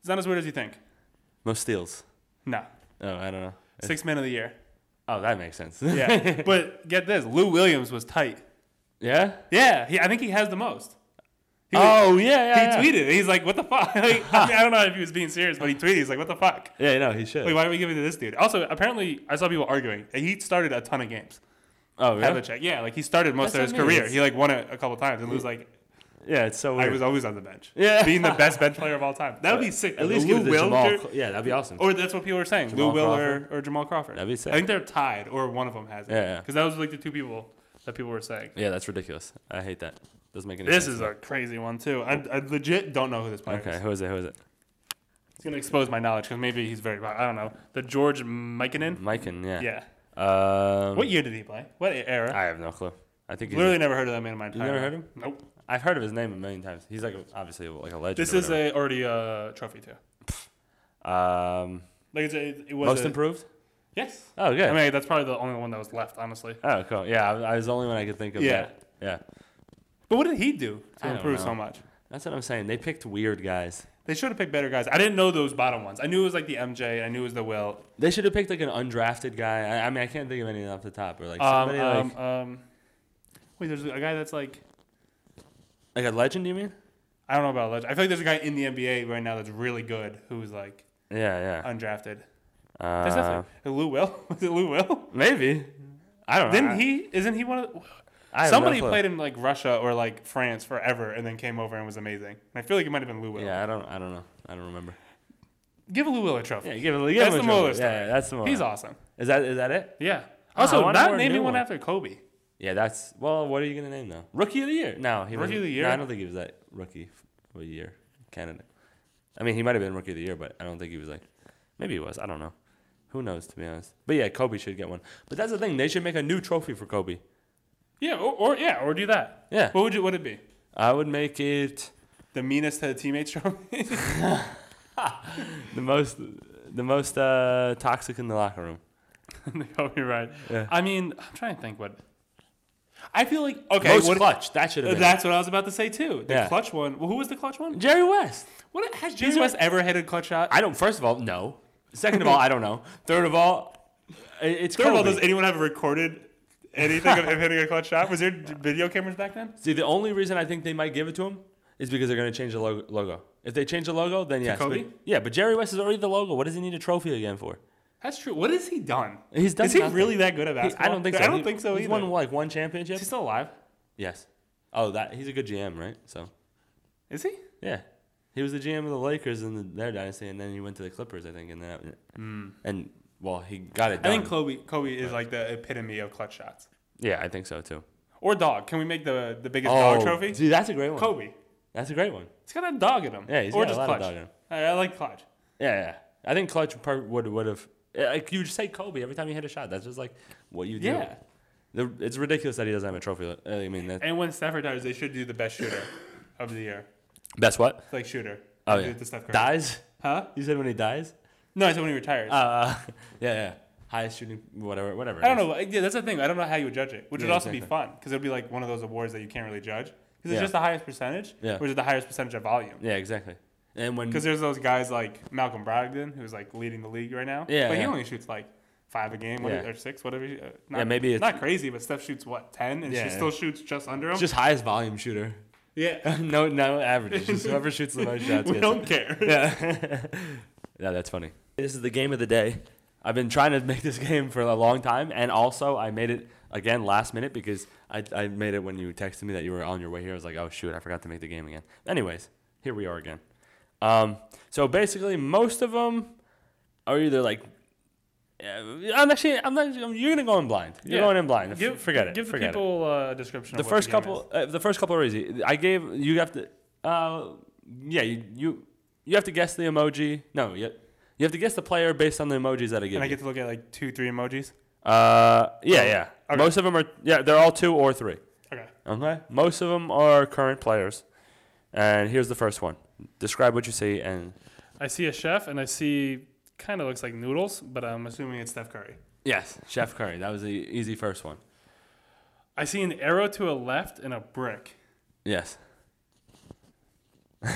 [SPEAKER 2] It's not as weird as you think.
[SPEAKER 1] most steals.
[SPEAKER 2] No.
[SPEAKER 1] Oh, I don't know. It's-
[SPEAKER 2] Six man of
[SPEAKER 1] [LAUGHS]
[SPEAKER 2] the year.
[SPEAKER 1] oh, that makes sense.
[SPEAKER 2] Yeah. but get this Lou Williams was tight.
[SPEAKER 1] [LAUGHS] yeah.
[SPEAKER 2] Yeah. He, I think he has the most. He,
[SPEAKER 1] Oh yeah,
[SPEAKER 2] he
[SPEAKER 1] yeah. yeah.
[SPEAKER 2] tweeted. He's like, what the fuck? [LAUGHS] Like,
[SPEAKER 1] [LAUGHS]
[SPEAKER 2] I, mean, I don't know if he was being serious, but he tweeted. He's like, what the fuck?
[SPEAKER 1] Yeah, no, he should.
[SPEAKER 2] Like, why are we giving it to this dude? Also, apparently, I saw people arguing. He started a ton of games.
[SPEAKER 1] oh yeah.
[SPEAKER 2] Havlicek. Yeah. Like, he started most
[SPEAKER 1] That's
[SPEAKER 2] of his
[SPEAKER 1] what I mean.
[SPEAKER 2] career. He, like, won it a couple times and was like,
[SPEAKER 1] Yeah, it's so
[SPEAKER 2] I
[SPEAKER 1] weird.
[SPEAKER 2] was always on the bench.
[SPEAKER 1] [LAUGHS] Yeah.
[SPEAKER 2] Being the best bench player of all time. That would be sick.
[SPEAKER 1] [LAUGHS] At least
[SPEAKER 2] Lou Oh,
[SPEAKER 1] give it to
[SPEAKER 2] Will-
[SPEAKER 1] Jamal. Cl- yeah, that'd be awesome.
[SPEAKER 2] Or that's what people were saying.
[SPEAKER 1] Jamal
[SPEAKER 2] Lou Will or,
[SPEAKER 1] Crawford.
[SPEAKER 2] or Jamal Crawford.
[SPEAKER 1] That'd be sick.
[SPEAKER 2] I think they're tied, or one of them has it.
[SPEAKER 1] Yeah, yeah.
[SPEAKER 2] Because that was like the two people that people were saying.
[SPEAKER 1] yeah, that's ridiculous. I hate that. Doesn't make any
[SPEAKER 2] This
[SPEAKER 1] sense.
[SPEAKER 2] is a crazy one too. I, I legit don't know who this player
[SPEAKER 1] okay.
[SPEAKER 2] is.
[SPEAKER 1] Who is it? Who is it?
[SPEAKER 2] It's gonna expose my knowledge because maybe he's very. I don't know. The George Mikinen.
[SPEAKER 1] Mikan. Yeah.
[SPEAKER 2] Yeah.
[SPEAKER 1] Um,
[SPEAKER 2] What year did he play? What e-, era?
[SPEAKER 1] I have no clue. I think he's.
[SPEAKER 2] Literally never heard of that man in my
[SPEAKER 1] you
[SPEAKER 2] entire
[SPEAKER 1] never
[SPEAKER 2] life.
[SPEAKER 1] heard of him?
[SPEAKER 2] Nope.
[SPEAKER 1] I've heard of his name a million times. He's like a, obviously like a legend.
[SPEAKER 2] This
[SPEAKER 1] or
[SPEAKER 2] is a, already a trophy too.
[SPEAKER 1] whatever. um,
[SPEAKER 2] Like it's a, it was
[SPEAKER 1] most
[SPEAKER 2] a-
[SPEAKER 1] improved.
[SPEAKER 2] Yes.
[SPEAKER 1] Oh, good.
[SPEAKER 2] I mean that's probably the only one that was left, honestly.
[SPEAKER 1] Oh, cool. Yeah, I, I was the only one I could think of.
[SPEAKER 2] Yeah.
[SPEAKER 1] that- Yeah.
[SPEAKER 2] But what did he do
[SPEAKER 1] I
[SPEAKER 2] to
[SPEAKER 1] don't
[SPEAKER 2] improve
[SPEAKER 1] know.
[SPEAKER 2] so much?
[SPEAKER 1] That's what I'm saying. They picked weird guys.
[SPEAKER 2] They should have picked better guys. I didn't know those bottom ones. I knew it was like the MJ. I knew it was the Will.
[SPEAKER 1] They should have picked like an undrafted guy. I, I mean, I can't think of anything off the top. Or like
[SPEAKER 2] Um,
[SPEAKER 1] somebody
[SPEAKER 2] um,
[SPEAKER 1] like,
[SPEAKER 2] um, wait, there's a guy that's like
[SPEAKER 1] like a legend. You mean?
[SPEAKER 2] I don't know about legend. I feel like there's a guy in the NBA right now that's really good who's like
[SPEAKER 1] Yeah,
[SPEAKER 2] undrafted.
[SPEAKER 1] yeah.
[SPEAKER 2] There's
[SPEAKER 1] Uh,
[SPEAKER 2] definitely Lou Will. [LAUGHS] Was it Lou Will?
[SPEAKER 1] maybe. I don't know.
[SPEAKER 2] Didn't
[SPEAKER 1] I-
[SPEAKER 2] he? Isn't he one of? The,
[SPEAKER 1] I have no
[SPEAKER 2] somebody
[SPEAKER 1] clue.
[SPEAKER 2] played in like Russia or like France forever, and then came over and was amazing. And I feel like it might have been Lou Will.
[SPEAKER 1] Yeah, I don't. I don't know. I don't remember.
[SPEAKER 2] Give Lou Will a trophy.
[SPEAKER 1] Yeah, give it. Give
[SPEAKER 2] That's
[SPEAKER 1] him a
[SPEAKER 2] the
[SPEAKER 1] trophy.
[SPEAKER 2] Mueller
[SPEAKER 1] Yeah,
[SPEAKER 2] story.
[SPEAKER 1] yeah, that's the Mueller.
[SPEAKER 2] He's awesome.
[SPEAKER 1] Is that is that it?
[SPEAKER 2] Yeah.
[SPEAKER 1] Oh, I
[SPEAKER 2] Also,
[SPEAKER 1] wanna
[SPEAKER 2] not
[SPEAKER 1] learn
[SPEAKER 2] naming
[SPEAKER 1] new
[SPEAKER 2] one
[SPEAKER 1] one.
[SPEAKER 2] after Kobe.
[SPEAKER 1] Yeah, that's well. What are you gonna name though? Rookie of the year? No, he
[SPEAKER 2] Rookie
[SPEAKER 1] wasn't-
[SPEAKER 2] of the
[SPEAKER 1] no,
[SPEAKER 2] year?
[SPEAKER 1] I don't think he was that rookie of a year candidate. I mean, he might have been rookie of the year, but I don't think he was like. Maybe he was. I don't know. Who knows? To be honest, but yeah, Kobe should get one. But that's the thing. They should make a new trophy for Kobe.
[SPEAKER 2] Yeah, or, or yeah, or do that.
[SPEAKER 1] Yeah,
[SPEAKER 2] What would you? What would it be?
[SPEAKER 1] I would make it
[SPEAKER 2] The meanest to the teammates trophy. [LAUGHS]
[SPEAKER 1] [LAUGHS] the most the most uh, toxic in the locker room.
[SPEAKER 2] oh, you're right.
[SPEAKER 1] Yeah.
[SPEAKER 2] I mean, I'm trying to think what. I feel like okay.
[SPEAKER 1] most
[SPEAKER 2] what-
[SPEAKER 1] clutch. That should have been
[SPEAKER 2] Uh, that's what I was about to say too. The
[SPEAKER 1] Yeah.
[SPEAKER 2] clutch one. Well, who was the clutch one?
[SPEAKER 1] Jerry West.
[SPEAKER 2] What has
[SPEAKER 1] These
[SPEAKER 2] Jerry
[SPEAKER 1] are-
[SPEAKER 2] West ever hit a clutch shot?
[SPEAKER 1] I don't. First of all, no. Second of all, I don't know. Third of all, i- it's
[SPEAKER 2] Third of all,
[SPEAKER 1] Kobe.
[SPEAKER 2] does anyone have recorded anything of him hitting a clutch shot? Was there d- video cameras back then?
[SPEAKER 1] See, the only reason I think they might give it to him is because they're going to change the logo. logo. If they change the logo, then yes.
[SPEAKER 2] Kobe?
[SPEAKER 1] But, yeah, but Jerry West is already the logo. What does he need a trophy again for?
[SPEAKER 2] That's true. What has he done?
[SPEAKER 1] He's done
[SPEAKER 2] Is he
[SPEAKER 1] nothing.
[SPEAKER 2] really that good at
[SPEAKER 1] He-
[SPEAKER 2] basketball?
[SPEAKER 1] I don't think so.
[SPEAKER 2] I don't
[SPEAKER 1] He-
[SPEAKER 2] think so
[SPEAKER 1] He's
[SPEAKER 2] either.
[SPEAKER 1] won like one championship.
[SPEAKER 2] Is he still alive?
[SPEAKER 1] Yes. Oh, that he's a good GM, right? So
[SPEAKER 2] Is he?
[SPEAKER 1] yeah, he was the GM of the Lakers in the, their dynasty, and then he went to the Clippers, I think, and then and well, he got it
[SPEAKER 2] Hmm. I
[SPEAKER 1] done.
[SPEAKER 2] think Kobe Kobe is like the epitome of clutch shots.
[SPEAKER 1] yeah, I think so too.
[SPEAKER 2] Or dog. Can we make the the biggest dog trophy?
[SPEAKER 1] dude, that's a great one.
[SPEAKER 2] Kobe.
[SPEAKER 1] That's a great one.
[SPEAKER 2] It's got that dog in him.
[SPEAKER 1] Yeah, he's
[SPEAKER 2] or
[SPEAKER 1] got
[SPEAKER 2] just
[SPEAKER 1] a lot
[SPEAKER 2] clutch.
[SPEAKER 1] of dog in him.
[SPEAKER 2] I, I like clutch.
[SPEAKER 1] Yeah, yeah. I think clutch part would would have. Like you say Kobe every time you hit a shot. That's just like what you do.
[SPEAKER 2] Yeah. Eh.
[SPEAKER 1] The- It's ridiculous that he doesn't have a trophy. Uh, I mean, that,
[SPEAKER 2] And when Steph retires, they should do the best shooter of the year.
[SPEAKER 1] best what?
[SPEAKER 2] It's like shooter.
[SPEAKER 1] Oh
[SPEAKER 2] Do
[SPEAKER 1] yeah.
[SPEAKER 2] it to Steph Curry.
[SPEAKER 1] Dies?
[SPEAKER 2] Huh?
[SPEAKER 1] You said when he dies?
[SPEAKER 2] No, I said when he retires.
[SPEAKER 1] Uh, [LAUGHS] yeah, yeah. Highest shooting, whatever, whatever. it
[SPEAKER 2] I don't
[SPEAKER 1] is.
[SPEAKER 2] know. Yeah, that's the thing. I don't know how you would judge it, which would
[SPEAKER 1] Yeah,
[SPEAKER 2] also be
[SPEAKER 1] exactly.
[SPEAKER 2] fun because it would be like one of those awards that you can't really judge because it's
[SPEAKER 1] Yeah.
[SPEAKER 2] just the highest percentage,
[SPEAKER 1] Yeah.
[SPEAKER 2] or is it the highest percentage of volume?
[SPEAKER 1] Yeah, exactly. And when
[SPEAKER 2] Because there's those guys like Malcolm Brogdon who's like leading the league right now,
[SPEAKER 1] Yeah,
[SPEAKER 2] but he
[SPEAKER 1] yeah.
[SPEAKER 2] only shoots like five a game what
[SPEAKER 1] Yeah.
[SPEAKER 2] is- or six, whatever. you- uh, Not,
[SPEAKER 1] Yeah, maybe it's-
[SPEAKER 2] not crazy, but Steph shoots what ten, and
[SPEAKER 1] Yeah.
[SPEAKER 2] she still shoots just under him.
[SPEAKER 1] Just highest volume shooter. [LAUGHS]
[SPEAKER 2] yeah,
[SPEAKER 1] no, no averages. Just whoever shoots the most shots
[SPEAKER 2] [LAUGHS] we
[SPEAKER 1] gets it.
[SPEAKER 2] don't
[SPEAKER 1] [LAUGHS]
[SPEAKER 2] care. [LAUGHS]
[SPEAKER 1] yeah. yeah, that's funny. This is the game of the day. I've been trying to make this game for a long time, and also I made it again last minute because I, I made it when you texted me that you were on your way here. I was like, oh shoot, I forgot to make the game again. Anyways, here we are again. Um, so basically, most of them are either like. Yeah, I'm actually. I'm not. I'm, you're gonna go in blind. You're
[SPEAKER 2] Yeah.
[SPEAKER 1] going in blind.
[SPEAKER 2] Give,
[SPEAKER 1] forget it.
[SPEAKER 2] Give
[SPEAKER 1] forget
[SPEAKER 2] the
[SPEAKER 1] it
[SPEAKER 2] people uh, a description.
[SPEAKER 1] the
[SPEAKER 2] of what
[SPEAKER 1] first
[SPEAKER 2] game
[SPEAKER 1] couple uh, the first couple are easy i gave you have to uh yeah you you, you have to guess the emoji no you, you have to guess the player based on the emojis that i
[SPEAKER 2] is.
[SPEAKER 1] give
[SPEAKER 2] And I
[SPEAKER 1] you.
[SPEAKER 2] get to look at like two, three emojis.
[SPEAKER 1] uh yeah
[SPEAKER 2] Oh,
[SPEAKER 1] yeah
[SPEAKER 2] okay.
[SPEAKER 1] most of them are yeah they're all two or three
[SPEAKER 2] Okay.
[SPEAKER 1] okay most of them are current players and here's the first one describe what you see and
[SPEAKER 2] I see a chef, and I see kind of looks like noodles, but I'm assuming it's Steph Curry.
[SPEAKER 1] yes chef curry that was the easy first one
[SPEAKER 2] I see an arrow to a left and a brick.
[SPEAKER 1] yes [LAUGHS] Uh,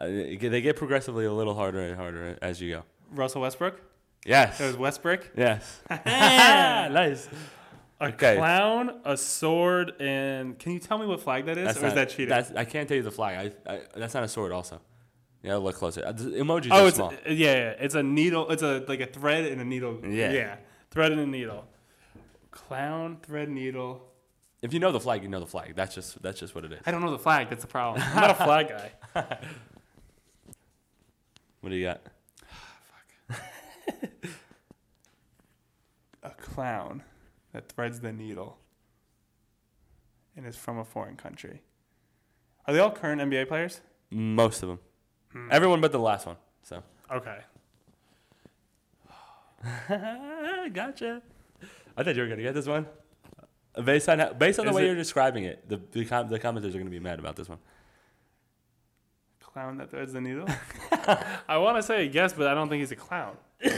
[SPEAKER 1] they get progressively a little harder and harder as you go
[SPEAKER 2] Russell Westbrook.
[SPEAKER 1] yes
[SPEAKER 2] It
[SPEAKER 1] [LAUGHS]
[SPEAKER 2] was Westbrook. [LAUGHS]
[SPEAKER 1] Yes. nice.
[SPEAKER 2] A
[SPEAKER 1] Okay.
[SPEAKER 2] clown, a sword, and can you tell me what flag that is, or is
[SPEAKER 1] not-
[SPEAKER 2] that cheating?
[SPEAKER 1] That's, I can't tell you the flag. I, I, that's not a sword. Also, yeah, look closer. Uh, the Emojis
[SPEAKER 2] oh,
[SPEAKER 1] are
[SPEAKER 2] it's
[SPEAKER 1] small.
[SPEAKER 2] yeah, yeah, it's a needle. It's a like a thread and a needle.
[SPEAKER 1] Yeah.
[SPEAKER 2] yeah, thread and a needle. Clown, thread, needle.
[SPEAKER 1] if you know the flag, you know the flag. That's just that's just what it is.
[SPEAKER 2] I don't know the flag. That's the problem. I'm not a flag guy.
[SPEAKER 1] What do you got?
[SPEAKER 2] A clown that threads the needle and is from a foreign country. Are they all current NBA players?
[SPEAKER 1] Most of them. Everyone but the last one. So.
[SPEAKER 2] Hmm, Okay. Ah,
[SPEAKER 1] gotcha. I thought you were gonna get this one. Uh, Based on how, based on the
[SPEAKER 2] Is
[SPEAKER 1] way
[SPEAKER 2] it-
[SPEAKER 1] you're describing it, the the, com- the commenters are gonna be mad about this one.
[SPEAKER 2] Clown that threads the needle? [LAUGHS] I want to say yes, but I don't think he's a [COUGHS] clown. I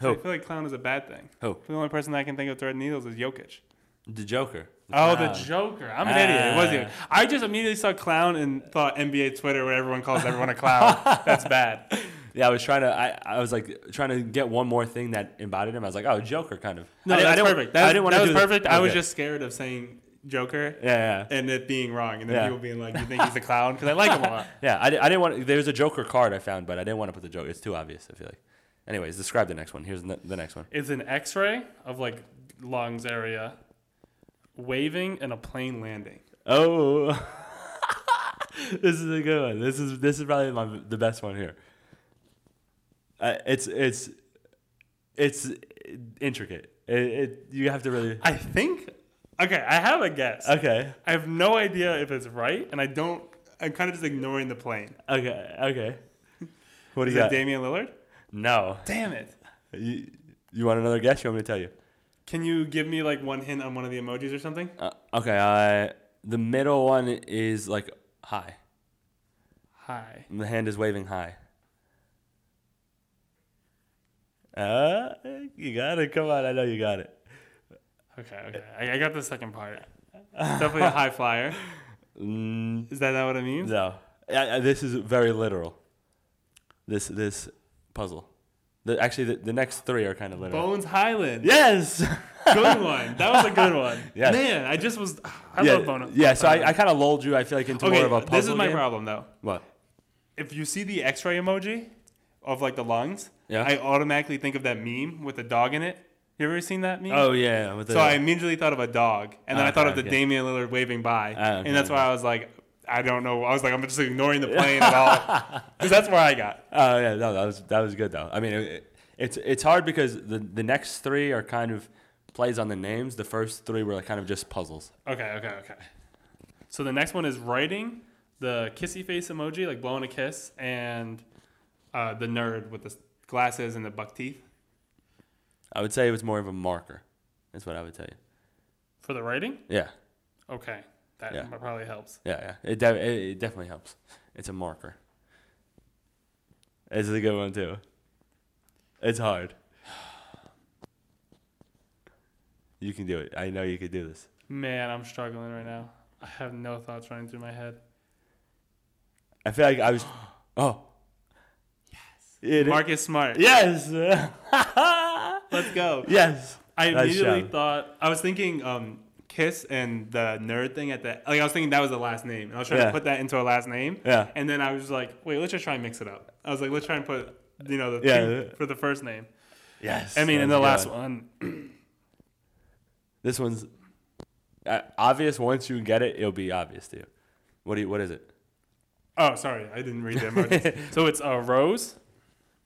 [SPEAKER 1] Who?
[SPEAKER 2] feel like clown is a bad thing.
[SPEAKER 1] Who?
[SPEAKER 2] The only person that I can think of threading needles is Jokic.
[SPEAKER 1] The Joker.
[SPEAKER 2] Oh,
[SPEAKER 1] clown.
[SPEAKER 2] the Joker. I'm an idiot. It was you. I just immediately saw clown and thought NBA Twitter where everyone calls everyone
[SPEAKER 1] [LAUGHS]
[SPEAKER 2] a clown. That's bad.
[SPEAKER 1] Yeah, I was trying to. I, I was like trying to get one more thing that embodied him. I was like, oh, Joker, kind of.
[SPEAKER 2] No,
[SPEAKER 1] I didn't- I
[SPEAKER 2] that's
[SPEAKER 1] didn't-
[SPEAKER 2] perfect. That,
[SPEAKER 1] I didn't want
[SPEAKER 2] that
[SPEAKER 1] to
[SPEAKER 2] was
[SPEAKER 1] do the-
[SPEAKER 2] perfect. I was
[SPEAKER 1] Okay.
[SPEAKER 2] just scared of saying Joker
[SPEAKER 1] Yeah, yeah,
[SPEAKER 2] and it being wrong. And then
[SPEAKER 1] Yeah.
[SPEAKER 2] people being like, you think
[SPEAKER 1] [LAUGHS]
[SPEAKER 2] he's a clown? Because I like him a lot.
[SPEAKER 1] yeah. I, di- I didn't want. There's a Joker card I found, but I didn't want to put the Joker. It's too obvious. I feel like. Anyways, describe the next one. Here's the, the next one.
[SPEAKER 2] It's an x ray of like lungs area, waving and a plane landing.
[SPEAKER 1] Oh, [LAUGHS] this is a good one. This is this is probably my the best one here. Uh, it's it's it's intricate. It, it you have to really.
[SPEAKER 2] I think. Okay, I have a guess.
[SPEAKER 1] Okay.
[SPEAKER 2] I have no idea if it's right, and I don't. I'm kind of just ignoring the plane.
[SPEAKER 1] Okay. Okay. What do
[SPEAKER 2] Is
[SPEAKER 1] you got?
[SPEAKER 2] it Damian Lillard?
[SPEAKER 1] no.
[SPEAKER 2] Damn it!
[SPEAKER 1] You, you want another guess? You want me to tell you?
[SPEAKER 2] Can you give me like one hint on one of the emojis or something?
[SPEAKER 1] Uh, okay, I the middle one is like high.
[SPEAKER 2] Hi.
[SPEAKER 1] And the hand is waving high. Uh, you got it. Come on, I know you got it.
[SPEAKER 2] Okay, okay. I, I got the second part. [LAUGHS] Definitely a high flyer.
[SPEAKER 1] Mm,
[SPEAKER 2] Is that not what it means?
[SPEAKER 1] no, I, I- this is very literal. This this puzzle. The, actually, the, the next three are kind of literal.
[SPEAKER 2] Bones Highland.
[SPEAKER 1] Yes. [LAUGHS]
[SPEAKER 2] Good one. That was a good one.
[SPEAKER 1] Yes.
[SPEAKER 2] Man, I just was. I
[SPEAKER 1] yeah,
[SPEAKER 2] love Bones.
[SPEAKER 1] yeah. So I, I kind of lulled you. I feel like into
[SPEAKER 2] okay,
[SPEAKER 1] more of a puzzle.
[SPEAKER 2] this is my
[SPEAKER 1] game.
[SPEAKER 2] problem though.
[SPEAKER 1] What?
[SPEAKER 2] If you see the X-ray emoji of like the lungs,
[SPEAKER 1] Yeah.
[SPEAKER 2] I automatically think of that meme with the dog in it. You ever seen that meme?
[SPEAKER 1] Oh yeah. With the,
[SPEAKER 2] So I immediately thought of a dog, and then I
[SPEAKER 1] Okay,
[SPEAKER 2] thought of the
[SPEAKER 1] okay.
[SPEAKER 2] Damian Lillard waving by,
[SPEAKER 1] Ah, okay,
[SPEAKER 2] and that's
[SPEAKER 1] okay.
[SPEAKER 2] why I was like, I don't know. I was like, I'm just ignoring
[SPEAKER 1] [LAUGHS]
[SPEAKER 2] the plane at all, because that's where I got.
[SPEAKER 1] Oh yeah, no, that was that was good though. I mean, it, it's it's hard because the the next three are kind of plays on the names. The first three were like kind of just puzzles.
[SPEAKER 2] Okay, okay, okay. So the next one is writing the kissy face emoji, like blowing a kiss, and uh, the nerd with the s- glasses and the buck teeth
[SPEAKER 1] I would say it was more of a marker. That's what I would tell you.
[SPEAKER 2] for the writing.
[SPEAKER 1] Yeah,
[SPEAKER 2] Okay, that
[SPEAKER 1] Yeah.
[SPEAKER 2] probably helps.
[SPEAKER 1] yeah, yeah. It de- it, it definitely helps. It's a marker. This is a good one too. It's hard. You can do it. I know you could do this.
[SPEAKER 2] Man, I'm struggling right now. I have no thoughts running through my head.
[SPEAKER 1] I feel like I [GASPS] was. Oh. Yes. [LAUGHS]
[SPEAKER 2] Marcus Smart.
[SPEAKER 1] Yes.
[SPEAKER 2] go.
[SPEAKER 1] Yes.
[SPEAKER 2] I
[SPEAKER 1] That's
[SPEAKER 2] immediately
[SPEAKER 1] Sean.
[SPEAKER 2] thought I was thinking um, Kiss and the nerd thing at the like I was thinking that was the last name and I was trying
[SPEAKER 1] Yeah.
[SPEAKER 2] to put that into a last name.
[SPEAKER 1] Yeah.
[SPEAKER 2] And then I was like, wait, let's just try and mix it up. I was like, let's try and put you know the
[SPEAKER 1] Yeah,
[SPEAKER 2] two
[SPEAKER 1] yeah.
[SPEAKER 2] for the first name.
[SPEAKER 1] Yes.
[SPEAKER 2] I mean, and
[SPEAKER 1] that's
[SPEAKER 2] the
[SPEAKER 1] a good
[SPEAKER 2] last one.
[SPEAKER 1] This one's uh, obvious. Once you get it, it'll be obvious to you. What do you, What is it?
[SPEAKER 2] Oh, sorry, I didn't read the [LAUGHS] emojis. so it's a rose,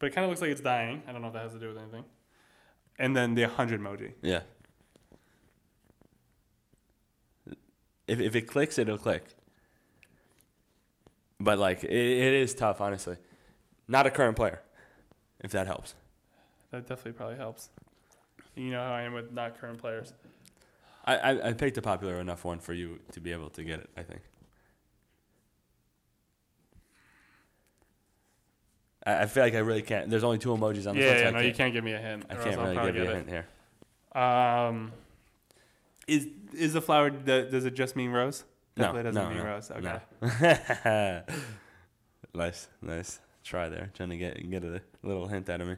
[SPEAKER 2] but it kind of looks like it's dying. I don't know if that has to do with anything. And then the hundred emoji.
[SPEAKER 1] Yeah. If if it clicks, it'll click. But like, it, it is tough, honestly. Not a current player, if that helps.
[SPEAKER 2] That definitely probably helps. You know how I am with not current players.
[SPEAKER 1] I, I, I picked a popular enough one for you to be able to get it, I think. I, I feel like I really can't. There's only two emojis on the front,
[SPEAKER 2] yeah,
[SPEAKER 1] so
[SPEAKER 2] yeah
[SPEAKER 1] I
[SPEAKER 2] no, you
[SPEAKER 1] can't,
[SPEAKER 2] can't give me a hint.
[SPEAKER 1] I
[SPEAKER 2] or
[SPEAKER 1] can't
[SPEAKER 2] else I'll
[SPEAKER 1] really
[SPEAKER 2] probably
[SPEAKER 1] give you a
[SPEAKER 2] get it.
[SPEAKER 1] hint here.
[SPEAKER 2] Um, is is the flower? th- Does it just mean rose? Definitely doesn't mean rose. Okay.
[SPEAKER 1] no. [LAUGHS]
[SPEAKER 2] [LAUGHS]
[SPEAKER 1] nice, nice try there. Trying to get get a little hint out of me.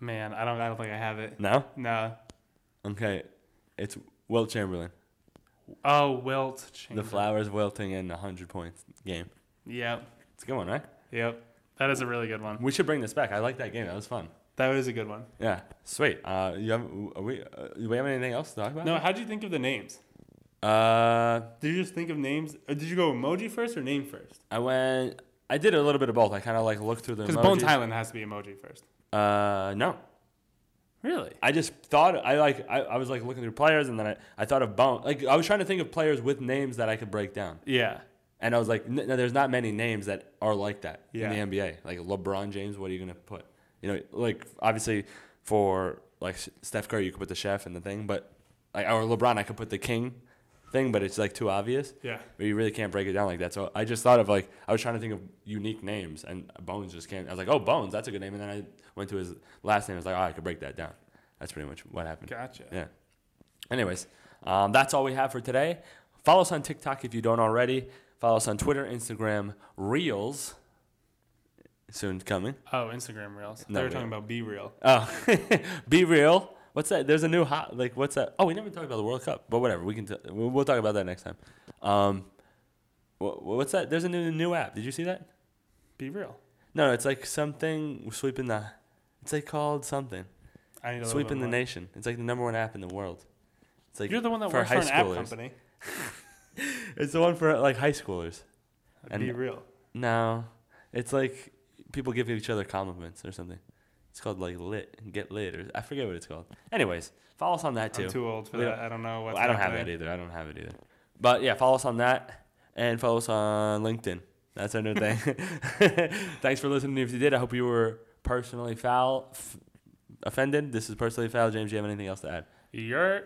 [SPEAKER 2] Man, I don't. I don't think I have it.
[SPEAKER 1] No,
[SPEAKER 2] No.
[SPEAKER 1] okay, it's Wilt Chamberlain.
[SPEAKER 2] Oh, wilt. Chamber.
[SPEAKER 1] The flowers wilting in a hundred point game.
[SPEAKER 2] Yep.
[SPEAKER 1] It's a good one, right?
[SPEAKER 2] Yep. That is a really good one.
[SPEAKER 1] We should bring this back. I like that game. That was fun.
[SPEAKER 2] That was a good one.
[SPEAKER 1] Yeah, sweet. Uh, you have are we? Uh, do we have anything else to talk about?
[SPEAKER 2] No, how would you think of the names?
[SPEAKER 1] Uh,
[SPEAKER 2] Did you just think of names? Or did you go emoji first or name first?
[SPEAKER 1] I went. I did a little bit of both. I kind of like looked through the.
[SPEAKER 2] Because Bones
[SPEAKER 1] emojis.
[SPEAKER 2] Highland has to be emoji first.
[SPEAKER 1] Uh, no.
[SPEAKER 2] Really?
[SPEAKER 1] I just thought I like I, I was like looking through players and then I, I thought of bone like I was trying to think of players with names that I could break down
[SPEAKER 2] Yeah.
[SPEAKER 1] and I was like n- no, there's not many names that are like that
[SPEAKER 2] Yeah.
[SPEAKER 1] in the NBA like LeBron James what are you gonna put you know like obviously for like S- Steph Curry you could put the chef and the thing but like or LeBron I could put the king thing but it's like too obvious
[SPEAKER 2] Yeah.
[SPEAKER 1] but you really can't break it down like that so I just thought of like I was trying to think of unique names and Bones just came I was like oh Bones that's a good name and then I went to his last name I was like oh I could break that down that's pretty much what happened.
[SPEAKER 2] Gotcha.
[SPEAKER 1] Yeah. Anyways, um, that's all we have for today. Follow us on TikTok if you don't already. Follow us on Twitter, Instagram, Reels. Soon coming.
[SPEAKER 2] Oh, Instagram Reels.
[SPEAKER 1] No,
[SPEAKER 2] they
[SPEAKER 1] we-
[SPEAKER 2] were talking about Be Real.
[SPEAKER 1] Oh, [LAUGHS] be real. What's that? There's a new hot. Like, what's that? Oh, we never talked about the World Cup, but whatever. We can. T- we'll we'll talk about that next time. Um, wha- what's that? There's a new new app. Did you see that?
[SPEAKER 2] Be Real.
[SPEAKER 1] No, it's like something sweeping the. It's like called something
[SPEAKER 2] I need a little
[SPEAKER 1] sweeping
[SPEAKER 2] bit
[SPEAKER 1] the
[SPEAKER 2] more.
[SPEAKER 1] nation. It's like the number one app in the world. It's like
[SPEAKER 2] You're the one that
[SPEAKER 1] for
[SPEAKER 2] works for
[SPEAKER 1] high
[SPEAKER 2] an app
[SPEAKER 1] schoolers.
[SPEAKER 2] company.
[SPEAKER 1] It's the one for like high schoolers. And-
[SPEAKER 2] Be Real.
[SPEAKER 1] No, it's like people give each other compliments or something. It's called like lit and get lit or I forget what it's called. Anyways, follow us on that too.
[SPEAKER 2] I'm too old for
[SPEAKER 1] We
[SPEAKER 2] that. I don't know what's
[SPEAKER 1] I don't have
[SPEAKER 2] happening.
[SPEAKER 1] that either. I don't have it either. But yeah, follow us on that and follow us on LinkedIn. That's our new thing. [LAUGHS] Thanks for listening. If you did, I hope you were personally foul f- offended. This is personally foul. James, do you have anything else to add?
[SPEAKER 2] You're